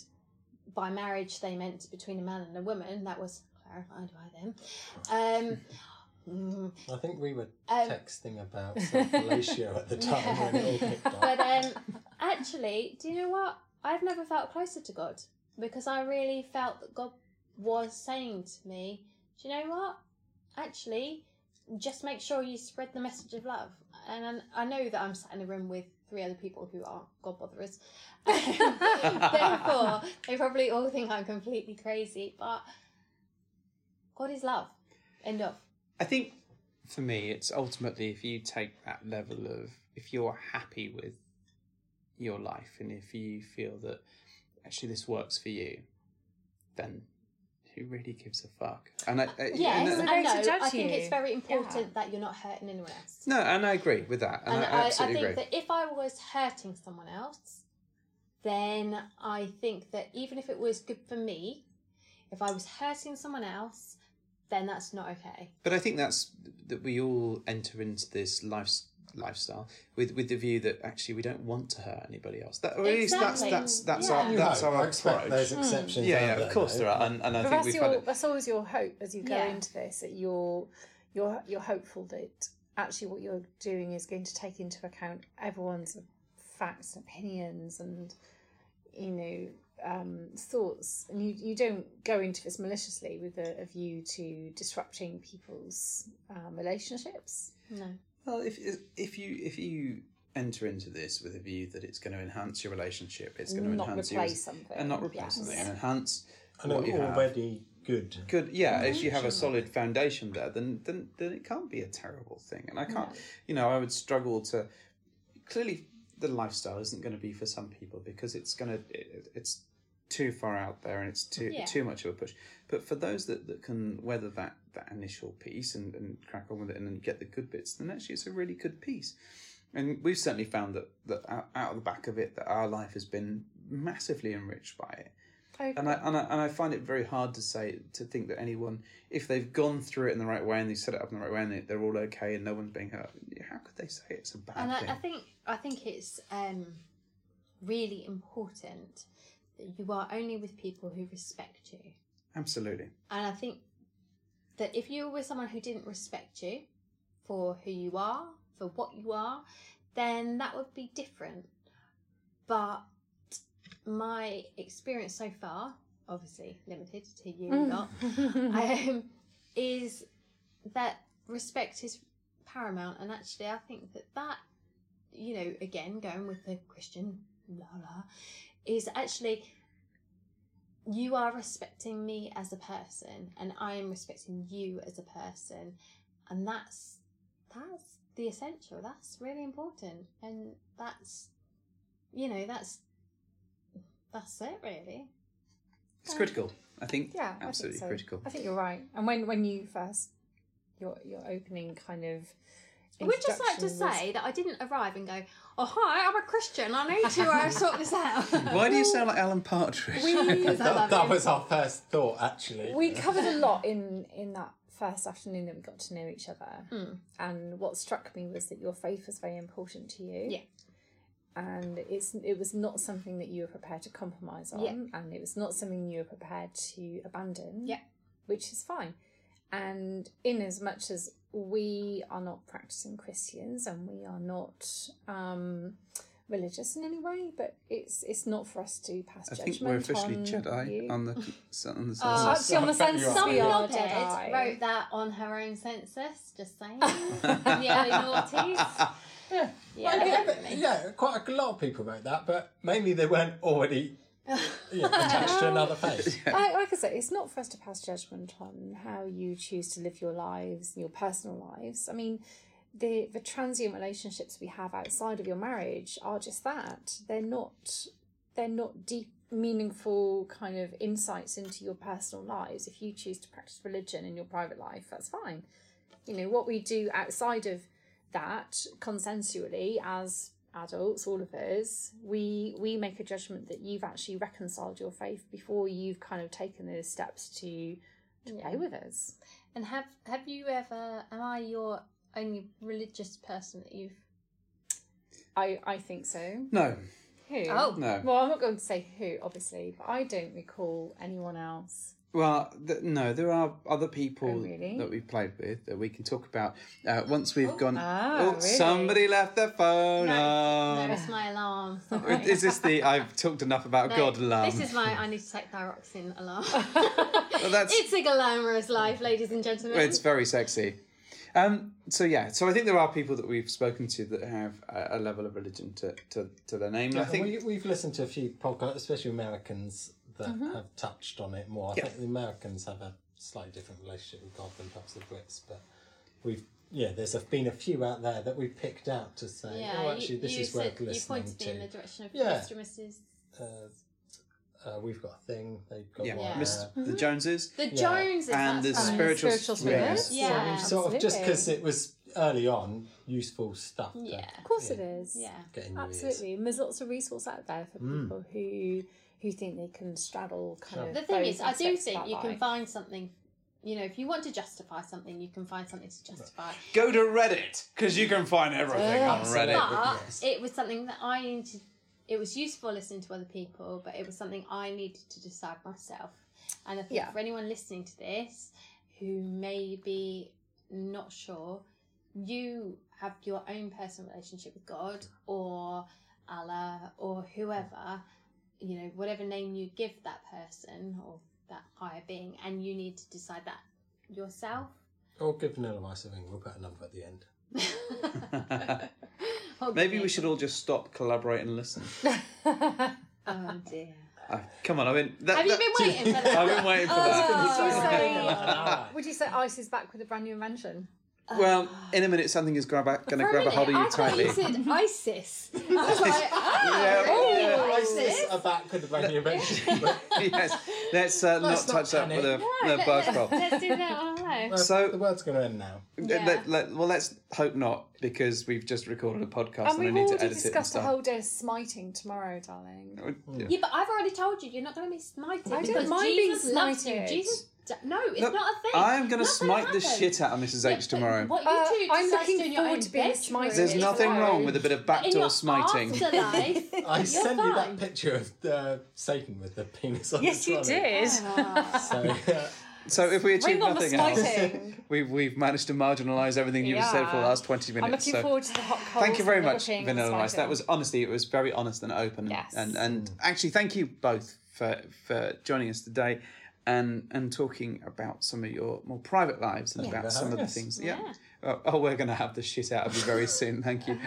Speaker 4: by marriage they meant between a man and a woman. That was clarified by them. Um, mm,
Speaker 5: I think we were
Speaker 4: Um,
Speaker 5: texting about self fellatio at the time when it all picked up.
Speaker 4: but um, actually, do you know what? I've never felt closer to God because I really felt that God was saying to me, "Do you know what? Actually, just make sure you spread the message of love." And I know that I'm sat in a room with three other people who aren't God botherers. Therefore, they probably all think I'm completely crazy, but God is love. End of.
Speaker 3: I think for me, it's ultimately if you take that level of if you're happy with your life and if you feel that actually this works for you, then who really gives a fuck? And I, I
Speaker 4: Yes,
Speaker 3: and
Speaker 2: we're
Speaker 3: I-
Speaker 4: I
Speaker 2: going to
Speaker 4: know.
Speaker 2: judge
Speaker 4: I think
Speaker 2: you.
Speaker 4: it's very important
Speaker 2: Yeah.
Speaker 4: that you're not hurting anyone else.
Speaker 3: no, and I agree with that, and,
Speaker 4: and
Speaker 3: I,
Speaker 4: I, I
Speaker 3: absolutely
Speaker 4: think
Speaker 3: agree.
Speaker 4: that if I was hurting someone else, then I think that even if it was good for me, if I was hurting someone else, then that's not okay.
Speaker 3: But I think that's that we all enter into this life lifestyle with with the view that actually we don't want to hurt anybody else. That or at least that's
Speaker 4: Exactly.
Speaker 3: that's that's
Speaker 4: Yeah.
Speaker 3: our
Speaker 5: You
Speaker 3: that's
Speaker 5: hope.
Speaker 3: our
Speaker 5: I expect
Speaker 3: approach.
Speaker 5: there's exceptions.
Speaker 3: yeah,
Speaker 5: out
Speaker 3: yeah, of course
Speaker 5: though.
Speaker 3: there are, and, and I think
Speaker 2: But that's
Speaker 3: we've had
Speaker 2: your
Speaker 3: it.
Speaker 2: that's always your hope as you go
Speaker 4: Yeah.
Speaker 2: into this that you're you're you're hopeful that actually what you're doing is going to take into account everyone's facts and opinions and you know um, thoughts and you, you don't go into this maliciously with a, a view to disrupting people's um, relationships
Speaker 4: No.
Speaker 3: Well, if if you if you enter into this with a view that it's going to enhance your relationship, it's going to
Speaker 2: Not
Speaker 3: enhance you
Speaker 2: replace
Speaker 3: as-
Speaker 2: something,
Speaker 3: and not replace
Speaker 2: yes.
Speaker 3: something and enhance
Speaker 5: And
Speaker 3: what
Speaker 5: an
Speaker 3: you have.
Speaker 5: already good.
Speaker 3: Good, yeah. If you have a solid foundation there, then then then it can't be a terrible thing. And I can't, you know, I would struggle to. Clearly, the lifestyle isn't going to be for some people because it's going to it, it's too far out there and it's too
Speaker 4: Yeah.
Speaker 3: too much of a push. But for those that, that can weather that that initial piece and, and crack on with it and then get the good bits, then actually it's a really good piece. And we've certainly found that that out, out of the back of it, that our life has been massively enriched by it and I, and I and I find it very hard to say to think that anyone, if they've gone through it in the right way and they set it up in the right way and they, they're all okay and no one's being hurt, how could they say it's a bad
Speaker 4: And
Speaker 3: thing?
Speaker 4: I, I think I think it's um, really important that you are only with people who respect you.
Speaker 3: Absolutely,
Speaker 4: And I think that if you were with someone who didn't respect you for who you are, for what you are, then that would be different. But my experience so far, obviously limited to you lot, um, is that respect is paramount. And actually, I think that that, you know, again, going with the Christian la la, is actually you are respecting me as a person and I am respecting you as a person and that's that's the essential that's really important and that's you know that's that's it really
Speaker 3: it's critical. I think.
Speaker 2: Yeah,
Speaker 3: absolutely
Speaker 2: I think so.
Speaker 3: critical.
Speaker 2: I think you're right. And when when you first your your opening kind of
Speaker 4: I would just like to
Speaker 2: introduction was-
Speaker 4: say that I didn't arrive and go oh hi I'm a Christian I need to uh, sort this out
Speaker 3: Why do you sound like Alan Partridge?
Speaker 4: Please, I love
Speaker 5: That, that
Speaker 4: you.
Speaker 5: was our first thought, actually.
Speaker 2: we covered a lot in in that first afternoon that we got to know each other.
Speaker 4: Hmm.
Speaker 2: And what struck me was that your faith was very important to you.
Speaker 4: Yeah.
Speaker 2: And it's it was not something that you were prepared to compromise on,
Speaker 4: Yeah.
Speaker 2: and it was not something you were prepared to abandon.
Speaker 4: Yeah.
Speaker 2: which is fine. And in as much as we are not practicing Christians and we are not um, religious in any way, but it's it's not for us to pass
Speaker 3: I
Speaker 2: judgment.
Speaker 3: think we're officially
Speaker 2: on
Speaker 3: Jedi
Speaker 2: you.
Speaker 3: on the sun- on the
Speaker 2: Oh,
Speaker 3: sunset.
Speaker 2: actually, on the
Speaker 5: I bet you
Speaker 2: census
Speaker 5: are.
Speaker 4: Some
Speaker 2: we are
Speaker 4: nodded
Speaker 2: Jedi.
Speaker 4: wrote that on her own census just saying the early noughties yeah,
Speaker 5: yeah, but- yeah, quite a lot of people wrote that, but mainly they weren't already yeah, attached to another face.
Speaker 2: like, like I say, it's not for us to pass judgment on how you choose to live your lives, your personal lives. I mean, the the transient relationships we have outside of your marriage are just that. They're not they're not deep, meaningful kind of insights into your personal lives. If you choose to practice religion in your private life, that's fine. You know what we do outside of that consensually as adults all of us we we make a judgment that you've actually reconciled your faith before you've kind of taken those steps to to play with us
Speaker 4: And have have you ever? Am I your only religious person that you've?
Speaker 2: i i think so
Speaker 3: No,
Speaker 2: who
Speaker 4: Oh.
Speaker 3: no.
Speaker 2: well i'm not going to say who obviously but i don't recall anyone else
Speaker 3: Well, th- no, there are other people
Speaker 2: Oh, really?
Speaker 3: that we've played with that we can talk about uh, once we've gone.
Speaker 2: Ah,
Speaker 3: oh,
Speaker 2: really?
Speaker 3: somebody left their phone.
Speaker 4: no,
Speaker 3: on.
Speaker 4: no, it's my alarm. Sorry.
Speaker 3: Is this the I've talked enough about
Speaker 4: No,
Speaker 3: God alarm?
Speaker 4: This is my I need to take thyroxine alarm.
Speaker 3: that's-
Speaker 4: It's a glamorous life, ladies and gentlemen.
Speaker 3: It's very sexy. Um, so yeah, so I think there are people that we've spoken to that have a, a level of religion to, to, to their name. and I
Speaker 5: Yeah,
Speaker 3: think
Speaker 5: we, we've listened to a few podcasts, especially Americans, that have touched on it more. I think the Americans have a slightly different relationship with God than perhaps the Brits, but we've yeah, there's a, been a few out there that we picked out to say,
Speaker 4: yeah,
Speaker 5: oh, actually,
Speaker 4: you,
Speaker 5: this
Speaker 4: you
Speaker 5: is
Speaker 4: said,
Speaker 5: worth
Speaker 4: you
Speaker 5: listening
Speaker 4: pointed me in the
Speaker 5: to.
Speaker 4: direction of
Speaker 5: Yeah.
Speaker 4: Mr. and Mrs.
Speaker 5: Uh, we've got a thing. They've got
Speaker 3: yeah,
Speaker 5: one.
Speaker 4: Yeah.
Speaker 3: Mr.
Speaker 5: there.
Speaker 3: the Joneses.
Speaker 4: The Joneses
Speaker 3: And
Speaker 4: that's
Speaker 3: the
Speaker 4: fine.
Speaker 3: spiritual,
Speaker 2: Spiritual
Speaker 3: spirits.
Speaker 2: spirits.
Speaker 5: So
Speaker 4: Yeah,
Speaker 5: we've sort of just
Speaker 2: absolutely.
Speaker 5: because it was early on, useful stuff. to
Speaker 4: Yeah.
Speaker 2: of course it is
Speaker 4: Yeah.
Speaker 5: Get in your ears.
Speaker 2: absolutely and there's lots of resource out there for
Speaker 5: Hmm.
Speaker 2: people who who think they can straddle kind of
Speaker 4: The thing
Speaker 2: both
Speaker 4: is, I do
Speaker 2: aspects of
Speaker 4: think
Speaker 2: our
Speaker 4: you can
Speaker 2: life.
Speaker 4: find something. You know, if you want to justify something, you can find something to justify.
Speaker 3: Go to Reddit because you can find everything on Reddit.
Speaker 4: But it was something that I needed. It was useful listening to other people, but it was something I needed to decide myself. And I think
Speaker 2: Yeah.
Speaker 4: for anyone listening to this who may be not sure, you have your own personal relationship with God or Allah or whoever, you know, whatever name you give that person or that higher being, and you need to decide that yourself.
Speaker 5: Or Oh, give Vanilla Ice a ring. We'll put a number at the end.
Speaker 4: Or
Speaker 3: Maybe
Speaker 4: give
Speaker 3: we
Speaker 4: it-
Speaker 3: should all just stop, collaborate, and listen.
Speaker 4: Oh dear.
Speaker 3: Uh, come on, I mean, that,
Speaker 4: Have you
Speaker 3: that-
Speaker 4: been waiting for that?
Speaker 3: I've been waiting for that.
Speaker 2: Would you say-
Speaker 5: Ah.
Speaker 2: Would you say Ice is back with a brand new invention?
Speaker 3: Well, in a minute, something is grab going to
Speaker 4: For a
Speaker 3: grab a hold of you
Speaker 4: minute, Oh. I thought
Speaker 3: tightly.
Speaker 4: said ISIS. I was like,
Speaker 3: Yeah,
Speaker 4: oh,
Speaker 5: Yeah,
Speaker 4: ISIS.
Speaker 5: ISIS are back with the brand new invention. but-
Speaker 3: yes, let's uh, not
Speaker 5: Let's not
Speaker 3: touch that with a, with a barge pole.
Speaker 4: Let's do that on live.
Speaker 3: So-
Speaker 5: the world's going to end now.
Speaker 3: Let- let- let- well, let's hope not, because we've just recorded a podcast and,
Speaker 2: And
Speaker 3: I
Speaker 2: we've
Speaker 3: need to edit it
Speaker 2: already
Speaker 3: and
Speaker 2: discussed a
Speaker 3: stuff. Oh,
Speaker 2: whole day of smiting tomorrow, darling.
Speaker 4: Yeah, but I've already told you, you're not going to be smited.
Speaker 2: don't
Speaker 4: because
Speaker 2: mind being
Speaker 4: Jesus loves you.
Speaker 2: smited.
Speaker 4: Jesus, d- no, it's
Speaker 3: Look,
Speaker 4: not a thing.
Speaker 3: I'm going to
Speaker 4: Nothing
Speaker 3: smite the
Speaker 4: happens.
Speaker 3: shit out of Mrs.
Speaker 4: Yeah,
Speaker 3: H
Speaker 4: but
Speaker 3: tomorrow.
Speaker 4: What
Speaker 2: Uh,
Speaker 4: you two
Speaker 2: I'm
Speaker 4: decide to
Speaker 2: looking
Speaker 4: do in your
Speaker 2: forward
Speaker 4: own
Speaker 2: to being
Speaker 4: bedroom
Speaker 2: smited.
Speaker 3: There's
Speaker 2: It's
Speaker 3: nothing
Speaker 2: tomorrow.
Speaker 3: wrong with a bit of
Speaker 4: in your
Speaker 3: backdoor smiting.
Speaker 4: afterlife.
Speaker 5: I sent you
Speaker 4: fine.
Speaker 5: that picture of uh, Satan with the penis on the trolley. So, uh,
Speaker 3: So if we achieve
Speaker 2: Bring on the
Speaker 3: nothing else,
Speaker 2: smiting.
Speaker 3: we've, we've managed to marginalise everything you've said for the
Speaker 2: Yeah.
Speaker 3: last 20 minutes.
Speaker 2: I'm looking
Speaker 3: so.
Speaker 2: forward to the hot coals.
Speaker 3: Thank you very
Speaker 2: and the
Speaker 3: much,
Speaker 2: whipping and
Speaker 3: Vanilla Ice. That
Speaker 2: smiting.
Speaker 3: was honestly, it was very honest and open.
Speaker 2: Yes.
Speaker 3: And and actually, thank you both for for joining us today, and and talking about some of your more private lives and about
Speaker 5: for
Speaker 3: some of the
Speaker 5: having us.
Speaker 3: things. Yeah. Oh, oh, we're going to have the shit out of you very soon. Thank you.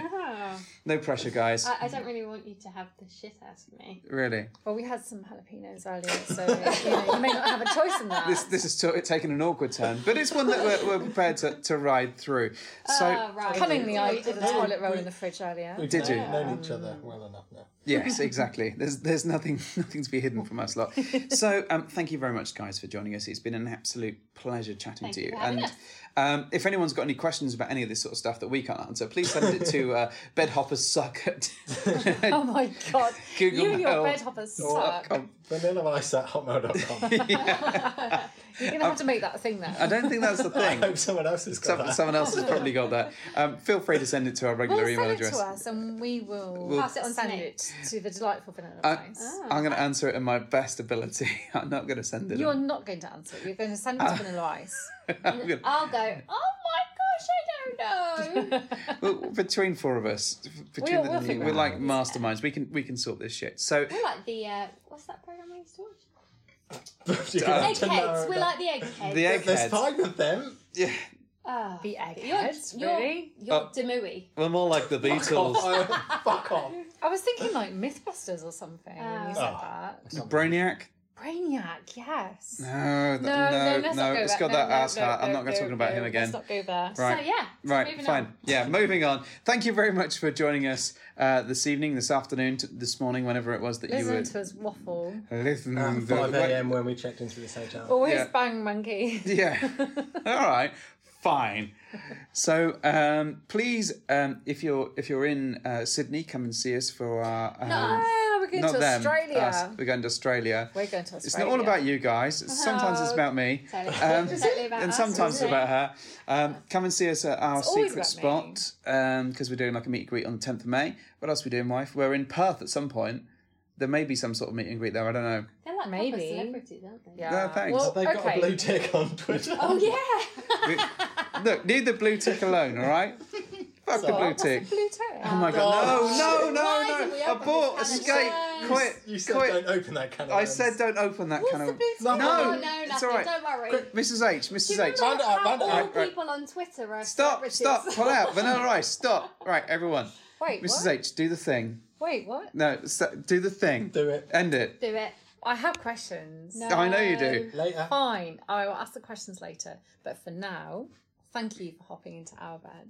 Speaker 3: No pressure, guys.
Speaker 4: I, I don't really want you to have the shit out of me.
Speaker 3: really.
Speaker 2: Well, we had some jalapenos earlier, so you, know, you may not have a choice in that.
Speaker 3: This this has t- taken an awkward turn, but it's one that we're, we're prepared to, to ride through. So
Speaker 4: Oh, right.
Speaker 2: Cunningly, I did a
Speaker 5: Hey,
Speaker 2: toilet roll
Speaker 5: we-
Speaker 2: in the fridge earlier.
Speaker 5: we've
Speaker 3: Did you?
Speaker 5: known- known each other well enough now.
Speaker 3: Yes, exactly. There's there's nothing nothing to be hidden from us lot. So um, thank you very much, guys, for joining us. It's been an absolute pleasure chatting to you.
Speaker 4: for having
Speaker 3: and um, if anyone's got any questions about any of this sort of stuff that we can't answer, please send it to uh, bedhoppersuck at
Speaker 2: Oh my god!
Speaker 3: Google
Speaker 2: you and your
Speaker 3: Mail.
Speaker 2: bed hoppers
Speaker 3: oh,
Speaker 2: suck.
Speaker 3: com.
Speaker 5: Vanilla Ice at hotmail.com.
Speaker 2: You're gonna have to make that a thing
Speaker 3: I
Speaker 2: now.
Speaker 3: don't think that's the
Speaker 5: I
Speaker 3: thing.
Speaker 5: hope someone else has got
Speaker 3: Some-
Speaker 5: that.
Speaker 3: Someone else has probably got that. Um, feel free to send it to our regular
Speaker 2: Well,
Speaker 3: email
Speaker 2: send it
Speaker 3: address.
Speaker 2: to us, and we will
Speaker 3: We'll- Uh,
Speaker 2: pass it on. Send
Speaker 4: Nate.
Speaker 2: it to the delightful Vanilla
Speaker 3: I,
Speaker 2: Ice.
Speaker 3: I'm going to answer it in my best ability. I'm not going to send it.
Speaker 2: Ah. You're
Speaker 3: in-
Speaker 2: not going to answer it. You're going to send
Speaker 3: Uh,
Speaker 2: it to Vanilla Ice.
Speaker 3: I'm gonna-
Speaker 4: I'll go, oh my gosh, I don't know.
Speaker 3: Well, between four of us, f- between
Speaker 2: We'll-
Speaker 3: the,
Speaker 2: we'll figure
Speaker 3: we're
Speaker 2: it
Speaker 3: like masterminds. We can we can sort this shit. So
Speaker 4: We're like the uh, what's that program I used to watch?
Speaker 5: You have to narrow
Speaker 4: Eggheads.
Speaker 5: it
Speaker 4: We're
Speaker 5: down.
Speaker 4: like the eggheads.
Speaker 3: Uh, the
Speaker 5: There's
Speaker 3: eggheads,
Speaker 5: five of them.
Speaker 3: yeah,
Speaker 4: Oh,
Speaker 2: The
Speaker 4: you're,
Speaker 2: eggheads,
Speaker 4: you're,
Speaker 2: really?
Speaker 4: you're
Speaker 3: Oh.
Speaker 4: Demui.
Speaker 3: Well, more like the Beatles.
Speaker 5: Fuck off.
Speaker 2: I was thinking like Mythbusters or something when you said
Speaker 5: Oh.
Speaker 2: that.
Speaker 3: Brainiac?
Speaker 2: Brainiac, yes.
Speaker 3: No, th- no, no, it's got that ass hat. I'm not going to talk about him again.
Speaker 2: Let's not go there.
Speaker 3: Right.
Speaker 4: So yeah,
Speaker 3: Right,
Speaker 4: moving
Speaker 3: fine.
Speaker 4: On.
Speaker 3: Yeah, moving on. Thank you very much for joining us uh, this evening, this afternoon, t- this morning, whenever it was that
Speaker 2: Listen
Speaker 3: you were
Speaker 2: to us waffle.
Speaker 3: listening.
Speaker 5: At
Speaker 3: to-
Speaker 5: 5 a.m. when we checked into this hotel.
Speaker 2: Always
Speaker 3: Yeah.
Speaker 2: bang monkey.
Speaker 3: Yeah. All right. Fine. So um, please, um, if you're if you're in uh, Sydney, come and see us for our. Um,
Speaker 2: Ah, we're going
Speaker 3: Not
Speaker 2: to
Speaker 3: them.
Speaker 2: Australia.
Speaker 3: us. We're going to Australia.
Speaker 2: We're going to Australia. Uh-huh.
Speaker 3: It's not all about you guys. It's- Sometimes it's about me.
Speaker 4: Totally.
Speaker 3: Um,
Speaker 4: Totally about
Speaker 3: and
Speaker 4: us,
Speaker 3: sometimes it's
Speaker 4: isn't it?
Speaker 3: about her. Um, come and see us at our
Speaker 2: It's always
Speaker 3: secret
Speaker 2: about me.
Speaker 3: spot because we're doing like a meet and greet on the 10th of May. What else are we doing, wife? We're in Perth at some point. There may be some sort of meet and greet there. I don't know.
Speaker 4: They're like Maybe.
Speaker 2: Maybe.
Speaker 4: celebrities, aren't they?
Speaker 2: Yeah.
Speaker 3: No, thanks.
Speaker 2: Well,
Speaker 5: They've got
Speaker 2: okay.
Speaker 5: a blue tick on Twitter.
Speaker 4: Oh yeah.
Speaker 3: Look, leave the blue tick alone, all right? Fuck the blue
Speaker 2: What's a
Speaker 3: tick.
Speaker 2: blue tick?
Speaker 3: Oh my god! No, no,
Speaker 4: Why
Speaker 3: no,
Speaker 4: did we
Speaker 3: no!
Speaker 4: open
Speaker 3: Abort!
Speaker 4: this can of
Speaker 3: Escape!
Speaker 4: worms?
Speaker 3: Quit!
Speaker 5: You said
Speaker 3: quit!
Speaker 5: don't open that can of
Speaker 3: I
Speaker 5: worms.
Speaker 3: said don't open that kind
Speaker 2: What's the
Speaker 3: of.
Speaker 2: blue tick?
Speaker 5: No.
Speaker 4: Oh,
Speaker 3: No,
Speaker 4: no, nothing.
Speaker 3: it's all right.
Speaker 4: Don't worry.
Speaker 3: Mrs H, Mrs H,
Speaker 4: Remember
Speaker 5: Round it up,
Speaker 4: how
Speaker 5: round it
Speaker 4: all
Speaker 5: up.
Speaker 3: Right,
Speaker 4: people on Twitter are
Speaker 3: stop, stop,
Speaker 4: celebrities?
Speaker 3: pull out, Vanilla Rice, stop. Right, everyone,
Speaker 2: Wait,
Speaker 3: Mrs
Speaker 2: what?
Speaker 3: H, do the thing.
Speaker 2: Wait, what?
Speaker 3: No, st- do the thing.
Speaker 5: Do it.
Speaker 3: End it.
Speaker 4: Do it.
Speaker 2: I have questions.
Speaker 4: No.
Speaker 3: I know you do.
Speaker 5: Later.
Speaker 2: Fine, I will ask the questions later. But for now, thank you for hopping into our bed.